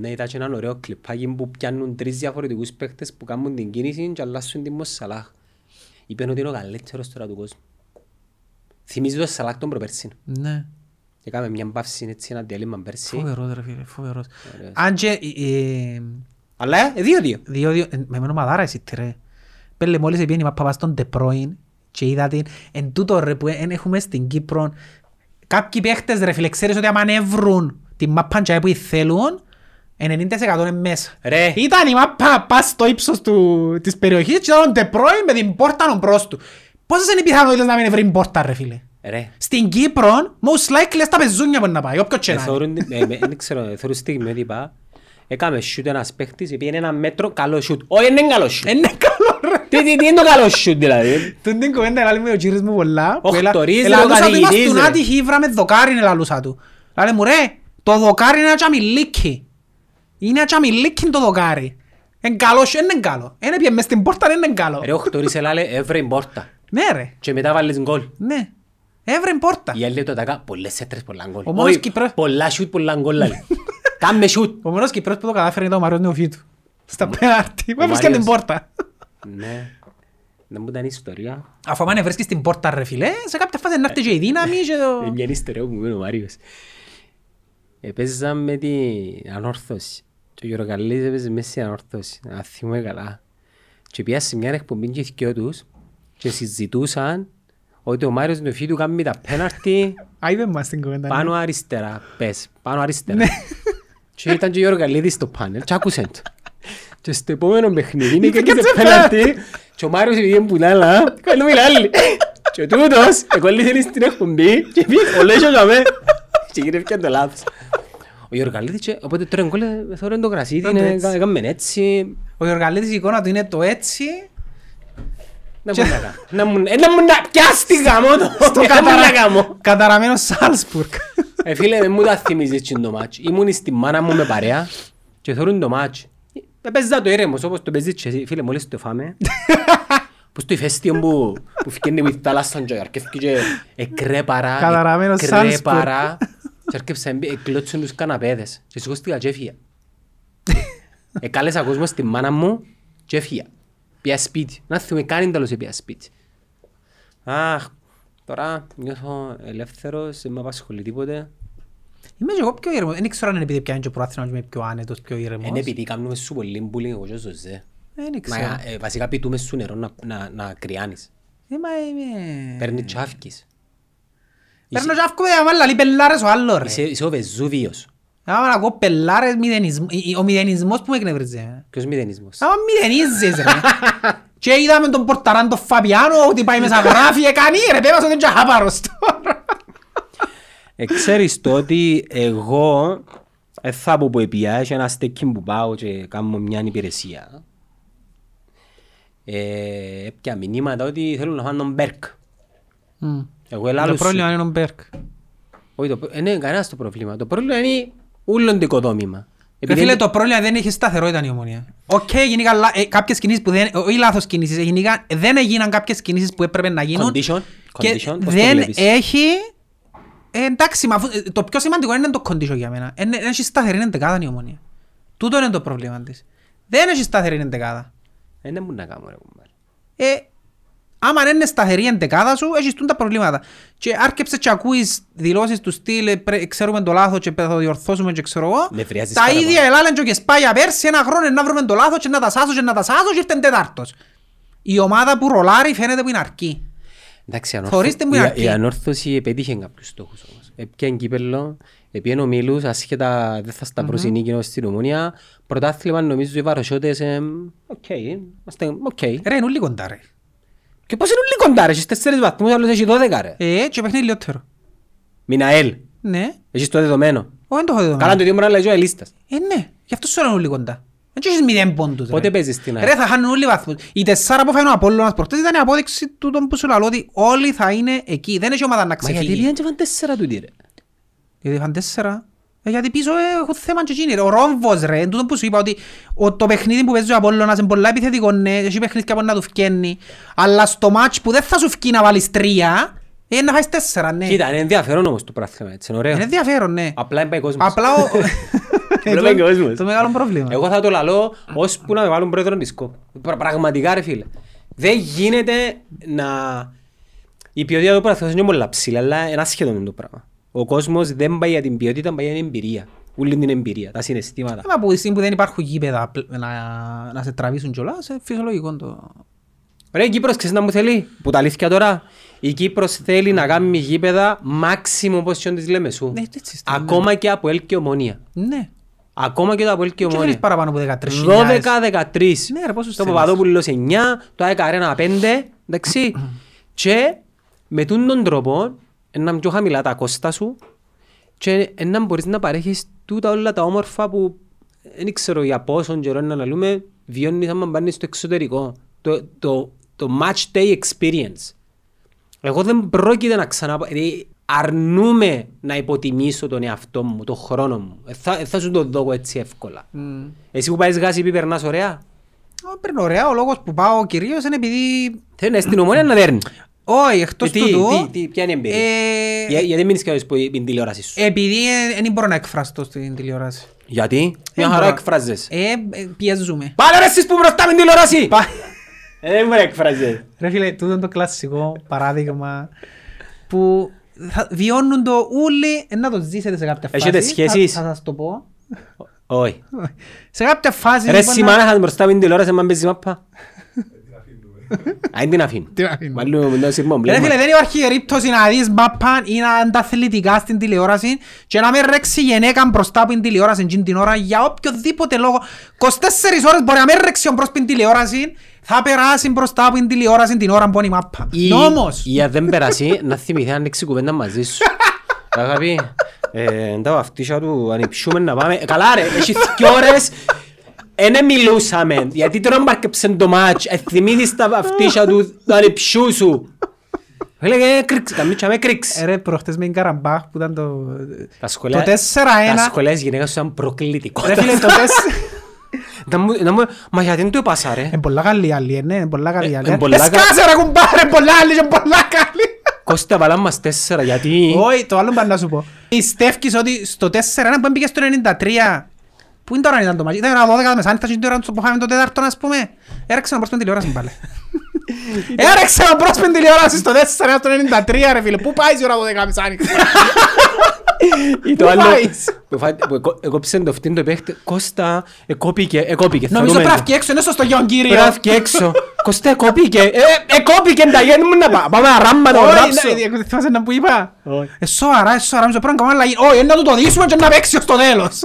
[SPEAKER 1] Ναι, ήταν και έναν ωραίο κλιπάκι που πιάνουν τρεις διαφορετικούς παίχτες που κάνουν την κίνηση και αλλάσουν την Μοσσαλάχ. Είπαν ότι είναι ο καλύτερος τώρα του κόσμου. Θυμίζει το Σαλάχ τον προπέρσιν.
[SPEAKER 2] Ναι.
[SPEAKER 1] Και κάναμε μια παύση έτσι ένα διάλειμμα πέρσι.
[SPEAKER 2] Φοβερός ρε φίλε. Φοβερός. Αν και... ε, ε,
[SPEAKER 1] Αλλά ε, δύο-δύο.
[SPEAKER 2] δύο, δύο, ε, με μένω μαδάρα εσύ τι ρε. Πέλε μόλις επειδή είμαι παπά στον Τεπρόιν και είδα την, εν τούτο ρε που εν έχουμε στην Κύπρο, κάποιοι παίχτες ρε φίλε, ξέρεις ότι άμα ανέβρουν τη μάπα τζάι που θέλουν, 90% είναι μέσα.
[SPEAKER 1] Ρε.
[SPEAKER 2] Ήταν η μάπα πας στο ύψος του, της περιοχής και ήταν ο Τεπρόιν με την πόρτα μπρος του. Πόσες είναι οι πιθανότητες να μην βρει πόρτα ρε φίλε.
[SPEAKER 1] Ρε.
[SPEAKER 2] Στην Κύπρο, most likely pues, στα πεζούνια μπορεί να πάει, όποιο και να είναι.
[SPEAKER 1] Εθώρουν την- ε, με- Δεν ξέρω, εθώρουν στιγμή ότι είπα. Έκαμε σιούτ ένας παίχτης, πήγαινε ένα μέτρο καλό σιούτ. Όχι, δεν είναι καλό σιούτ.
[SPEAKER 2] Είναι καλό ρε.
[SPEAKER 1] Τι τι- τι είναι το καλό σιούτ δηλαδή.
[SPEAKER 2] Τον την κουβέντα ελάλη ο κύριος μου πολλά. που
[SPEAKER 1] Όχι,
[SPEAKER 2] ελα-
[SPEAKER 1] το ρίζε,
[SPEAKER 2] ελαλούσα
[SPEAKER 1] το
[SPEAKER 2] του, «Είμαστε
[SPEAKER 1] καθηγητής,
[SPEAKER 2] στον
[SPEAKER 1] ρε».
[SPEAKER 2] άτυχη, βράμε δοκάρι ελαλούσα του. Λάλε μου ρε, το δοκάρι είναι ένα τσαμιλίκι. Είναι ένα τσαμιλίκι το δοκάρι. Εν καλό σου, εν εν καλό. Εν έπιε μες στην πόρτα, εν εν καλό.
[SPEAKER 1] Ρε, ο Χτωρίς έλαλε, έβρε η πόρτα.
[SPEAKER 2] Ναι ρε,
[SPEAKER 1] Και μετά βάλες γκολ.
[SPEAKER 2] ναι. Έβρε πόρτα.
[SPEAKER 1] Η άλλη του ατάκα, πολλές έτρες, πολλά γκολ.
[SPEAKER 2] Ο μόνος
[SPEAKER 1] Όχι,
[SPEAKER 2] Κύπρος-
[SPEAKER 1] Πολλά σιούτ, πολλά γκολ. λέει. Κάμε σιούτ.
[SPEAKER 2] Ο μόνος Κυπρός που το κατάφερε ήταν ο Μαρός Νεοφίτου. Στα πέναρτη, που έβρισκε
[SPEAKER 1] Μάριος.
[SPEAKER 2] την πόρτα.
[SPEAKER 1] Ναι. Να μου ήταν ιστορία.
[SPEAKER 2] Αφού άμα βρίσκεις την πόρτα ρε φίλε, σε κάποια φάση να έρθει και η δύναμη και
[SPEAKER 1] Ε,
[SPEAKER 2] το...
[SPEAKER 1] Μια ιστορία που μου είπε ο Μάριος. Επέζα με την ανόρθωση. Και ο Γιωργαλής έπαιζε μέσα στην ανόρθωση. Να θυμούμε καλά. Και πήγα σε μια εκπομπή και οι δυο τους και συζητούσαν ότι ο Μάριος Νεφίτου κάνει τα πέναρτη
[SPEAKER 2] Άιβε μας την κουβέντα. ναι.
[SPEAKER 1] πάνω αριστερά. Πες, πάνω αριστερά. Και ήταν και ο Γιωργαλίδης στο πάνελ και άκουσαν το. Και στο επόμενο παιχνίδι είναι και
[SPEAKER 2] Έπαιξε
[SPEAKER 1] πέναλτι και ο Μάριος επειδή είναι πουνάλα, καλούμε οι άλλοι. Και ο τούτος εκολύθεν στην εκπομπή και πήγε ο Λέσιο για μέ. Και γυρεύκαν το λάθος. Ο Γιωργαλίδης και οπότε τώρα εγκόλε θεωρώ το κρασίδι,
[SPEAKER 2] Ήταν
[SPEAKER 1] είναι-
[SPEAKER 2] έτσι.
[SPEAKER 1] κα- έκαμε έτσι.
[SPEAKER 2] Ο Γιωργαλίδης η εικόνα του είναι το έτσι,
[SPEAKER 1] Να μου να κάνω. Να μου ε, να μου να πιάσει τη γαμό το. Να μου
[SPEAKER 2] στο
[SPEAKER 1] να
[SPEAKER 2] καταρα-
[SPEAKER 1] κάνω.
[SPEAKER 2] καταραμένο Σάλσπουργκ.
[SPEAKER 1] Ε, φίλε, δεν μου τα θυμίζεις τσιν το μάτς. Ήμουν στη μάνα μου με παρέα και θεωρούν το μάτς. Ε, Παίζα το ήρεμος όπως το παίζεις και εσύ. Φίλε, μόλις το φάμε. Πώς το ηφαίστειο που, που φκένει με τη θάλασσα και αρκεύκει και εκρέπαρα.
[SPEAKER 2] Καταραμένο
[SPEAKER 1] εκρέπαρα. Και αρκεύσα εμπί, εκλώτσουν τους καναπέδες. Και σηκώστηκα και Ε, έφυγα. Εκάλεσα κόσμος στη μάνα μου και έφυγα. Πια σπίτι. Να θυμούμε κάνει τέλος πια σπίτι. Αχ, τώρα νιώθω ελεύθερος, δεν με απασχολεί τίποτε.
[SPEAKER 2] Είμαι και εγώ πιο ήρεμος. Δεν ξέρω αν είναι επειδή πιάνει και ο προάθλημα και είμαι πιο άνετος, πιο ήρεμος.
[SPEAKER 1] Είναι επειδή κάνουμε σου πολύ μπουλίνγκ εγώ και ο Ζωζέ.
[SPEAKER 2] Δεν ξέρω.
[SPEAKER 1] Μα, ε, βασικά πιτούμε σου νερό να, να, να κρυάνεις.
[SPEAKER 2] Ε, μα είμαι...
[SPEAKER 1] Παίρνει τσάφκης.
[SPEAKER 2] Παίρνω και αύκομαι να βάλω λαλεί πελάρες ο άλλος ρε.
[SPEAKER 1] Είσαι, είσαι ο Βεζούβιος.
[SPEAKER 2] Άμα να ακούω πελάρες, μηδενισμ- ε, ε, ο μηδενισμός που με εκνευρίζει. εμένα.
[SPEAKER 1] Ποιος μηδενισμός.
[SPEAKER 2] Άμα μηδενίζεις ρε. Και είδαμε τον πορταράν τον Φαπιάνο ότι πάει μέσα γράφει, έκανε ρε, πέμασε τον τζαχάπαρος τώρα.
[SPEAKER 1] Ε, Ξέρεις το ότι εγώ ε, θα πω που επιά, έχει ένα στέκι που πάω και κάνω μια υπηρεσία. Ε, έπια μηνύματα ότι θέλουν να φάνε τον Μπέρκ.
[SPEAKER 2] Μμ.
[SPEAKER 1] Εγώ ελάλω
[SPEAKER 2] Το πρόβλημα είναι ο Μπέρκ.
[SPEAKER 1] Όχι, το... προ- ε, ναι, κανένας το πρόβλημα. Το πρόβλημα είναι ούλον το οικοδόμημα.
[SPEAKER 2] Επειδή φίλε, το πρόβλημα δεν είχε σταθερότητα η ομονία. Οκ, γενικά λα- ε, κάποιες κινήσεις που δεν... Όχι λάθος κινήσεις, ε, γενικά δεν έγιναν κάποιες κινήσεις που έπρεπε να γίνουν.
[SPEAKER 1] Condition,
[SPEAKER 2] Και
[SPEAKER 1] condition, πώς το
[SPEAKER 2] δεν
[SPEAKER 1] βλέπεις.
[SPEAKER 2] έχει... Ε, εντάξει, μα αφού- ε, το πιο σημαντικό είναι το condition για μένα. Ε, ναι, έχει σταθερή εντεκάδα η ομονία. Τούτο είναι το πρόβλημα της. Δεν έχει σταθερή εντεκάδα.
[SPEAKER 1] Ε, δεν μπορούν να κάνουν ρε κουμπάρε.
[SPEAKER 2] Ε, άμα δεν είναι σταθερή η εντεκάδα σου, έχεις τούν τα προβλήματα. Και άρκεψε και ακούεις δηλώσεις του στυλ, ε, πρέ- ξέρουμε το λάθος και θα το διορθώσουμε και ξέρω εγώ.
[SPEAKER 1] Νευριάζεις
[SPEAKER 2] Τα
[SPEAKER 1] πάρα
[SPEAKER 2] ίδια ελάλαν και ο Κεσπάγια πέρσι ένα χρόνο να βρούμε το λάθος και να τα σάσω και να τα σάσω και ήρθε τετάρτος. Η ομάδα που ρολάρει φαίνεται που είναι αρκή.
[SPEAKER 1] Εντάξει, η
[SPEAKER 2] Θεωρείστε μου
[SPEAKER 1] η-
[SPEAKER 2] αρκεί.
[SPEAKER 1] Η ανόρθωση επέτυχε κάποιους στόχους όμως. Έπιαν κύπελλο, έπιαν ομίλους, ασχέτα δεν θα σταυρώσει νίκη ως στην ομόνια. Πρωτάθλημα νομίζω οι βαροσιώτες, εμ, οκ, είμαστε οκ.
[SPEAKER 2] Ρε, είναι όλοι κοντά ρε.
[SPEAKER 1] Ε, Και πώς είναι όλοι κοντά ρε, έχεις τέσσερις βαθμούς, άλλος έχει δώδεκα ρε.
[SPEAKER 2] Ε, και παιχνίδι λιότερο.
[SPEAKER 1] Μιναέλ,
[SPEAKER 2] Ναι,
[SPEAKER 1] έχεις το δεδομένο.
[SPEAKER 2] όχι δεν το έχω δεδομένο.
[SPEAKER 1] Καλά το ίδιο μπορεί να λέει ο Ελίστας.
[SPEAKER 2] Ε, ναι, γι' αυτό σου λένε όλοι κοντά. Δεν έχεις μηδέν πόντους. ρε.
[SPEAKER 1] Πότε παίζεις την
[SPEAKER 2] Ρε
[SPEAKER 1] ΑΕΚ.
[SPEAKER 2] θα χάνουν όλοι βαθμούς. Οι τεσσάρα που φαίνουν από όλων μας προχτές ήταν η απόδειξη του τον που σου λαλώ ότι όλοι θα είναι εκεί. Δεν έχει ομάδα να
[SPEAKER 1] Μα γιατί
[SPEAKER 2] ξεφύγει.
[SPEAKER 1] πήγαν και φάνε τέσσερα τούτοι ρε.
[SPEAKER 2] Γιατί είχαν τέσσερα. Ε, Γιατί πίσω ε, έχουν θέμα και εκείνοι ρε. Ο Ρόμβος ρε, εν τούτο που σου είπα ότι ο- το παιχνίδι που παίζει ο Απόλλωνας είναι πολλά επιθετικό ναι, έχει παιχνίδια που να του φκένει. Αλλά στο μάτς που δεν θα σου φκεί να βάλεις τρία, ε, να φάεις τέσσερα ναι.
[SPEAKER 1] Κοίτα, είναι ενδιαφέρον όμως το πράγμα έτσι, είναι
[SPEAKER 2] Είναι
[SPEAKER 1] ωραίο.
[SPEAKER 2] ενδιαφέρον ναι.
[SPEAKER 1] Απλά είναι πάει κόσμος.
[SPEAKER 2] Απλά ο...
[SPEAKER 1] Απλά είναι κόσμος.
[SPEAKER 2] Το μεγάλο πρόβλημα.
[SPEAKER 1] Εγώ θα το λαλώ ώσπου να με βάλουν πρόεδρο της ΚΟΠ. Πρα- Πραγματικά ρε φίλε. Δεν γίνεται να... Η ποιότητα του πράγματος είναι πολύ ψηλά, αλλά είναι άσχετο με το πράγμα. Ο κόσμος δεν πάει για την ποιότητα, πάει για την εμπειρία. Ούλη την εμπειρία, τα συναισθήματα.
[SPEAKER 2] Άμα από τη στιγμή που δεν υπάρχουν γήπεδα πλ- να, να σε τραβήσουν κιόλας, ε, φυσιολογικό το...
[SPEAKER 1] Ρε, η Κύπρος ξέρεις να μου θέλει, που τα αλήθεια τώρα. Η Κύπρος θέλει να κάνει γήπεδα μάξιμο όπως ποιον της λέμε σου.
[SPEAKER 2] Ναι, έτσι είστε, ναι.
[SPEAKER 1] Ακόμα και από ελ και ομονία.
[SPEAKER 2] Ναι.
[SPEAKER 1] Ακόμα και το Αποέλ και
[SPEAKER 2] Τι θέλεις
[SPEAKER 1] ομόνια.
[SPEAKER 2] παραπάνω από 13
[SPEAKER 1] 12-13.
[SPEAKER 2] Ναι, ρε, πόσους
[SPEAKER 1] Το
[SPEAKER 2] θέλεις.
[SPEAKER 1] Παπαδόπουλος 9, το ΑΕΚ Αρένα 5, εντάξει. και με τούν τον τρόπο, να είναι πιο χαμηλά τα κόστα σου και να μπορείς να παρέχεις τούτα όλα τα όμορφα που δεν ξέρω για πόσον καιρό είναι να λέμε, βιώνεις άμα πάνε στο εξωτερικό. Το, το, το match day experience. Εγώ δεν πρόκειται να ξανά... δηλαδή αρνούμε να υποτιμήσω τον εαυτό μου, τον χρόνο μου. Ε, Θα, ε, θα σου το δω έτσι εύκολα. Εσύ που πάεις γάση πει περνάς ωραία.
[SPEAKER 2] Ω, Πριν ωραία, ο λόγος που πάω κυρίως είναι επειδή...
[SPEAKER 1] Θέλει να είσαι στην ομόνια να δέρνει.
[SPEAKER 2] Όχι, εκτός
[SPEAKER 1] Ε, τι-
[SPEAKER 2] του
[SPEAKER 1] τι- τι- ποια είναι η εμπειρία?
[SPEAKER 2] Ε,
[SPEAKER 1] Για- Γιατί μείνεις κανείς που την τηλεόραση σου.
[SPEAKER 2] Επειδή ε, δεν μπορώ να εκφραστώ στην τηλεόραση.
[SPEAKER 1] Γιατί. Μια
[SPEAKER 2] Δεν
[SPEAKER 1] χαρά
[SPEAKER 2] μπορώ.
[SPEAKER 1] εκφράζεσαι.
[SPEAKER 2] Ε, ε, πιέζουμε.
[SPEAKER 1] Πάλε ρε εσείς που μπροστά με την τηλεόραση. Ε, Δεν μπορεί να εκφράζεσαι.
[SPEAKER 2] Ρε φίλε, τούτο είναι το κλασικό παράδειγμα που θα βιώνουν το όλοι, ε, να το ζήσετε σε κάποια φάση.
[SPEAKER 1] Έχετε
[SPEAKER 2] θα-
[SPEAKER 1] σχέσεις?
[SPEAKER 2] Θα, σας το πω.
[SPEAKER 1] Όχι.
[SPEAKER 2] Σε κάποια φάση...
[SPEAKER 1] Ρε
[SPEAKER 2] λοιπόν, να-
[SPEAKER 1] Σιμάναχας μπροστά με την τηλεόραση αν παίζει μάπα. Α, δεν την αφήνω.
[SPEAKER 2] Τι να αφήνουμε.
[SPEAKER 1] Μάλλον με τον σειρμό.
[SPEAKER 2] Ρε
[SPEAKER 1] μπλέμα.
[SPEAKER 2] φίλε, δεν υπάρχει περίπτωση να δεις μπαπάν ή να ανταθλητικά στην τηλεόραση και να με ρέξει γενέκα μπροστά από την τηλεόραση εκείνη την ώρα για οποιοδήποτε λόγο. 24 ώρες μπορεί να με ρέξει ο μπρος από την τηλεόραση, θα περάσει μπροστά από την τηλεόραση την ώρα που είναι η μάπα.
[SPEAKER 1] Ή-
[SPEAKER 2] Νόμος!
[SPEAKER 1] Ή αν δεν περάσει, να θυμηθεί να ανοίξει κουβέντα μαζί σου. Αγάπη, ε, τα βαφτίσια του ανυψούμε να πάμε. Ε, Καλά ρε, έχει δυο ώρες. Ένε μιλούσαμε, γιατί τώρα μπάρκεψε το μάτς. Εθυμήθεις τα βαφτίσια του του ανυψού σου. Έλεγε, ε, κρίξε, καμίτσια με κρίξε.
[SPEAKER 2] Ε, Ρε προχτές με την Καραμπάχ που ήταν το...
[SPEAKER 1] Τα σχολεία,
[SPEAKER 2] Το 4-1.
[SPEAKER 1] τα σχολεία της γυναίκας σου ήταν προκλητικό.
[SPEAKER 2] Ρε φίλε το 4...
[SPEAKER 1] Να μου- να μου- Μα γιατί δεν το έπασα ρε.
[SPEAKER 2] Είναι πολλά καλή άλλη, ε, ναι, είναι πολλά καλή άλλη.
[SPEAKER 1] Ε, ε, πολλά κα-
[SPEAKER 2] Εσκάσε ρε κουμπάρε, πολλά άλλη και πολλά καλή.
[SPEAKER 1] Κώστα βάλαμε μας τέσσερα, γιατί...
[SPEAKER 2] Όχι, το άλλο πάνε να σου πω. Πιστεύεις ότι στο 4-1 που μπήκε στο 93, πού είναι τώρα ήταν το μάτι, ήταν ένα 12 μεσάνυχτα και τώρα που είχαμε το τέταρτο ας πούμε. Έρεξε να πρόσπεν τηλεόραση πάλι. Έρεξε να πρόσπεν τηλεόραση στο 4-1 στο 93 ρε φίλε, πού πάει η ώρα 12 μεσάνυχτα.
[SPEAKER 1] Ή
[SPEAKER 2] Πού
[SPEAKER 1] το άλλο,
[SPEAKER 2] πάεις?
[SPEAKER 1] Που φά- που εκο- Εκόψε το φτύν το παίχτη. Κώστα, εκόπηκε, εκόπηκε. θα
[SPEAKER 2] Νομίζω
[SPEAKER 1] δούμε το.
[SPEAKER 2] πράφηκε έξω, είναι σωστό γιον κύριο.
[SPEAKER 1] Πράφηκε έξω. Κώστα, εκόπηκε. Ε, Εκόπηκε τα γέννη μου να πά- πάμε να ράμπα να το γράψω.
[SPEAKER 2] Όχι, ναι, θυμάσαι να που είπα.
[SPEAKER 1] Όχι.
[SPEAKER 2] Ε, Σοβαρά, ε, σοβαρά, νομίζω πρέπει να κάνουμε αλλαγή. Όχι, ε, να του το δείσουμε και να παίξει ως το τέλος.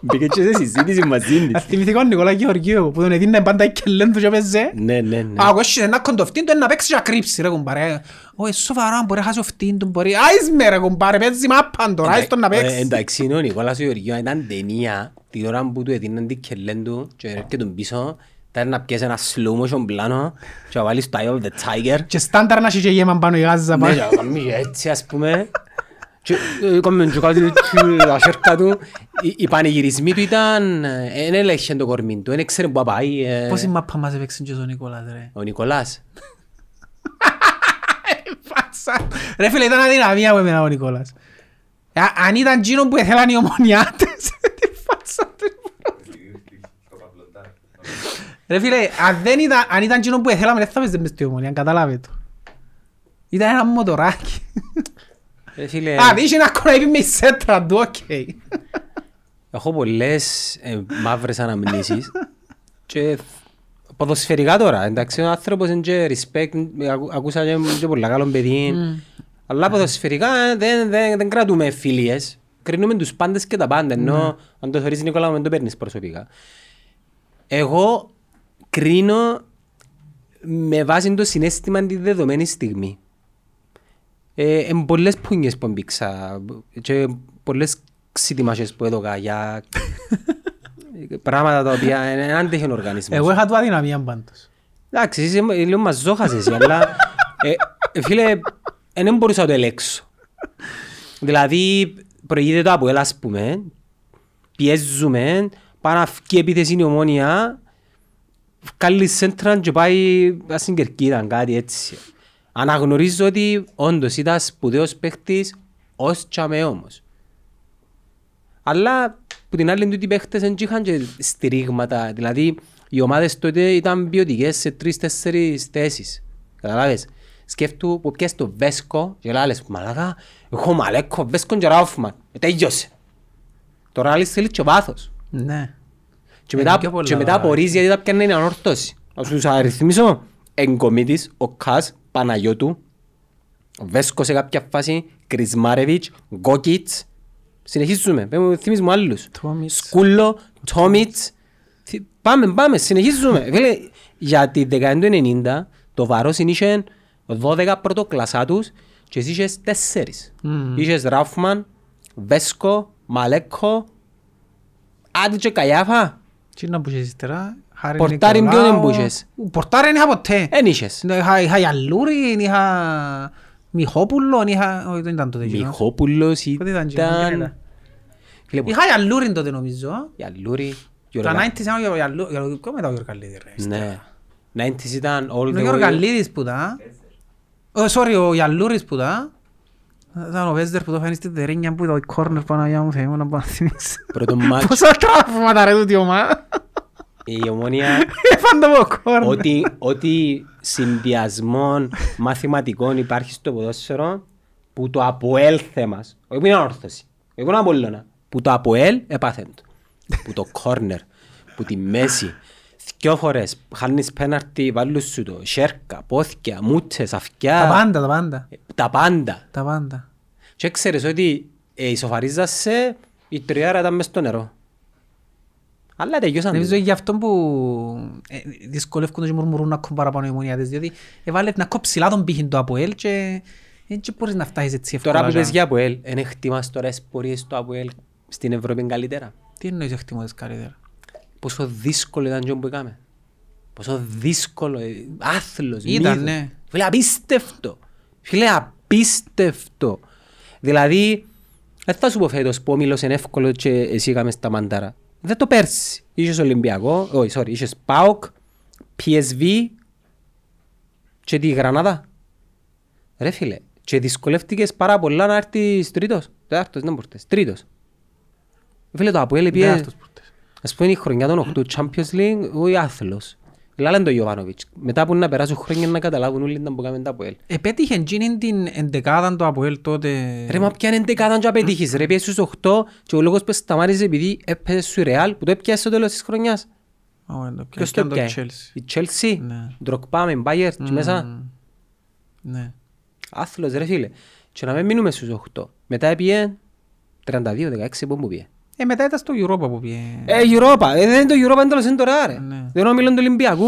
[SPEAKER 1] Μπήκε και σε συζήτηση μαζί
[SPEAKER 2] Ε,
[SPEAKER 1] της.
[SPEAKER 2] Θυμηθήκα τον Νικόλα Γεωργίου που τον έδινε πάντα η κελέν του και έπαιζε.
[SPEAKER 1] Ναι, ναι, ναι.
[SPEAKER 2] Άκου, έσχισε ένα κοντοφτύν του, ένα παίξει και να κρύψει ρε κουμπάρε. Όχι, σοβαρά, μπορεί να χάσει ο φτύν του, μπορεί. Άις με ρε κουμπάρε, παίζει μάπαν τώρα, άις τον να
[SPEAKER 1] Ε,
[SPEAKER 2] παίξει.
[SPEAKER 1] Εντάξει, είναι ο Νικόλας ο Γεωργιού, ήταν ταινία την ώρα που του έδιναν την κελέν του και έρχεται τον πίσω, ήταν να πιέσει ένα slow motion πλάνο και να βάλει στο Eye of the Tiger
[SPEAKER 2] Και στάνταρ να έχει και γέμαν πάνω η γάζα
[SPEAKER 1] Ναι,
[SPEAKER 2] πάνω.
[SPEAKER 1] και να κάνει και έτσι ας πούμε και ε, έκαμε και κάτι έτσι, τα σέρκα του Οι- Οι πανηγυρισμοί του ήταν, δεν έλεγχε το κορμί του, δεν ξέρει που να πάει ε,
[SPEAKER 2] Πόση μάπα μας έπαιξε και ο Νικόλας ρε.
[SPEAKER 1] Ο Νικολάς
[SPEAKER 2] Φάσα. Ρε φίλε, ήταν αδυναμία που έμενα ο Νικόλας. Ε, Αν ήταν τζίνο που ήθελαν οι ομονιάτες, τη φάσα του. Ρε φίλε, αν, δεν ήταν, αν ήταν τζίνο που ήθελαμε, δεν θα παίζε μες στη ομονία, καταλάβε το. Ήταν ένα μοτοράκι.
[SPEAKER 1] Ρε Ε, φίλε,
[SPEAKER 2] Α, δεις ένα κοραίπι με η σέτρα του, οκ.
[SPEAKER 1] έχω πολλές ε, μαύρες αναμνήσεις και ποδοσφαιρικά τώρα, εντάξει, ο άνθρωπος είναι και respect, ε, ακού- ακούσα και, και πολλά καλό παιδί αλλά ποδοσφαιρικά ε, δεν, δεν, δεν κρατούμε φιλίες κρίνουμε τους πάντες και τα πάντα ενώ αν το θεωρείς Νικόλα δεν το παίρνεις προσωπικά Εγώ κρίνω με βάση το συνέστημα τη δεδομένη στιγμή. Ε, εν πολλές πούνιες που μπήξα και πολλές ξύτιμασες που έδωκα για πράγματα τα οποία δεν άντεχε ο οργανισμός.
[SPEAKER 2] Εγώ είχα του αδυναμία πάντως.
[SPEAKER 1] Εντάξει, είσαι μ- λίγο μαζόχας εσύ, αλλά ε, ε, φίλε, ε, δεν μπορούσα να το ελέξω. Δηλαδή, προηγείται το Αποέλ, ας πούμε, πιέζουμε, πάει να φκεί επίθεση η ομόνια, βγάλει σέντρα και πάει ας την Κερκίδα, κάτι έτσι. Αναγνωρίζω ότι όντως ήταν σπουδαίος παίχτης, ως τσάμε όμως. Αλλά που την άλλη τούτοι οι παίχτες δεν είχαν και στηρίγματα. Δηλαδή οι ομάδες τότε ήταν ποιοτικές σε τρεις-τέσσερις θέσεις. Καταλάβες. Σκέφτου που πιες το Βέσκο και λάλες «Μαλάκα, έχω Μαλέκο, Βέσκο και Ράουφμαν». Ε, Τέλειωσε. Τώρα άλλης θέλει και βάθος.
[SPEAKER 2] Ναι.
[SPEAKER 1] Και
[SPEAKER 2] Είναι
[SPEAKER 1] μετά,
[SPEAKER 2] πιο πολλά
[SPEAKER 1] και μετά
[SPEAKER 2] βάρη.
[SPEAKER 1] απορείς γιατί τα πιάνε είναι ανόρθωση. Να σου τους αριθμίσω. Εγκομίτης, ο Κας, Παναγιώτου, Βέσκος σε κάποια φάση, Κρισμάρεβιτς, Γκόκιτς. Συνεχίζουμε. Πες μου, Θυμείς μου άλλους.
[SPEAKER 2] Τόμιτς.
[SPEAKER 1] Σκούλο, Τόμιτς. Θυ- Πάμε, πάμε, συνεχίζουμε. Φίλε, για τη δεκαετία του 90, το βαρός είχε 12 πρωτοκλασσά τους και εσύ είχες τέσσερις. Είχες Ράφμαν, Βέσκο, Μαλέκο, Άντε και Καϊάφα.
[SPEAKER 2] Τι να μπούσες ύστερα, Χάρη
[SPEAKER 1] Πορτάρι
[SPEAKER 2] Νικολάου.
[SPEAKER 1] ποιον εμπούσες?
[SPEAKER 2] Πορτάρι δεν είχα ποτέ.
[SPEAKER 1] Εν είχες.
[SPEAKER 2] Ναι, Είχα, είχα Γιαλούρι, είχα Μιχόπουλο, είχα... Όχι, δεν ήταν τότε εκείνο.
[SPEAKER 1] Μιχόπουλος
[SPEAKER 2] Πότε Ναι, ήταν εκείνο, ποιον
[SPEAKER 1] ήταν...
[SPEAKER 2] ήταν?
[SPEAKER 1] Φίλε, που-
[SPEAKER 2] Είχα Γιαλούρι τότε νομίζω.
[SPEAKER 1] Γιαλούρη.
[SPEAKER 2] Τα
[SPEAKER 1] Γιωργα-
[SPEAKER 2] 90's ήταν ο Γιαλούρι. Ποιο μετά ο Γιωργαλίδης ρε.
[SPEAKER 1] Ναι. 90s ήταν all
[SPEAKER 2] Είναι ο
[SPEAKER 1] the way.
[SPEAKER 2] Γιωργαλίδης που ήταν. Ω, sorry, ο Γιαλούρις που ήταν. Ήταν ο Βέσδερ που το φέρνει στην τερίνια που ήταν ο κόρνερ Παναγιά μου, Θεέ μου να πάω να θυμίσω.
[SPEAKER 1] Πρώτο μάτς.
[SPEAKER 2] Πόσα τραύματα ρε τούτη ομάδα.
[SPEAKER 1] Η ομόνια
[SPEAKER 2] Έφανε το Ε, από κόρνερ.
[SPEAKER 1] ότι, ότι συνδυασμών μαθηματικών υπάρχει στο ποδόσφαιρο που το αποέλ θέμας, όχι που είναι ανόρθωση, όχι που είναι απολώνα, που το αποέλ επάθεν το, που το κόρνερ, που τη μέση, δυο φορές χάνεις πέναρτι, βάλουν σου το, σέρκα, πόθηκια, μούτσες,
[SPEAKER 2] Τα
[SPEAKER 1] αυκιά,
[SPEAKER 2] πάντα, τα πάντα.
[SPEAKER 1] τα πάντα.
[SPEAKER 2] Τα πάντα.
[SPEAKER 1] Και ξέρεις ότι ε, ισοφαρίζασαι, η τριάρα ήταν μες στο νερό. Αλλά τελειώσαν.
[SPEAKER 2] Νομίζω
[SPEAKER 1] τούτα.
[SPEAKER 2] γι' αυτό που ε, δυσκολεύκονται και μουρμουρούν ακόμη παραπάνω οι μονιάτες, διότι έβαλε να κόψει τον πύχη του Αποέλ και δεν μπορείς να φτάσεις έτσι εύκολα.
[SPEAKER 1] Τώρα που
[SPEAKER 2] και
[SPEAKER 1] πες
[SPEAKER 2] να-
[SPEAKER 1] για Αποέλ, είναι χτυμάς τώρα τις πορείες του Αποέλ στην Ευρώπη καλύτερα.
[SPEAKER 2] Τι εννοείς εκτιμώντας καλύτερα.
[SPEAKER 1] Πόσο δύσκολο ήταν τζιόν που έκαμε. Πόσο δύσκολο, ε, άθλος,
[SPEAKER 2] Ήταν,
[SPEAKER 1] μύθος.
[SPEAKER 2] ναι.
[SPEAKER 1] Φίλε, απίστευτο. Φίλε, απίστευτο. Δηλαδή, δεν θα σου πω φέτος που ο Μήλος είναι εύκολο και εσύ έκαμες στα μαντάρα. Δεν το πέρσι. Είχες Ολυμπιακό, όχι, sorry, είχες ΠΑΟΚ, PSV και τη Γρανάδα. Ρε φίλε, και δυσκολεύτηκες πάρα πολλά να έρθεις τρίτος. Τετάρτος, δεν μπορείς. Τρίτος. Φίλε, το Αποέλ
[SPEAKER 2] Δεν
[SPEAKER 1] πήγε...
[SPEAKER 2] αυτός που-
[SPEAKER 1] Ας πούμε η χρονιά των 8 Champions League, ο Ιάθλος. Λάλαν το Ιωβάνοβιτς. Μετά που να περάσουν χρόνια να καταλάβουν όλοι να μπουκάμε τα ΑΠΟΕΛ.
[SPEAKER 2] Επέτυχε ε, εκείνη την εντεκάδα του Αποέλ τότε.
[SPEAKER 1] Ρε μα πιάνε δεκάδα και απετύχεις. Ρε πιέσαι στους 8 και ο λόγος που σταμάτησε επειδή έπαιζε σου η Ρεάλ που το έπιασε στο τέλος της χρονιάς.
[SPEAKER 2] Α, ωραία, το
[SPEAKER 1] Ποιος το
[SPEAKER 2] πιάνει Ε, το
[SPEAKER 1] έπιασε.
[SPEAKER 2] Chelsea.
[SPEAKER 1] Η Chelsea.
[SPEAKER 2] Ναι.
[SPEAKER 1] Ντροκπά με Μπάγερ και μέσα.
[SPEAKER 2] Ναι.
[SPEAKER 1] Άθλος ρε φίλε. Και να μην μείνουμε στους 8. Μετά έπιε 32-16 που μου πήγε.
[SPEAKER 2] Ε, μετά ήταν στο Europa που πήγε.
[SPEAKER 1] Ε, Europa. Ε, δεν είναι το Europa, είναι το Λεσέντορα, ρε.
[SPEAKER 2] Ναι.
[SPEAKER 1] Δεν ομιλών του Ολυμπιακού.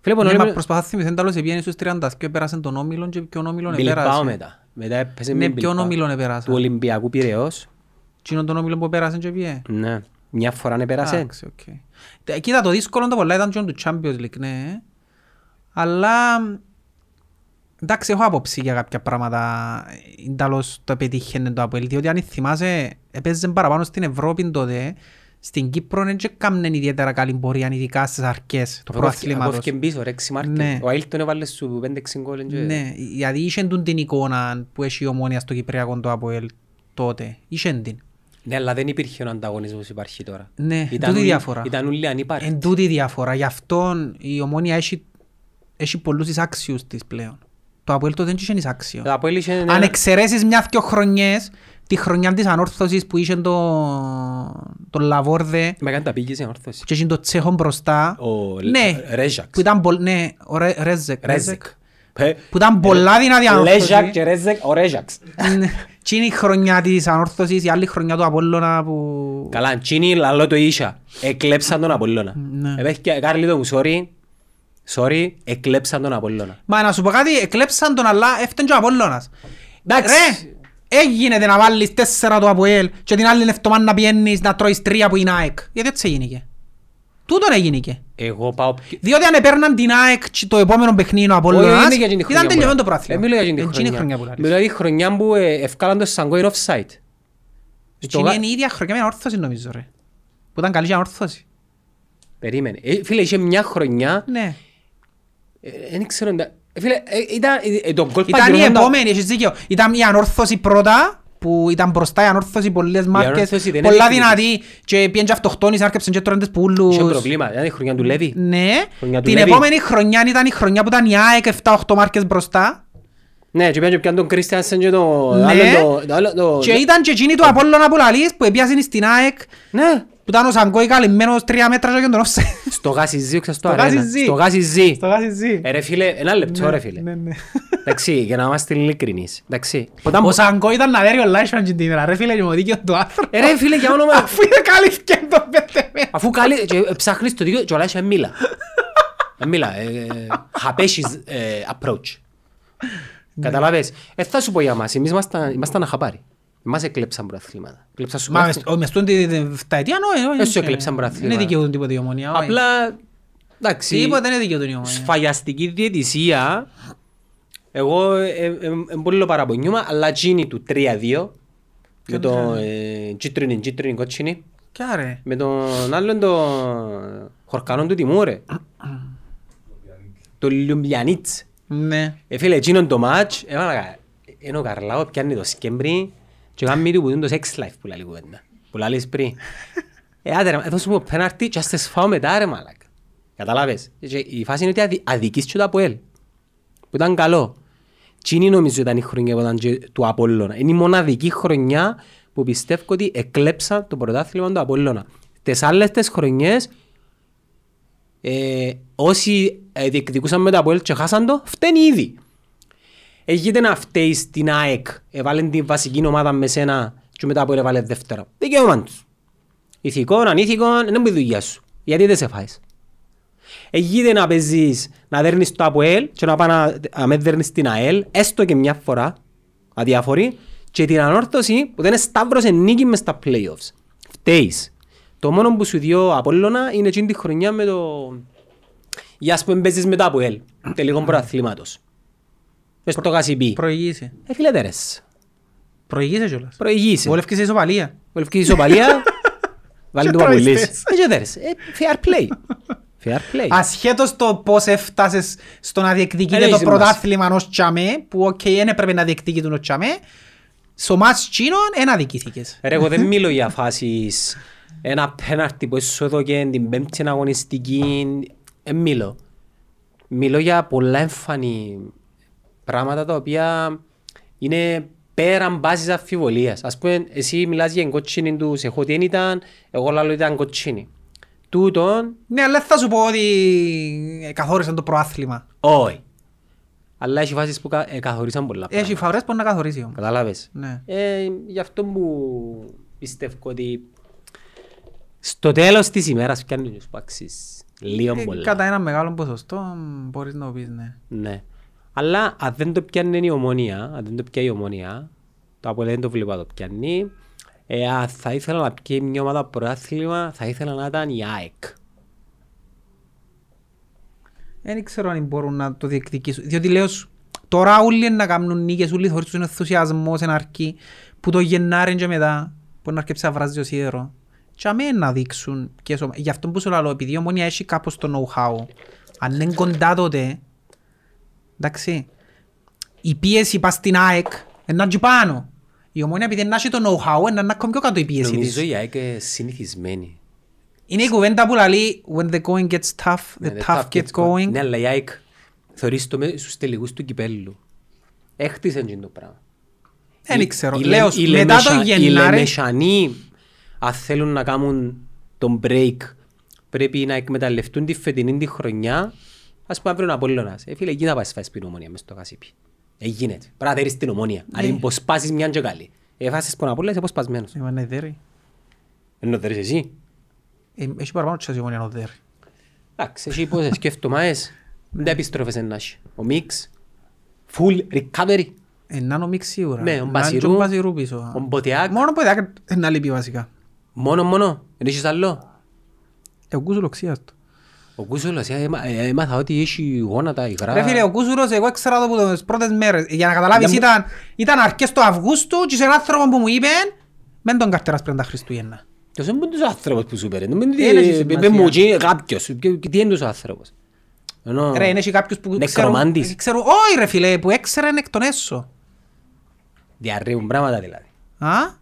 [SPEAKER 1] Φίλε,
[SPEAKER 2] Ναι,
[SPEAKER 1] πονώ,
[SPEAKER 2] μα
[SPEAKER 1] μιλ-
[SPEAKER 2] προσπαθώ να θυμηθώ, τέλος επήγαινε στους 30 και πέρασε τον Όμιλον και ποιον Όμιλον
[SPEAKER 1] Μπιλμπάο
[SPEAKER 2] επέρασε.
[SPEAKER 1] μετά. Μετά έπαιζε με
[SPEAKER 2] Ναι,
[SPEAKER 1] Μπιλμπάο.
[SPEAKER 2] ποιον Όμιλον
[SPEAKER 1] Του
[SPEAKER 2] επέρασε.
[SPEAKER 1] Ολυμπιακού Πειραιώς.
[SPEAKER 2] Εκείνον τον Όμιλον που πέρασε και πήγε.
[SPEAKER 1] Ναι. Μια φορά ανεπέρασε.
[SPEAKER 2] Εντάξει, οκ. Τε- Κοίτα, το δύσκολο το πολλά ήταν και του Champions League, ναι. Αλλά... Εντάξει, έχω άποψη για κάποια πράγματα. Ινταλώς το πετύχαινε το Αποέλ, διότι αν θυμάσαι, έπαιζε παραπάνω στην Ευρώπη τότε. Στην Κύπρο δεν έκαμνε ιδιαίτερα καλή πορεία, ειδικά στις αρχές
[SPEAKER 1] Απόφυ-
[SPEAKER 2] του προαθλήματος.
[SPEAKER 1] απόφυκε πίσω, ρε, ξυμάρκε.
[SPEAKER 2] Ναι.
[SPEAKER 1] Ο Άιλτον έβαλε σου 5-6 γκολ. και-
[SPEAKER 2] Ναι, γιατί είχε τούν την εικόνα που έχει η ομόνια στο Κυπριακό το Αποέλ τότε. Είχε την.
[SPEAKER 1] Ναι, αλλά δεν υπήρχε ο ανταγωνισμός που υπάρχει τώρα.
[SPEAKER 2] Ναι,
[SPEAKER 1] Ήταν
[SPEAKER 2] τούτη
[SPEAKER 1] όλοι-
[SPEAKER 2] διαφορά.
[SPEAKER 1] Ήταν όλοι ανύπαρκτοι.
[SPEAKER 2] Εν τούτη η διαφορά. Γι' αυτό η ομόνια έχει, έχει πολλούς εισάξιους της πλέον. Το Αποέλ τότε δεν είχε εισάξιο.
[SPEAKER 1] Το Αποέλ είχε ένα-
[SPEAKER 2] Αν εξαιρέσεις μια-δυο χρονιές, τη χρονιά της ανόρθωσης που είχε το, το Λαβόρδε
[SPEAKER 1] Μεγάλη ταπήγηση, ανόρθωση.
[SPEAKER 2] και είχε το Τσέχο μπροστά.
[SPEAKER 1] Ο Λε-
[SPEAKER 2] ναι,
[SPEAKER 1] Ρέζακς.
[SPEAKER 2] που ήταν πολλ- ναι, ο Ρε- Ρέζεκ.
[SPEAKER 1] Ρέζεκ. Ε,
[SPEAKER 2] Που ήταν πολλά δυνατή
[SPEAKER 1] Λέζακ
[SPEAKER 2] ανόρθωση.
[SPEAKER 1] και Ρέζεκ, ο Ρέζακς.
[SPEAKER 2] Ναι. Τι είναι η χρονιά της ανόρθωσης, η άλλη χρονιά του Απόλλωνα που...
[SPEAKER 1] Καλά, τσίνι λαλό το ίσα. Εκλέψαν τον Απόλλωνα.
[SPEAKER 2] Ναι.
[SPEAKER 1] Επέχει Κάρλι το μου, sorry. Sorry, εκλέψαν τον Απόλλωνα.
[SPEAKER 2] Μα να σου πω κάτι, εκλέψαν τον αλλά έφτανε και ο Απόλλωνας.
[SPEAKER 1] Εντάξει.
[SPEAKER 2] Ρε, έγινε να βάλεις τέσσερα του Αποέλ και την άλλη εβδομάδα να πιένεις να τρώεις τρία που είναι ΑΕΚ. Γιατί έτσι έγινε. Τούτον έγινε.
[SPEAKER 1] Εγώ πάω...
[SPEAKER 2] Διότι αν έπαιρναν την ΑΕΚ και το επόμενο παιχνίδι ο
[SPEAKER 1] Όχι,
[SPEAKER 2] Απόλλωνας
[SPEAKER 1] δεν είναι για εκείνη τη χρονιά
[SPEAKER 2] ήταν
[SPEAKER 1] που
[SPEAKER 2] τελειωμένο το
[SPEAKER 1] λέω. Ε,
[SPEAKER 2] πράθλημα.
[SPEAKER 1] Μιλώ για εκείνη τη
[SPEAKER 2] Εκείνη η χρονιά
[SPEAKER 1] χρονιά.
[SPEAKER 2] που λάρεις.
[SPEAKER 1] Μιλώ για τη χρονιά που ε, ευκάλαν το Σαγκόιν offside. Στο
[SPEAKER 2] Εκείνη
[SPEAKER 1] γα-
[SPEAKER 2] είναι η ίδια χρονιά με ανόρθωση νομίζω ρε. Που ήταν καλή και ανόρθωση.
[SPEAKER 1] Περίμενε. Ε, Φίλε, είχε μια χρονιά...
[SPEAKER 2] Ναι.
[SPEAKER 1] ε, Δεν ξέρω... εντά- ε, Φίλε, ε, ήταν... ε, ε, Το γκολ
[SPEAKER 2] Ήταν η
[SPEAKER 1] παγιωνόταν-
[SPEAKER 2] επόμενη, έχεις δίκιο. Ήταν η ανόρθωση πρώτα, που ήταν μπροστά η ανόρθωση, πολλές μάρκες,
[SPEAKER 1] ανόρθωση δεν
[SPEAKER 2] πολλά
[SPEAKER 1] έδειξε
[SPEAKER 2] δυνατή και πήγαινε και αυτοκτόνησε, άρκεψαν και τρώνε τις πουλούς.
[SPEAKER 1] Είχε προβλήμα. Ήταν η χρονιά του Λέβη.
[SPEAKER 2] Ναι,
[SPEAKER 1] Χρονιά του
[SPEAKER 2] την
[SPEAKER 1] Λεβί.
[SPEAKER 2] επόμενη χρονιά ήταν η χρονιά που ήταν η ΑΕΚ 7-8 μάρκες μπροστά.
[SPEAKER 1] Ναι, και πήγαν και πιάνε τον Κρίστιανσεν και το...
[SPEAKER 2] Ναι,
[SPEAKER 1] άλλο το- το άλλο το-
[SPEAKER 2] και ήταν και εκείνη του Απόλλωνα που λαλείς που έπιασαν στην ΑΕΚ
[SPEAKER 1] Ναι.
[SPEAKER 2] που ήταν ο Σαγκόη καλυμμένος τρία μέτρα και έκανε τον offside.
[SPEAKER 1] Στο γάσι ξες το
[SPEAKER 2] Στο
[SPEAKER 1] αρένα.
[SPEAKER 2] Γάζι Ζι.
[SPEAKER 1] Στο γάσι Ζι.
[SPEAKER 2] Στο γάσι ζει.
[SPEAKER 1] Ε, ρε φίλε, ένα λεπτό ρε φίλε.
[SPEAKER 2] Ναι, ναι.
[SPEAKER 1] Εντάξει, για να είμαστε ειλικρινείς. Εντάξει. Όταν...
[SPEAKER 2] Ο Σαγκόη ήταν να δέρει ο Λάισφαν την ημέρα, ρε φίλε και μου δίκιο του άνθρωπο.
[SPEAKER 1] Ε, ρε φίλε, για όνομα...
[SPEAKER 2] Αφού είναι καλή και το πέθεμε.
[SPEAKER 1] Αφού καλεί, και, ε, ψάχνεις το δίκιο και ο Λάης ε, μίλα. Ε, Μίλα, ε, ε, χαπέσις ε, approach.
[SPEAKER 2] Ναι.
[SPEAKER 1] Καταλάβες. Ε, θα σου πω για μας, εμείς ήμασταν- ήμασταν αχαπάρι. Μας εκλέψαν προαθλήματα. Εκλέψαν σου
[SPEAKER 2] Μα μες-
[SPEAKER 1] προαθλήματα.
[SPEAKER 2] ο- μες στον τη- τη- τη- φταετία, νο, ε, όχι,
[SPEAKER 1] Έσου
[SPEAKER 2] όχι,
[SPEAKER 1] εκλέψαν προαθλήματα.
[SPEAKER 2] Δεν δικαιούνται τίποτα η ομονία. όχι.
[SPEAKER 1] Απλά, εντάξει,
[SPEAKER 2] Τίποτα δεν δικαιούνται η ομονία.
[SPEAKER 1] σφαγιαστική διαιτησία, εγώ ε, ε, ε, ε, πολύ παραπονιούμαι, αλλά τσίνη του 3-2, με το ε, τσίτρινη, τσίτρινη, κότσινη.
[SPEAKER 2] Κι άρε.
[SPEAKER 1] Με τον άλλον τον χορκανόν του Τιμού ρε. Το Λιουμπιανίτς.
[SPEAKER 2] Ναι.
[SPEAKER 1] Ε, φίλε, εκείνον το μάτς, έβαλα ενώ ο Καρλάο πιάνει το σκέμπρι και κάνει του που είναι το sex life που λέει κουβέντα. Που λαλείς πριν. Ε, άντε ρε, μα, δώσ' μου το πέναρτι και ας τες φάω μετά ρε μάλακα. Καταλάβες. Και η φάση είναι ότι αδι, αδικείς και το Αποέλ. Που ήταν καλό. Τσίνη νομίζω ήταν η χρονιά που ήταν και του Απόλλωνα. Είναι η μοναδική χρονιά που πιστεύω ότι εκλέψα το πρωτάθλημα του Απόλλωνα. Τις άλλες τις χρονιές ε, όσοι ε, διεκδικούσαν με το Αποέλ και χάσαν το, φταίνει ήδη. Έγινε να φταίει στην ΑΕΚ, έβαλε την βασική ομάδα με σένα και μετά από έβαλε δεύτερα. Δικαίωμα τους. Ηθικών, ανήθικων, δεν είναι η δουλειά σου. Γιατί δεν σε φάεις. Έγινε να παίζεις, να δέρνεις το Αποέλ και να πάει να, να με δέρνεις την ΑΕΛ, έστω και μια φορά, αδιάφορη, και την ανόρθωση που δεν σταύρωσε νίκη μες στα playoffs. Φταίεις. Το μόνο που σου διώ ο Απόλλωνα είναι εκείνη τη χρονιά με το... Για ας πούμε παίζεις μετά από ελ, τελικών προαθλήματος. Μες στο Κασιμπή.
[SPEAKER 2] Προηγήσε.
[SPEAKER 1] Ε, φίλε τέρες,
[SPEAKER 2] Προηγήσε κιόλας.
[SPEAKER 1] προηγείσαι.
[SPEAKER 2] Βολεύκες η ισοπαλία.
[SPEAKER 1] Βολευκή ισοπαλία, βάλει
[SPEAKER 2] Και
[SPEAKER 1] το
[SPEAKER 2] τρώεις
[SPEAKER 1] παπουλής.
[SPEAKER 2] τες.
[SPEAKER 1] Ε, και τέρες. Ε, fair play. Fair play.
[SPEAKER 2] Ασχέτως το πώς έφτασες στο να διεκδικείτε
[SPEAKER 1] Ε,
[SPEAKER 2] το
[SPEAKER 1] είσαι μας.
[SPEAKER 2] πρωτάθλημα ενός τσάμε, που οκ, δεν έπρεπε να διεκδικητούν ο τσάμε, στο μάτς τσίνων δεν αδικήθηκες.
[SPEAKER 1] Ρε, εγώ δεν μιλώ για φάσεις ένα πέναρτι που σου έδωκε την πέμπτη αγωνιστική. Δεν ε, μιλώ. μιλώ για πολλά εμφανή πράγματα τα οποία είναι πέραν βάσης αμφιβολίας. Ας πούμε, εσύ μιλάς για την κοτσίνη του Σεχώ τι ήταν, εγώ λέω ήταν κοτσίνη. Τούτον,
[SPEAKER 2] Ναι, αλλά θα σου πω ότι καθόρισαν το προάθλημα.
[SPEAKER 1] όχι. Αλλά έχει φάσεις που κα- ε, καθορίσαν πολλά
[SPEAKER 2] Έχει
[SPEAKER 1] πράγματα.
[SPEAKER 2] φαβρές που να καθορίσει όμως.
[SPEAKER 1] Κατάλαβες.
[SPEAKER 2] Ναι.
[SPEAKER 1] Ε, γι' αυτό που πιστεύω ότι στο τέλος της ημέρας πιάνουν τους πάξεις λίγο
[SPEAKER 2] Ε,
[SPEAKER 1] πολλά.
[SPEAKER 2] Κατά ένα μεγάλο ποσοστό μ, μπορείς να το πεις, ναι.
[SPEAKER 1] Ναι. Αλλά αν δεν το πιάνει η ομόνια, αν δεν το πιάνει η ομόνια, το Απόλλωνα δεν το βλέπω να το πιάνει. Ε, α, θα ήθελα να πιάνει μια ομάδα προάθλημα, θα ήθελα να ήταν η ΑΕΚ.
[SPEAKER 2] Δεν ξέρω αν μπορούν να το διεκδικήσουν. Διότι λέω σου, τώρα όλοι να κάνουν νίκες, όλοι χωρίς τον ενθουσιασμό σε αρκή, που το Γενάρη και μετά μπορεί να αρκέψει να βράζει το σίδερο. Και αμέ να δείξουν ποιες ομα- Γι' αυτό που σου λέω, επειδή η ομόνια έχει κάπως το know-how, αν είναι κοντά τότε, εντάξει, η πίεση πας στην ΑΕΚ, να και πάνω. Η ομόνια επειδή να έχει το know-how, να είναι ακόμη πιο κάτω η πίεση της.
[SPEAKER 1] Νομίζω η ΑΕΚ ε, συνηθισμένη.
[SPEAKER 2] Είναι η κουβέντα που λέει, when the going gets tough, the
[SPEAKER 1] Ναι,
[SPEAKER 2] tough gets going.
[SPEAKER 1] Ναι, αλλά η ΑΕΚ θεωρείς το με- στους τελικούς του κυπέλλου. Έχτισε εκείνο το πράγμα.
[SPEAKER 2] Δεν
[SPEAKER 1] Οι-
[SPEAKER 2] ξέρω.
[SPEAKER 1] οι
[SPEAKER 2] Λέω
[SPEAKER 1] Λε-
[SPEAKER 2] σου,
[SPEAKER 1] οι
[SPEAKER 2] μετά το
[SPEAKER 1] Λεμεσα- Οι
[SPEAKER 2] Γενάρη.
[SPEAKER 1] Λεμεσανοί, αν θέλουν να κάνουν τον break, πρέπει να εκμεταλλευτούν τη φετινή τη χρονιά. Ας πούμε αύριο είναι Απόλλωνας. Ε, φίλε, εκεί θα πας φάσεις την ομόνια μες στο κασίπι. Ε, γίνεται. Πρέπει να δέρεις την ομόνια.
[SPEAKER 2] Ναι.
[SPEAKER 1] Αν υποσπάσεις μιαν και καλή. Ε, φάσεις τον Απόλλωνα, είσαι υποσπασμένος.
[SPEAKER 2] Είμαι ένα δέρι.
[SPEAKER 1] Ενώ δέρεις εσύ.
[SPEAKER 2] Ε, Έχει παραπάνω τσιάζει μόνο ένα δέρι.
[SPEAKER 1] Εντάξει, εσύ πόσες σκέφτομαι,
[SPEAKER 2] Ναι.
[SPEAKER 1] ες. Δεν επιστροφές να έχει. Ο Μίξ, full recovery.
[SPEAKER 2] Ένα νομίξ σίγουρα.
[SPEAKER 1] Ναι, ο
[SPEAKER 2] Ε, Να είναι
[SPEAKER 1] Μπασιρού,
[SPEAKER 2] και ο Μπασιρού πίσω.
[SPEAKER 1] ο Μποτιάκ.
[SPEAKER 2] Μόνο Μποτιάκ ε, να λείπει βασικά.
[SPEAKER 1] Μόνο, μόνο. Δεν έχεις άλλο.
[SPEAKER 2] Ε, Ο Κούσουλος ξίας του.
[SPEAKER 1] Ο Κούσουλος, ε, έμα- ε, έμαθα ότι έχει γόνατα υγρά.
[SPEAKER 2] Ρε φίλε, ο Κούσουλος εγώ ήξερα το από τις πρώτες μέρες. Για να καταλάβεις
[SPEAKER 1] Ήταν-
[SPEAKER 2] ήταν, ήταν αρχές του Αυγούστου και σε έναν άνθρωπο που μου είπε «Μεν τον καρτεράς πριν τα Χριστούγεννα».
[SPEAKER 1] Ποιος είναι τους άνθρωπος που σου παίρνει. Μην
[SPEAKER 2] Δεν έχει
[SPEAKER 1] δι-
[SPEAKER 2] σημασία.
[SPEAKER 1] Πες μου και κάποιος. Και- και Τι είναι τους άνθρωπος. Ενώ...
[SPEAKER 2] Ρε, είναι και κάποιους που ξέρουν...
[SPEAKER 1] Νεκρομάντης.
[SPEAKER 2] ξέρουν- Όχι ρε φίλε, που έξεραν εκ των έσω.
[SPEAKER 1] Διαρρεύουν πράγματα δηλαδή.
[SPEAKER 2] Α?
[SPEAKER 1] ¿Ah?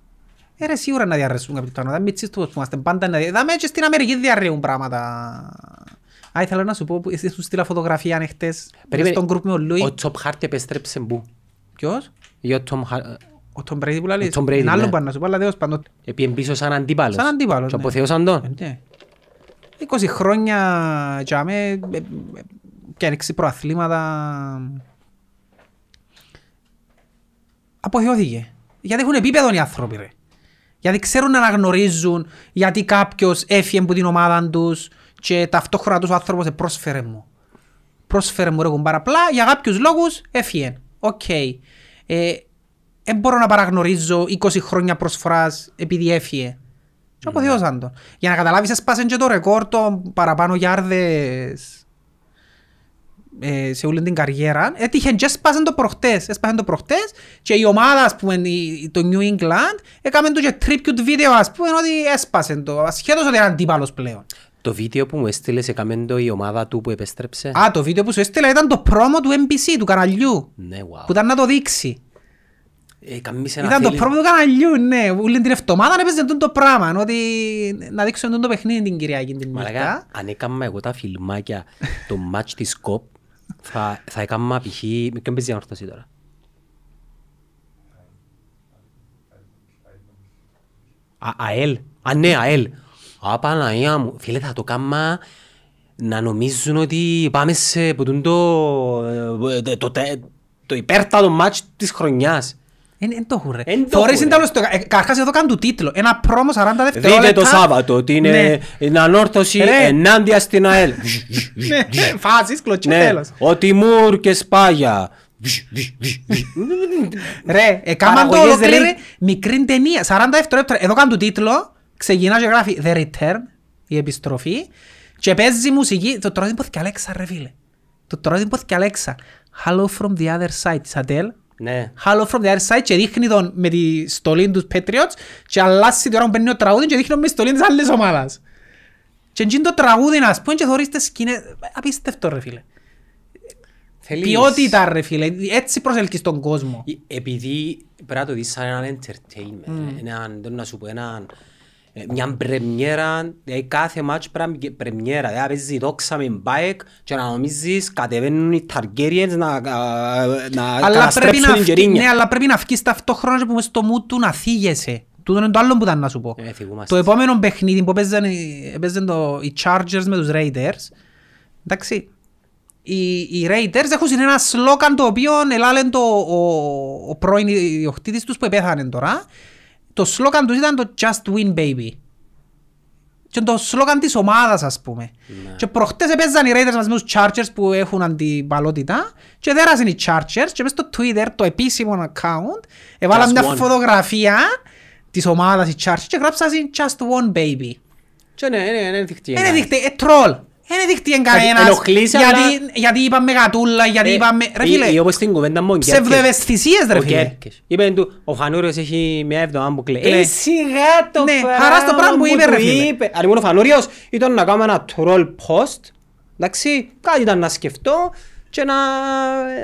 [SPEAKER 2] Ε, ρε, σίγουρα να διαρρεύσουν κάποια πράγματα. Μην τσίστου που είμαστε πάντα να διαρρεύσουν. Δάμε και στην Αμερική διαρρεύουν πράγματα. Α, ήθελα να σου πω που εσύ σου στείλα φωτογραφία αν
[SPEAKER 1] este,
[SPEAKER 2] χτες
[SPEAKER 1] Περίμενε.
[SPEAKER 2] στον group με ο Λούι.
[SPEAKER 1] Ο Τσοπ Χάρτ επέστρεψε μπου.
[SPEAKER 2] Ποιος?
[SPEAKER 1] Για ο Τσοπ Χάρτ
[SPEAKER 2] Ο Τόμ Μπρέιδι που λαλείς.
[SPEAKER 1] Ο Tom Brady,
[SPEAKER 2] Ένα άλλο
[SPEAKER 1] ναι.
[SPEAKER 2] πάνω να σου πω, αλλά τέλος
[SPEAKER 1] pues,
[SPEAKER 2] πάντων.
[SPEAKER 1] επίεν πίσω σαν αντίπαλος.
[SPEAKER 2] Σαν αντίπαλος,
[SPEAKER 1] Και
[SPEAKER 2] ναι.
[SPEAKER 1] αποθέωσαν τον.
[SPEAKER 2] Ε, ναι. 20 χρόνια τζάμε, ε, ε, και άνοιξε προαθλήματα. Αποθεώθηκε. Γιατί έχουν επίπεδο οι άνθρωποι, ρε. Γιατί ξέρουν να αναγνωρίζουν γιατί κάποιος έφυγε από την ομάδα τους και ταυτόχρονα τους άνθρωπος «Ε, πρόσφερε μου. Πρόσφερε μου ρε κουμπάρα. Απλά για κάποιους λόγους έφυγε. Οκ. Ε, δεν μπορώ να παραγνωρίζω 20 χρόνια προσφοράς επειδή έφυγε. Και αποθεώσαν τον. Για να καταλάβεις έσπασε και το ρεκόρ των παραπάνω γιάρδες ε, σε όλη την καριέρα. Έτυχε και έσπασε το προχτές. Έσπασε το προχτές και η ομάδα, ας πούμε, η- το New England, έκαμε του και tribute video, ας πούμε, ότι έσπασε το. Ασχέτως ότι είναι αντίπαλος πλέον.
[SPEAKER 1] Το βίντεο που μου έστειλες σε καμέντο η ομάδα του που επέστρεψε.
[SPEAKER 2] Α, το βίντεο που σου έστειλα ήταν το πρόμο του NBC, του καναλιού.
[SPEAKER 1] Ναι, wow.
[SPEAKER 2] Που ήταν να το δείξει.
[SPEAKER 1] Ε, καμίς ένα
[SPEAKER 2] Ήταν το
[SPEAKER 1] φίλι.
[SPEAKER 2] πρόβλημα του καναλιού, ναι. Όλη την εβδομάδα έπαιζε τούτο το πράγμα. ότι να δείξουν τούτο το παιχνίδι την Κυριακή την νύχτα.
[SPEAKER 1] Μαλάκα, αν έκανα εγώ τα φιλμάκια το match της κοπ, θα, θα έκανα π.χ. Μην παίζει ανόρθωση τώρα. Α, ΑΕΛ. Α, ναι, ΑΕΛ. Α, Παναγία μου. Φίλε, θα το κάμα να νομίζουν ότι πάμε σε που τούν το, ε, το, το, τε- το υπέρτατο μάτς της χρονιάς.
[SPEAKER 2] Εν, εν το έχουν ρε.
[SPEAKER 1] Εν το
[SPEAKER 2] Φορές
[SPEAKER 1] έχουν, ρε.
[SPEAKER 2] είναι τέλος στο... ε, Καρχάς εδώ κάνουν του τίτλο. Ένα πρόμο 40 δευτερόλεπτα.
[SPEAKER 1] Δείτε το Σάββατο ότι
[SPEAKER 2] Ναι.
[SPEAKER 1] είναι είναι ανόρθωση
[SPEAKER 2] Ρε.
[SPEAKER 1] ενάντια στην ΑΕΛ.
[SPEAKER 2] Ναι, ναι, Φάσεις, κλωτσί,
[SPEAKER 1] Ναι,
[SPEAKER 2] τέλος.
[SPEAKER 1] ο Τιμούρ και Σπάγια.
[SPEAKER 2] Ρε, έκαναν το
[SPEAKER 1] Παραγωγές,
[SPEAKER 2] ολοκλήρη
[SPEAKER 1] λέει.
[SPEAKER 2] μικρή ταινία. 40 δευτερόλεπτα. Εδώ κάνουν του τίτλο. Ξεκινάς και γράφει The Return, η επιστροφή. Και παίζει μουσική. Το τρώει την πόθηκε Αλέξα ρε φίλε. Το τρώει την πόθηκε Αλέξα. Hello from the other side, Σαντέλ.
[SPEAKER 1] Ναι.
[SPEAKER 2] Hello from the other side και δείχνει τον με τη στολή τους Patriots και αλλάζει την ώρα που παίρνει το τραγούδι και δείχνει τον με τη στολή της άλλης ομάδας. Και εκείνο το τραγούδι να πούμε και θωρείς τις σκηνές. Απίστευτο ρε φίλε. Ποιότητα ρε φίλε. Έτσι προσελκύεις τον κόσμο.
[SPEAKER 1] Ε, Επειδή πρέπει να το δεις σαν έναν entertainment, έναν, δεν να σου πω, έναν, ε, μια πρεμιέρα, δηλαδή κάθε μάτς πρέπει να είναι και πρεμιέρα. Δηλαδή να παίζει δόξα με μπάεκ και να νομίζεις κατεβαίνουν οι Targaryens να, να, να
[SPEAKER 2] Αλλά πρέπει
[SPEAKER 1] καταστρέψουν
[SPEAKER 2] να
[SPEAKER 1] την
[SPEAKER 2] φκει-
[SPEAKER 1] Γερίνια.
[SPEAKER 2] ναι, αλλά πρέπει να φκεις ταυτόχρονα και που μες στο μου του να θίγεσαι. Τούτο είναι το άλλο που ήταν να σου πω.
[SPEAKER 1] Ε, θυμούμαστε.
[SPEAKER 2] Το επόμενο παιχνίδι που παίζαν, οι- παίζαν το, οι Chargers με τους Raiders, εντάξει, οι, οι Raiders έχουν ένα σλόκαν το οποίο ελάλεν το ο, ο πρώην ιδιοκτήτης τους που επέθανε τώρα. Το σλόκαν τους ήταν το Just Win Baby. Και το σλόκαν της ομάδας ας πούμε.
[SPEAKER 1] Ναι.
[SPEAKER 2] Και προχτές έπαιζαν οι Raiders μαζί με τους Chargers που έχουν αντιπαλότητα και δέρασαν οι Chargers και μες στο Twitter το επίσημο account έβαλαν
[SPEAKER 1] Just
[SPEAKER 2] μια
[SPEAKER 1] one.
[SPEAKER 2] φωτογραφία της ομάδας οι Chargers και γράψαν Just One Baby.
[SPEAKER 1] Και ναι, ναι, ναι, δείχτηκε.
[SPEAKER 2] Είναι δείχτε, ε, τρόλ. Είναι δείχτε εν κανένας.
[SPEAKER 1] ενοχλείς,
[SPEAKER 2] γιατί, γιατί είπαμε γατούλα, γιατί
[SPEAKER 1] Ε,
[SPEAKER 2] είπαμε... Ρε
[SPEAKER 1] ή- ή
[SPEAKER 2] φίλε,
[SPEAKER 1] όπως στην κουβέντα μου, ο Γκέρκες.
[SPEAKER 2] ψευδευαισθησίες ρε
[SPEAKER 1] Ο
[SPEAKER 2] φίλε.
[SPEAKER 1] Γκέρκες. Είπε του, ο Φανούριος έχει μια εβδομάδα που κλαίει.
[SPEAKER 2] Ναι.
[SPEAKER 1] Ε, σιγά το
[SPEAKER 2] Ναι, χαρά στο πράγμα που είπε, ρε
[SPEAKER 1] του
[SPEAKER 2] φίλε.
[SPEAKER 1] είπε. Αν ήμουν ο Φανούριος, ήταν να κάνω ένα troll post, εντάξει, κάτι ήταν να σκεφτώ και να,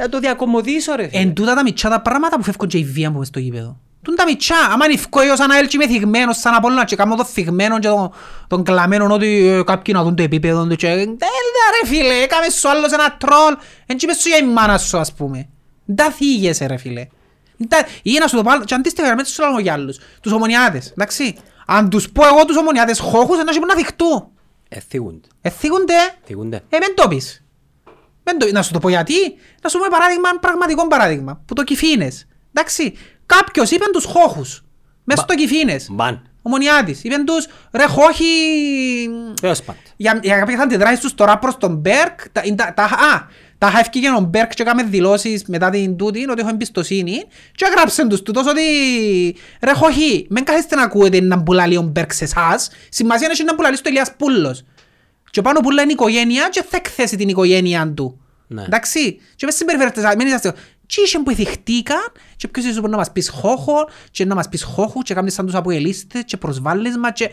[SPEAKER 1] να το διακομωδήσω ρε φίλε.
[SPEAKER 2] Εν τούτα τα μητσά τα πράγματα που φεύγουν και η βία που μες στο γήπεδο. Τούν τα μητσά, άμα είναι ευκόιο σαν ΑΕΛ και είμαι θυγμένος, σαν Απόλλωνα και κάνω το θυγμένο και τον, τον κλαμμένον ότι ε, κάποιοι να δουν το επίπεδο του και «Έλα ρε φίλε, έκαμε σου άλλος ένα τρόλ, εν και είπες σου για η μάνα σου ας πούμε». Τα θίγεσαι ρε φίλε. Τα- Ή να σου το πάρω, και αντίστοιχα γραμμές τους λέω για άλλους, τους ομονιάδες, εντάξει. Αν τους πω εγώ τους ομονιάδες χώχους, να σίγουρα να θυχτούν.
[SPEAKER 1] Ε, θίγονται,
[SPEAKER 2] Εθίγονται.
[SPEAKER 1] θίγονται.
[SPEAKER 2] Ε, μεν το πεις. Μεν το- Να σου το πω γιατί. Να σου πω ένα παράδειγμα, ένα πραγματικό παράδειγμα. Που το Κιφίνες. Εντάξει. Κάποιος είπε τους χώχους. Μες
[SPEAKER 1] Μπα-
[SPEAKER 2] στο Κιφίνες.
[SPEAKER 1] Μπαν,
[SPEAKER 2] Ο Μονιάτης. Είπε τους ρε χώχοι...
[SPEAKER 1] τέλος πάντων.
[SPEAKER 2] Για, για κάποιες αντιδράσεις τους τώρα προς τον Μπέρκ. Τα, είναι τα, τα, α, τα είχα ευκήγε ο Μπέρκ και έκαμε δηλώσεις μετά την τούτη ότι έχω εμπιστοσύνη και έγραψαν τους τούτος ότι ρε χώχοι, μην κάθεστε να ακούετε να μπουλαλεί ο Μπέρκ σε εσάς. Σημασία είναι να μπουλαλεί στο Ηλίας Πούλος. Και πάνω που λένε οικογένεια και θα εκθέσει την οικογένεια του.
[SPEAKER 1] Ναι.
[SPEAKER 2] Εντάξει. Και μες συμπεριφέρετε σαν, μην είσαστε. Τι είσαι που ηθιχτήκαν και ποιος είσαι που να μας πεις χώχο και να μας πεις χώχου και κάνεις σαν τους αποελίστες και προσβάλλεσμα και...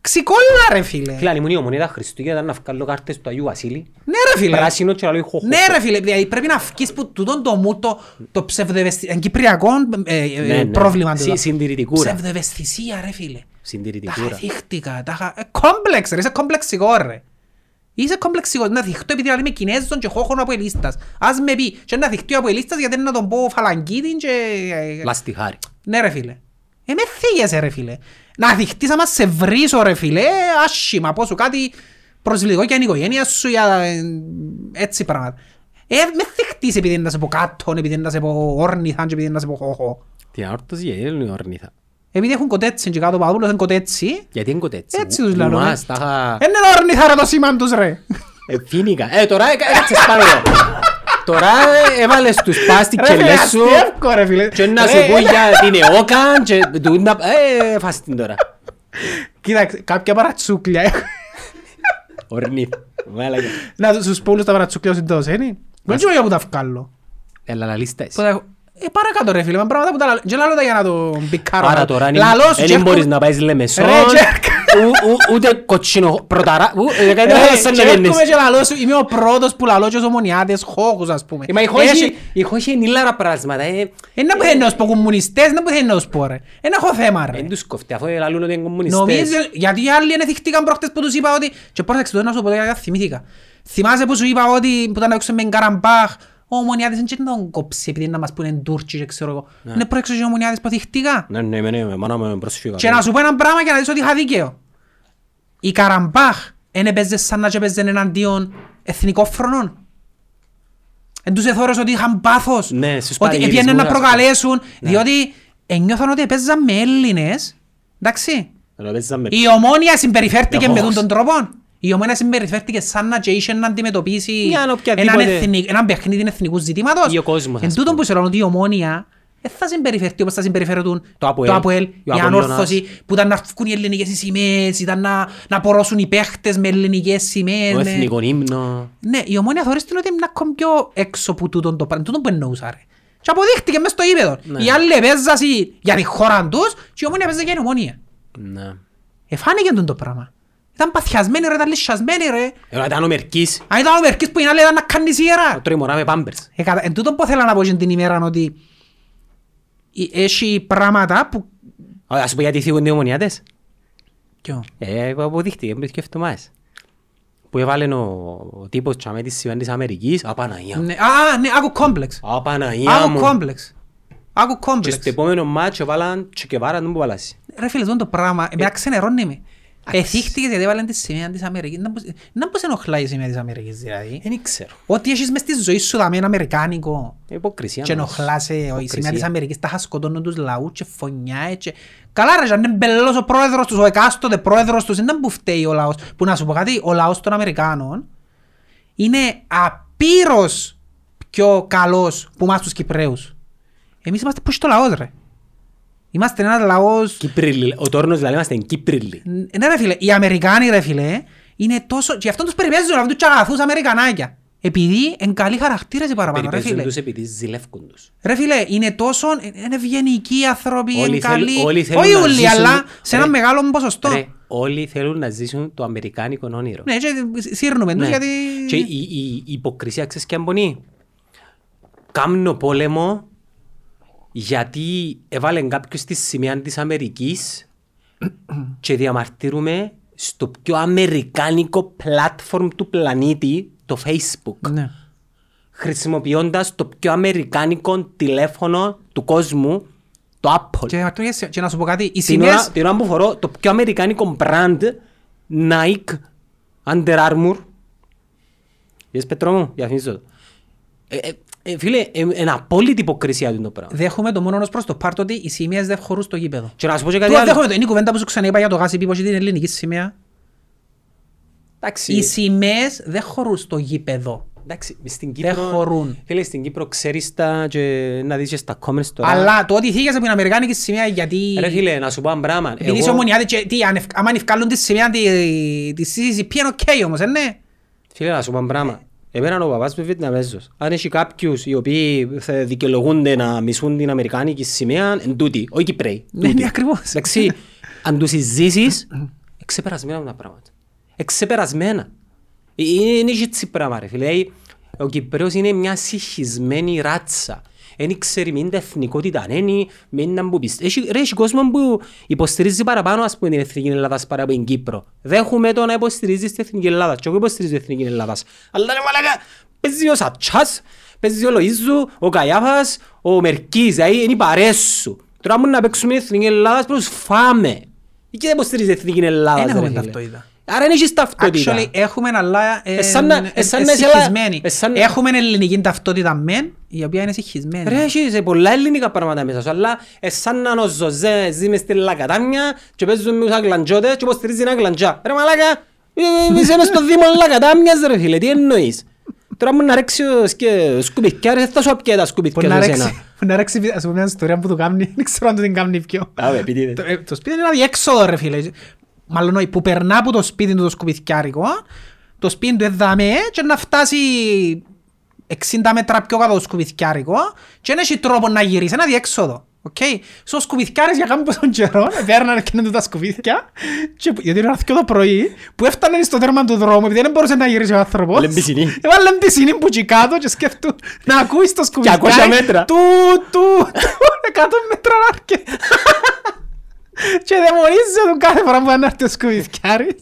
[SPEAKER 2] Ξεκόλα ρε φίλε.
[SPEAKER 1] Φίλε, αν ήμουν η ομονίδα Χριστούγεννα ήταν να βγάλω κάρτες του Αγίου Βασίλη.
[SPEAKER 2] Ναι ρε φίλε.
[SPEAKER 1] Πράσινο και να λέω χωχώ.
[SPEAKER 2] Ναι ρε φίλε, δηλαδή πρέπει να φκείς που τούτον το μου το, το ψευδευαισθη- εν κυπριακό ε, ε,
[SPEAKER 1] Ναι, ναι.
[SPEAKER 2] πρόβλημα
[SPEAKER 1] Συ- συντηρητικούρα.
[SPEAKER 2] Ψευδευαισθησία ρε φίλε. Τα
[SPEAKER 1] Συντηρητικούρα.
[SPEAKER 2] χαθίχτηκα, τα χα... ε, Κόμπλεξ ρε, είσαι κόμπλεξικό ρε. Είσαι κόμπλεξικός, να θυχτώ επειδή να είμαι Κινέζων και χώχων από ελίστας. Ας με πει, και να θυχτώ από ελίστας γιατί να τον πω φαλαγκίδιν και... ε, ε,
[SPEAKER 1] Λαστιχάρι.
[SPEAKER 2] Ναι ρε φίλε. Ε, με θίγεσαι ρε φίλε. Να θυχτείς άμα σε βρίσω ρε φίλε, ε, άσχημα, πω σου κάτι προσβλητικό για την οικογένεια σου, για ε, έτσι πράγματα. Ε, με θυχτείς επειδή είναι να σε πω κάτω, επειδή είναι να σε πω όρνηθαν και επειδή είναι να σε πω χώχο.
[SPEAKER 1] Τι ανόρθωση γιατί δεν είναι ορνήθα.
[SPEAKER 2] Επειδή έχουν κοτέτσι και κάτω παδούλος, είναι κοτέτσι.
[SPEAKER 1] Γιατί είναι κοτέτσι.
[SPEAKER 2] Έτσι τους λαλώ,
[SPEAKER 1] Μα,
[SPEAKER 2] ναι.
[SPEAKER 1] στα είχα-
[SPEAKER 2] Είναι όρνηθα ρε το σήμαν τους ρε.
[SPEAKER 1] Ε, Φίνικα. Ε, τώρα έκα- έκατσες πάνω εδώ. Τώρα ε, έβαλες τους πας στην
[SPEAKER 2] Ρε φίλε,
[SPEAKER 1] κελέ σου
[SPEAKER 2] αστεύκω, ρε φίλε.
[SPEAKER 1] και να
[SPEAKER 2] Ρε,
[SPEAKER 1] σου πω
[SPEAKER 2] έλα.
[SPEAKER 1] για την ΕΟΚΑ και του να... Ε, φας την τώρα.
[SPEAKER 2] Κοίταξε, κάποια παρατσούκλια έχω.
[SPEAKER 1] Ορνή. Μάλακα.
[SPEAKER 2] Να τους πω όλους τα παρατσούκλια όσοι τόσο, είναι. Δεν ξέρω για πού τα βγάλω.
[SPEAKER 1] Έλα λαλίστες.
[SPEAKER 2] Που τα έχω- Ε, παρακάτω ρε φίλε, μα πράγματα που τα λαλώ. Και λαλώ τα για να το μπικάρω.
[SPEAKER 1] Άρα τώρα είναι-
[SPEAKER 2] Λαλώ σου
[SPEAKER 1] δεν
[SPEAKER 2] και
[SPEAKER 1] μπορείς
[SPEAKER 2] έρχομαι-
[SPEAKER 1] να πάεις λεμεσόν,
[SPEAKER 2] Ρε, Τζέρκ.
[SPEAKER 1] ου- ου- ούτε κοτσινο προταρά, ου, ε, κάτι
[SPEAKER 2] Ρε,
[SPEAKER 1] άλλο σαν
[SPEAKER 2] και
[SPEAKER 1] να δένεις.
[SPEAKER 2] έρχομαι και λαλώ σου, είμαι ο πρώτος που λαλώ και ως ομονιάδες χώχους ας πούμε.
[SPEAKER 1] Ε, Μα η
[SPEAKER 2] Έχει-
[SPEAKER 1] χώχη- η χώχη είναι ήλαρα πράσματα. ε.
[SPEAKER 2] Ένα που θέλει να σου πω κομμουνιστές, ένα που θέλει να σου πω ρε. Ένα έχω θέμα ρε.
[SPEAKER 1] Ε, Δεν τους κοφτεί, αφού λαλούν ότι είναι κομμουνιστές.
[SPEAKER 2] Νομίζω, γιατί οι άλλοι ενεθυχτήκαν προχτές που τους είπα ότι... Και πρόσεξε, το να σου πω γιατί θυμήθηκα. Θυμάσαι που σου είπα ότι που ήταν έξω με Καραμπάχ, ο Ομονιάδης δεν ξέρει να τον κόψει επειδή είναι να μας πούνε Τούρκοι και ξέρω εγώ. Είναι πρόεξε οι Ομονιάδες που θυχτήκα.
[SPEAKER 1] Ναι, ναι, ναι, ναι, εμένα με προσφύγα. Ε,
[SPEAKER 2] Και να σου πω ένα πράγμα για να δεις ότι είχα δίκαιο. Η Καραμπάχ δεν έπαιζε σαν να και έπαιζε εναντίον εθνικών φρονών. Εν τους εθώρες ότι είχαν πάθος.
[SPEAKER 1] Ναι, στους
[SPEAKER 2] ότι
[SPEAKER 1] πανηγυρισμούς,
[SPEAKER 2] έπιαναν να
[SPEAKER 1] ας πούμε.
[SPEAKER 2] προκαλέσουν. Διότι νιώθαν ότι έπαιζαν με Έλληνες. Εντάξει.
[SPEAKER 1] Ρε, παίζαμε-
[SPEAKER 2] Η ομόνια συμπεριφέρθηκε
[SPEAKER 1] Ο
[SPEAKER 2] με
[SPEAKER 1] Χόχς.
[SPEAKER 2] τον τρόπο. Η ομόνια συμπεριφέρθηκε σαν να και είχε να αντιμετωπίσει
[SPEAKER 1] Μιαν οποιαδήποτε-
[SPEAKER 2] έναν, εθνικ, έναν παιχνίδι εθνικού ζητήματος.
[SPEAKER 1] Ή ο κόσμος,
[SPEAKER 2] Εν
[SPEAKER 1] ας
[SPEAKER 2] τούτον
[SPEAKER 1] πούμε.
[SPEAKER 2] που σε λέω ότι η ομόνια δεν θα συμπεριφερθεί όπως θα συμπεριφερθούν
[SPEAKER 1] Το ΑΠΟΕΛ,
[SPEAKER 2] το ΑΠΟΕΛ,
[SPEAKER 1] ο
[SPEAKER 2] η
[SPEAKER 1] Απολλώνας.
[SPEAKER 2] ανόρθωση που ήταν να βγουν οι ελληνικές οι σημαίες, ήταν να, να πορώσουν οι παίχτες με ελληνικές σημαίες.
[SPEAKER 1] Ο
[SPEAKER 2] με-
[SPEAKER 1] εθνικό ύμνο.
[SPEAKER 2] Ναι, η ομόνια θεωρείς την ότι είναι ακόμη πιο έξω που τούτον το πράγμα, τούτον που εννοούσα ρε. Και αποδείχτηκε μέσα στο ύπεδο.
[SPEAKER 1] Ναι.
[SPEAKER 2] Οι άλλοι παίζασαν για τη χώρα τους και η ομόνια παίζα για την ομόνια.
[SPEAKER 1] Ναι.
[SPEAKER 2] Εφάνηκε τον το πράγμα. Ήταν παθιασμένοι ρε, ήταν λυσιασμένοι ρε.
[SPEAKER 1] Ε, Ήταν ο Μερκής.
[SPEAKER 2] Αν ήταν ο Μερκής που είναι άλλη ήταν να κάνεις σιέρα.
[SPEAKER 1] να τρώει μωρά με πάμπερς.
[SPEAKER 2] Ε, κατα- Εν τούτον που θέλω να πω εκείνη την ημέρα ότι ε, έχει πράγματα που
[SPEAKER 1] Α, Ας σου πω γιατί θίγονται οι ομονιάτες.
[SPEAKER 2] Ποιο.
[SPEAKER 1] Ε, αποδείχτηκε πριν και εβδομάδες. Που έβαλε ο, ο τύπος τσάμε της σημαίνει της Αμερικής, απαναγία. μου.
[SPEAKER 2] Ναι, Α, ναι, άκου κόμπλεξ.
[SPEAKER 1] Απαναγία
[SPEAKER 2] Άκου
[SPEAKER 1] μου.
[SPEAKER 2] κόμπλεξ. Άκου
[SPEAKER 1] Και
[SPEAKER 2] κόμπλεξ.
[SPEAKER 1] στο επόμενο μάτσο βάλαν τσοκεβάρα τον που βάλασε.
[SPEAKER 2] Ρε φίλε, τούτο το πράγμα, εμένα ξενερώνει με. Εθίχτηκες γιατί έβαλαν τη σημαία της Αμερικής. Να πως- Να πώς ενοχλάει η σημαία της Αμερικής δηλαδή.
[SPEAKER 1] Δεν ξέρω.
[SPEAKER 2] Ό,τι έχεις μες στη ζωή σου δαμέ είναι αμερικάνικο.
[SPEAKER 1] Υποκρισία.
[SPEAKER 2] Και
[SPEAKER 1] μας.
[SPEAKER 2] ενοχλάσαι, η σημαία
[SPEAKER 1] Υποκρισία.
[SPEAKER 2] της Αμερικής τα σκοτώνουν τους λαούς και φωνιάει και... Καλά ρε, αν είναι μπελός ο πρόεδρος τους, ο εκάστοτε πρόεδρος τους, είναι που φταίει ο λαός. Που να σου πω κάτι, ο λαός των Αμερικάνων είναι απείρως πιο καλός που μας τους Κυπραίους. Εμείς είμαστε πούς το λαός ρε. Είμαστε ένας λαός...
[SPEAKER 1] Κύπριλοι. Ο τόρνος δηλαδή είμαστε Κύπριλοι.
[SPEAKER 2] Ε, Ναι ρε φίλε, οι Αμερικάνοι ρε φίλε είναι τόσο... Και γι' αυτό τους περιπέζουν, αυτούς τους αγαθούς Αμερικανάκια. Επειδή εν καλοί χαρακτήρες οι παραπάνω ρε
[SPEAKER 1] Περιπέζουν
[SPEAKER 2] φίλε.
[SPEAKER 1] τους επειδή ζηλεύκουν τους.
[SPEAKER 2] Ρε φίλε, είναι τόσο... Είναι ευγενικοί οι άνθρωποι,
[SPEAKER 1] Όλοι
[SPEAKER 2] είναι
[SPEAKER 1] θέλουν-
[SPEAKER 2] καλοί.
[SPEAKER 1] όλοι θέλουν
[SPEAKER 2] Όχι
[SPEAKER 1] να
[SPEAKER 2] όλοι,
[SPEAKER 1] ζήσουν-
[SPEAKER 2] αλλά σε ένα
[SPEAKER 1] ρε.
[SPEAKER 2] μεγάλο ποσοστό.
[SPEAKER 1] Ρε, όλοι θέλουν να ζήσουν το αμερικάνικο όνειρο.
[SPEAKER 2] Ναι, και σύρνουμε τους
[SPEAKER 1] Ναι.
[SPEAKER 2] γιατί...
[SPEAKER 1] Και η, η, η υποκρισία ξέρεις και αν πονεί. Κάμνω πόλεμο γιατί έβαλε κάποιος τη σημαία της Αμερικής και διαμαρτύρουμε στο πιο αμερικάνικο platform του πλανήτη, το Facebook.
[SPEAKER 2] Ναι.
[SPEAKER 1] Χρησιμοποιώντας το πιο αμερικάνικο τηλέφωνο του κόσμου, το Apple.
[SPEAKER 2] Και, και- και να σου πω κάτι, οι
[SPEAKER 1] Την ώρα,
[SPEAKER 2] σημαίες...
[SPEAKER 1] την ώρα που φορώ το πιο αμερικάνικο brand Nike, Under Armour. Είδες Πέτρο μου, διαφημίζω το. Ε, ε, ε, φίλε, ε, είναι απόλυτη υποκρισία του το πράγμα.
[SPEAKER 2] Δέχομαι το μόνο ως προς το πάρτο ότι οι σημαίες δεν χωρούν στο γήπεδο.
[SPEAKER 1] Και να σου πω και κάτι
[SPEAKER 2] Του
[SPEAKER 1] άλλο.
[SPEAKER 2] δέχομαι το. Είναι η κουβέντα που σου ξαναείπα για το γάσι πίπος και την ελληνική σημαία. Οι
[SPEAKER 1] Εντάξει,
[SPEAKER 2] σημαίες δεν χωρούν στο γήπεδο.
[SPEAKER 1] εντάξει, στην
[SPEAKER 2] Δεν
[SPEAKER 1] Κύπρο,
[SPEAKER 2] χωρούν.
[SPEAKER 1] φίλε, στην Κύπρο ξέρεις τα και να δεις και στα comments τώρα.
[SPEAKER 2] Αλλά το ότι θίγεσαι από την Αμερικάνικη σημαία γιατί...
[SPEAKER 1] Ρε φίλε, να σου πω ένα πράγμα.
[SPEAKER 2] Επειδή είσαι
[SPEAKER 1] Εγώ-
[SPEAKER 2] ομονιάτη και τι, αν ευ- άμα ευκάλουν τη σημαία τη- της CCP είναι οκ όμως, ε, ναι.
[SPEAKER 1] Φίλε, να σου πω ένα πράγμα. Εμένα ο παπάς μου είναι Βιετναμέζος. Αν έχει κάποιους οι οποίοι θα δικαιολογούνται να μισούν την Αμερικάνικη σημαία, εν τούτοι, όχι Κυπρέοι.
[SPEAKER 2] Ναι,
[SPEAKER 1] τούτοι.
[SPEAKER 2] ναι, ακριβώς.
[SPEAKER 1] Εντάξει, αν τους συζήσεις, εξεπερασμένα είναι τα πράγματα. Εξεπερασμένα. Ε, Είναι είναι και έτσι πράγμα ρε φίλε. Ε, Ο Κυπρέος είναι μια συγχυσμένη ράτσα. Δεν ξέρει μην τα εθνικότητα είναι, μην να που πιστεύει. Έχει- Ρε, έχει κόσμο που υποστηρίζει παραπάνω ας πούμε την Εθνική Ελλάδα παρά από την Κύπρο. Δέχομαι το να υποστηρίζει την Εθνική Ελλάδα. Και εγώ υποστηρίζω την Εθνική Ελλάδας. Αλλά ρε μαλακά, παίζει ο Σατσάς, παίζει ο Λοΐζου, ο Καϊάφας, ο Μερκής, δηλαδή είναι οι παρέες σου. Τώρα μου να παίξουμε την Εθνική Ελλάδα πρέπει να τους φάμε. Και δεν υποστηρίζει την Εθνική Ελλάδας.
[SPEAKER 2] Δεν
[SPEAKER 1] ρε
[SPEAKER 2] έχουμε
[SPEAKER 1] φίλε.
[SPEAKER 2] ταυτότητα.
[SPEAKER 1] Άρα είναι έχεις ταυτότητα.
[SPEAKER 2] Actually, έχουμε αλλά ε,
[SPEAKER 1] Ε, σαν να-
[SPEAKER 2] ε,
[SPEAKER 1] ε, σαν
[SPEAKER 2] ε,
[SPEAKER 1] να είσαι
[SPEAKER 2] συγχυσμένοι.
[SPEAKER 1] λα- ε, σαν-
[SPEAKER 2] Έχουμε ελληνική ταυτότητα μεν, η οποία είναι συγχυσμένη.
[SPEAKER 1] Ρε, έχεις ε, πολλά ελληνικά πράγματα μέσα σου, αλλά ε, σαν να ο Ζωζέ ζει μες στη Λακατάμια και παίζουν με τους Αγκλαντζώτες και υποστηρίζει την Αγκλαντζά. Ρε μαλάκα, ε, είσαι μες στο Δήμο Λακατάμιας ρε φίλε, τι εννοείς. Τώρα μου να ρέξει ο σκε- σκουπιθκιά, ρε, θα σου απιέ τα
[SPEAKER 2] Μπορεί
[SPEAKER 1] σκουπιθκιά
[SPEAKER 2] να
[SPEAKER 1] σου
[SPEAKER 2] ρέξει-
[SPEAKER 1] εσένα.
[SPEAKER 2] μπορεί να ρέξει, ας πούμε, μια ιστορία που του κάνει, δεν ξέρω αν του την κάνει πιο.
[SPEAKER 1] Άβε, επιτίδες.
[SPEAKER 2] Το- ε, Το σπίτι είναι ένα διέξοδο ρε φίλε. Μάλλον όχι, που περνά από το σπίτι του το σκουπιθιάρικο, το σπίτι του εδαμέ και να φτάσει 60 μέτρα πιο κάτω το σκουπιθιάρικο και δεν έχει τρόπο να γυρίσει, ένα διέξοδο. Οκ. Στο σκουπιθιάρες για κάποιον πόσον καιρό, πέρνανε και τα σκουπίθια και, που- γιατί ήταν το πρωί που έφτανε στο τέρμα του δρόμου επειδή δεν μπορούσε να γυρίσει ο άνθρωπος.
[SPEAKER 1] Λεμπισινή.
[SPEAKER 2] Έβαλε λεμπισινή που εκεί κάτω και σκέφτου να ακούεις το σκουπιθιάρι.
[SPEAKER 1] 200 μέτρα.
[SPEAKER 2] Του, του, του, 100 μέτρα να έρχεται. Και δαιμονίζει τον κάθε φορά που να έρθει ο σκουδισκιάρης.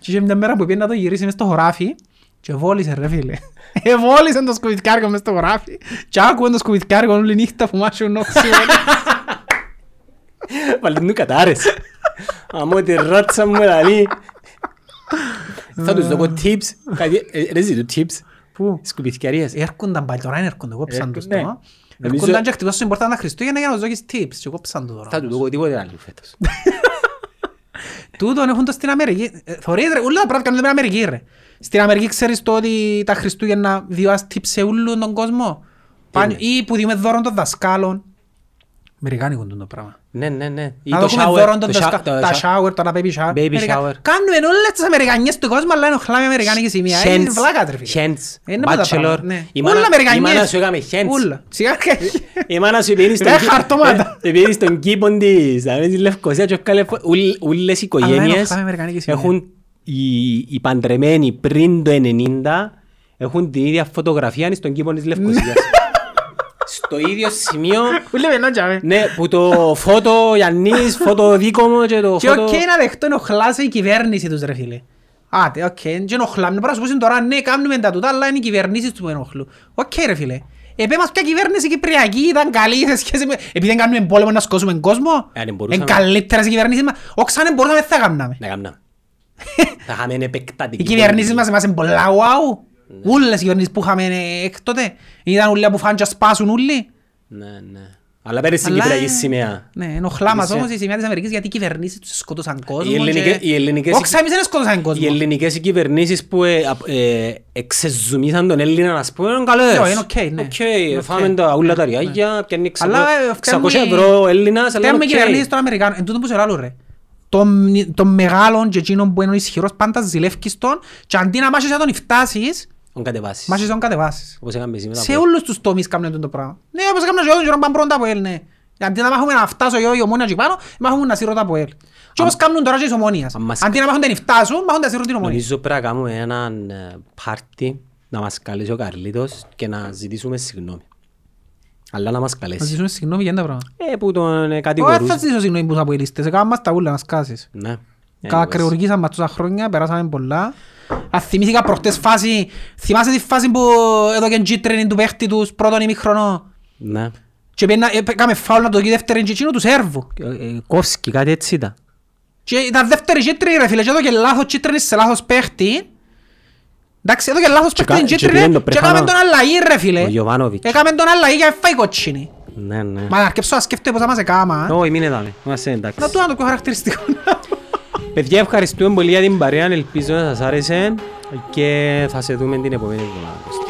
[SPEAKER 2] Και είχε μια μέρα που πήγε να το γυρίσει μες στο χωράφι και βόλησε ρε φίλε. Ε, Εβόλησε το σκουδισκιάρικο μες στο χωράφι και άκουε το σκουδισκιάρικο όλη νύχτα που μάσουν νόξι.
[SPEAKER 1] Βαλτινού κατάρες. Αμό τη ράτσα μου λαλεί. Θα τους δω tips, κάτι- ε, ρε ζητώ tips,
[SPEAKER 2] Πού?
[SPEAKER 1] σκουπιθκιαρίες.
[SPEAKER 2] Έρχονταν πάλι τώρα, έρχονται, κόψαν τους
[SPEAKER 1] Έρχονται.
[SPEAKER 2] τώρα.
[SPEAKER 1] ναι. Νομίζω-
[SPEAKER 2] Έρχονταν και χτυπώσαν την πόρτα τα Χριστούγεννα για να τους δώσεις tips και κόψαν το
[SPEAKER 1] Θα
[SPEAKER 2] τώρα.
[SPEAKER 1] τους δω τίποτε άλλο φέτος.
[SPEAKER 2] Τούτον έχουν το στην Αμερική. Ε, Θωρείς ρε, όλα τα πράγματα κάνουν την Αμερική ρε. Στην Αμερική ξέρεις το ότι τα Χριστούγεννα διόας τύψε ούλον τον κόσμο. Πάνε- Ή που δίνουμε δώρο των δασκάλων. Αμερικάνικο είναι το πράγμα.
[SPEAKER 1] Ναι, ναι, ναι. Ή
[SPEAKER 2] Να
[SPEAKER 1] το
[SPEAKER 2] δούμε
[SPEAKER 1] shower,
[SPEAKER 2] δώρο των
[SPEAKER 1] το
[SPEAKER 2] δασκάλων.
[SPEAKER 1] shower, το
[SPEAKER 2] Τα
[SPEAKER 1] shower.
[SPEAKER 2] shower, τώρα baby shower.
[SPEAKER 1] Baby
[SPEAKER 2] Μερικά-
[SPEAKER 1] shower.
[SPEAKER 2] Κάνουμε όλες τις Αμερικανιές του κόσμου, αλλά ενοχλάμε Αμερικάνικη σημεία. Είναι βλάκα τρεφή.
[SPEAKER 1] Χέντς,
[SPEAKER 2] Είναι πολλά
[SPEAKER 1] μπάτσελορ.
[SPEAKER 2] πράγματα, ναι.
[SPEAKER 1] Η μάνα-
[SPEAKER 2] Όλα
[SPEAKER 1] η μάνα
[SPEAKER 2] Αμερικανιές.
[SPEAKER 1] σου έκαμε Ε. χέντς.
[SPEAKER 2] Όλα. Σιγά
[SPEAKER 1] Η μάνα σου πήρε στον,
[SPEAKER 2] Ε, χαρτώματα.
[SPEAKER 1] Ε, πήρε στον κήπο της, να μην τη Λευκοσία και έβγαλε φω- ούλ- Ούλες οι
[SPEAKER 2] Αλλά
[SPEAKER 1] οικογένειες
[SPEAKER 2] ενοχλάμε Αμερικανική σημαία.
[SPEAKER 1] έχουν οι, οι παντρεμένοι πριν το 90 έχουν την ίδια φωτογραφία στον κήπο της Λευκοσίας. στο ίδιο σημείο
[SPEAKER 2] Που λέμε να τζάμε.
[SPEAKER 1] ναι, που το φώτο Γιάννης, φώτο δίκο μου και το
[SPEAKER 2] Και οκ
[SPEAKER 1] φώτο...
[SPEAKER 2] να δεχτώ ενοχλάσαι η κυβέρνηση τους ρε φίλε. Άτε, οκ, δεν ενοχλάμε. Πρέπει να σου πούσουν τώρα, ναι, κάνουμε τα τούτα, αλλά είναι οι κυβερνήσεις τους που ενοχλούν. Οκ ρε φίλε. Επέ μας ποια κυβέρνηση κυπριακή ήταν καλή σε σχέση με... Επειδή δεν κάνουμε πόλεμο να σκόσουμε κόσμο,
[SPEAKER 1] Ε, αν μπορούσαμε. Ναι.
[SPEAKER 2] είναι καλύτερες οι κυβερνήσεις μας. Όξαν δεν μπορούσαμε, θα κάναμε.
[SPEAKER 1] Να κάνουμε. Θα είχαμε επεκτατική.
[SPEAKER 2] Οι κυβερνήσεις μας είμαστε πολλά wow.
[SPEAKER 1] Ναι.
[SPEAKER 2] Ούλες οι κυβερνήσεις που είχαμε ε, έκτοτε. Ήταν ούλια που φάνε και σπάσουν ούλοι.
[SPEAKER 1] Ναι, ναι. Αλλά πέρυσι η
[SPEAKER 2] Αλλά,
[SPEAKER 1] Κυπριακή
[SPEAKER 2] ε,
[SPEAKER 1] σημαία.
[SPEAKER 2] Ναι, ενοχλά μας
[SPEAKER 1] Είσαι.
[SPEAKER 2] όμως η σημαία της Αμερικής γιατί οι κυβερνήσεις τους σκότωσαν κόσμο.
[SPEAKER 1] Οι ελληνικές-
[SPEAKER 2] και-
[SPEAKER 1] οι ελληνικές-
[SPEAKER 2] Όχι, εμείς δεν σκότωσαν κόσμο.
[SPEAKER 1] Οι ελληνικές κυβερνήσεις που ε, α- ε, εξεζουμίσαν τον Έλληνα, ας πούμε, είναι
[SPEAKER 2] Ναι,
[SPEAKER 1] καλές.
[SPEAKER 2] είναι οκ, ναι.
[SPEAKER 1] Οκ,
[SPEAKER 2] Είναι οκ.
[SPEAKER 1] φάμε τα ούλα τα ριάγια, πιάνει
[SPEAKER 2] Αλλά, ε,
[SPEAKER 1] 600
[SPEAKER 2] φταίμε-
[SPEAKER 1] ευρώ ο Έλληνας, αλλά
[SPEAKER 2] Φταίμε
[SPEAKER 1] είναι
[SPEAKER 2] οι κυβερνήσεις
[SPEAKER 1] οκ.
[SPEAKER 2] των Αμερικάνων. Εν τούτο που σε λάλλω ρε. Των των μεγάλων και εκείνων που είναι ο ισχυρός πάντα ζηλεύκεις τον και αντί να μάχεσαι να τον φτάσεις,
[SPEAKER 1] Τον κατεβάσεις.
[SPEAKER 2] μάχεσαι να τον κατεβάσεις.
[SPEAKER 1] Όπως έκαμε εσύ με τα
[SPEAKER 2] Σε
[SPEAKER 1] πόδια.
[SPEAKER 2] όλους τους τομείς κάνουν το πράγμα. Ναι, όπως έκαναν και εγώ, τον πάνω πρώτα από ελ, ναι. Αντί να μάχουμε να φτάσω εγώ η ομόνια και πάνω, μάχουμε να σύρω τα από ελ. Και όπως κάνουν τώρα και τις ομόνιας.
[SPEAKER 1] αν μας-
[SPEAKER 2] Αντί να μάχουν να φτάσουν, μάχουν να σύρουν την ομόνια.
[SPEAKER 1] Νομίζω πρέπει να κάνουμε έναν ε, πάρτι να μας καλέσει ο Καρλίτος και να ζητήσουμε συγγνώμη. Αλλά να μας
[SPEAKER 2] Να
[SPEAKER 1] καλέσει.
[SPEAKER 2] ζητήσουμε συγγνώμη για ένα πράγμα.
[SPEAKER 1] Ε, που τον ε,
[SPEAKER 2] Εγώ θα
[SPEAKER 1] κατηγορούσε.
[SPEAKER 2] ζητήσω συγγνώμη που θα αποελίστες, έκαναν μας τα ούλα να σκάσεις.
[SPEAKER 1] Ναι. Anyways.
[SPEAKER 2] Κακριουργήσαμε μας τόσα χρόνια, περάσαμε πολλά. Α, θυμήθηκα προχτές φάση, θυμάσαι τη φάση που έδωκαν τζίτρινη του παίχτη τους πρώτον ημίχρονο
[SPEAKER 1] Ναι.
[SPEAKER 2] και πήγαινα- ε, έκαμε φάουλ να το δει δεύτερη και εκείνο τους Σέρβου.
[SPEAKER 1] Ε, ε, Κόφσκι, κάτι έτσι ήταν.
[SPEAKER 2] Και ήταν δεύτερη τζίτρινη ρε φίλε και έδωκε λάθος τζίτρινη σε λάθος παίχτη. Εντάξει, έδωκε λάθος παίχτη
[SPEAKER 1] κα-
[SPEAKER 2] την
[SPEAKER 1] και
[SPEAKER 2] τζίτρινη
[SPEAKER 1] πήγαινε
[SPEAKER 2] και
[SPEAKER 1] το
[SPEAKER 2] έκαμε
[SPEAKER 1] πρέφανο-
[SPEAKER 2] τον αλλαγή ρε φίλε.
[SPEAKER 1] Ο Γιωβάνοβιτς.
[SPEAKER 2] Έκαμε τον αλλαγή για να φάει κοτσίνη.
[SPEAKER 1] Ναι, ναι.
[SPEAKER 2] Μα να αρκεψώ να σκέφτομαι πως θα μας έκαμα.
[SPEAKER 1] Όχι, μην είδαμε. Είμαστε
[SPEAKER 2] Να
[SPEAKER 1] εντάξει.
[SPEAKER 2] του το πιο χαρακτηριστικό.
[SPEAKER 1] Παιδιά, ευχαριστούμε πολύ για την παρέα. Ελπίζω να σας άρεσε και θα σε δούμε την επόμενη εβδομάδα.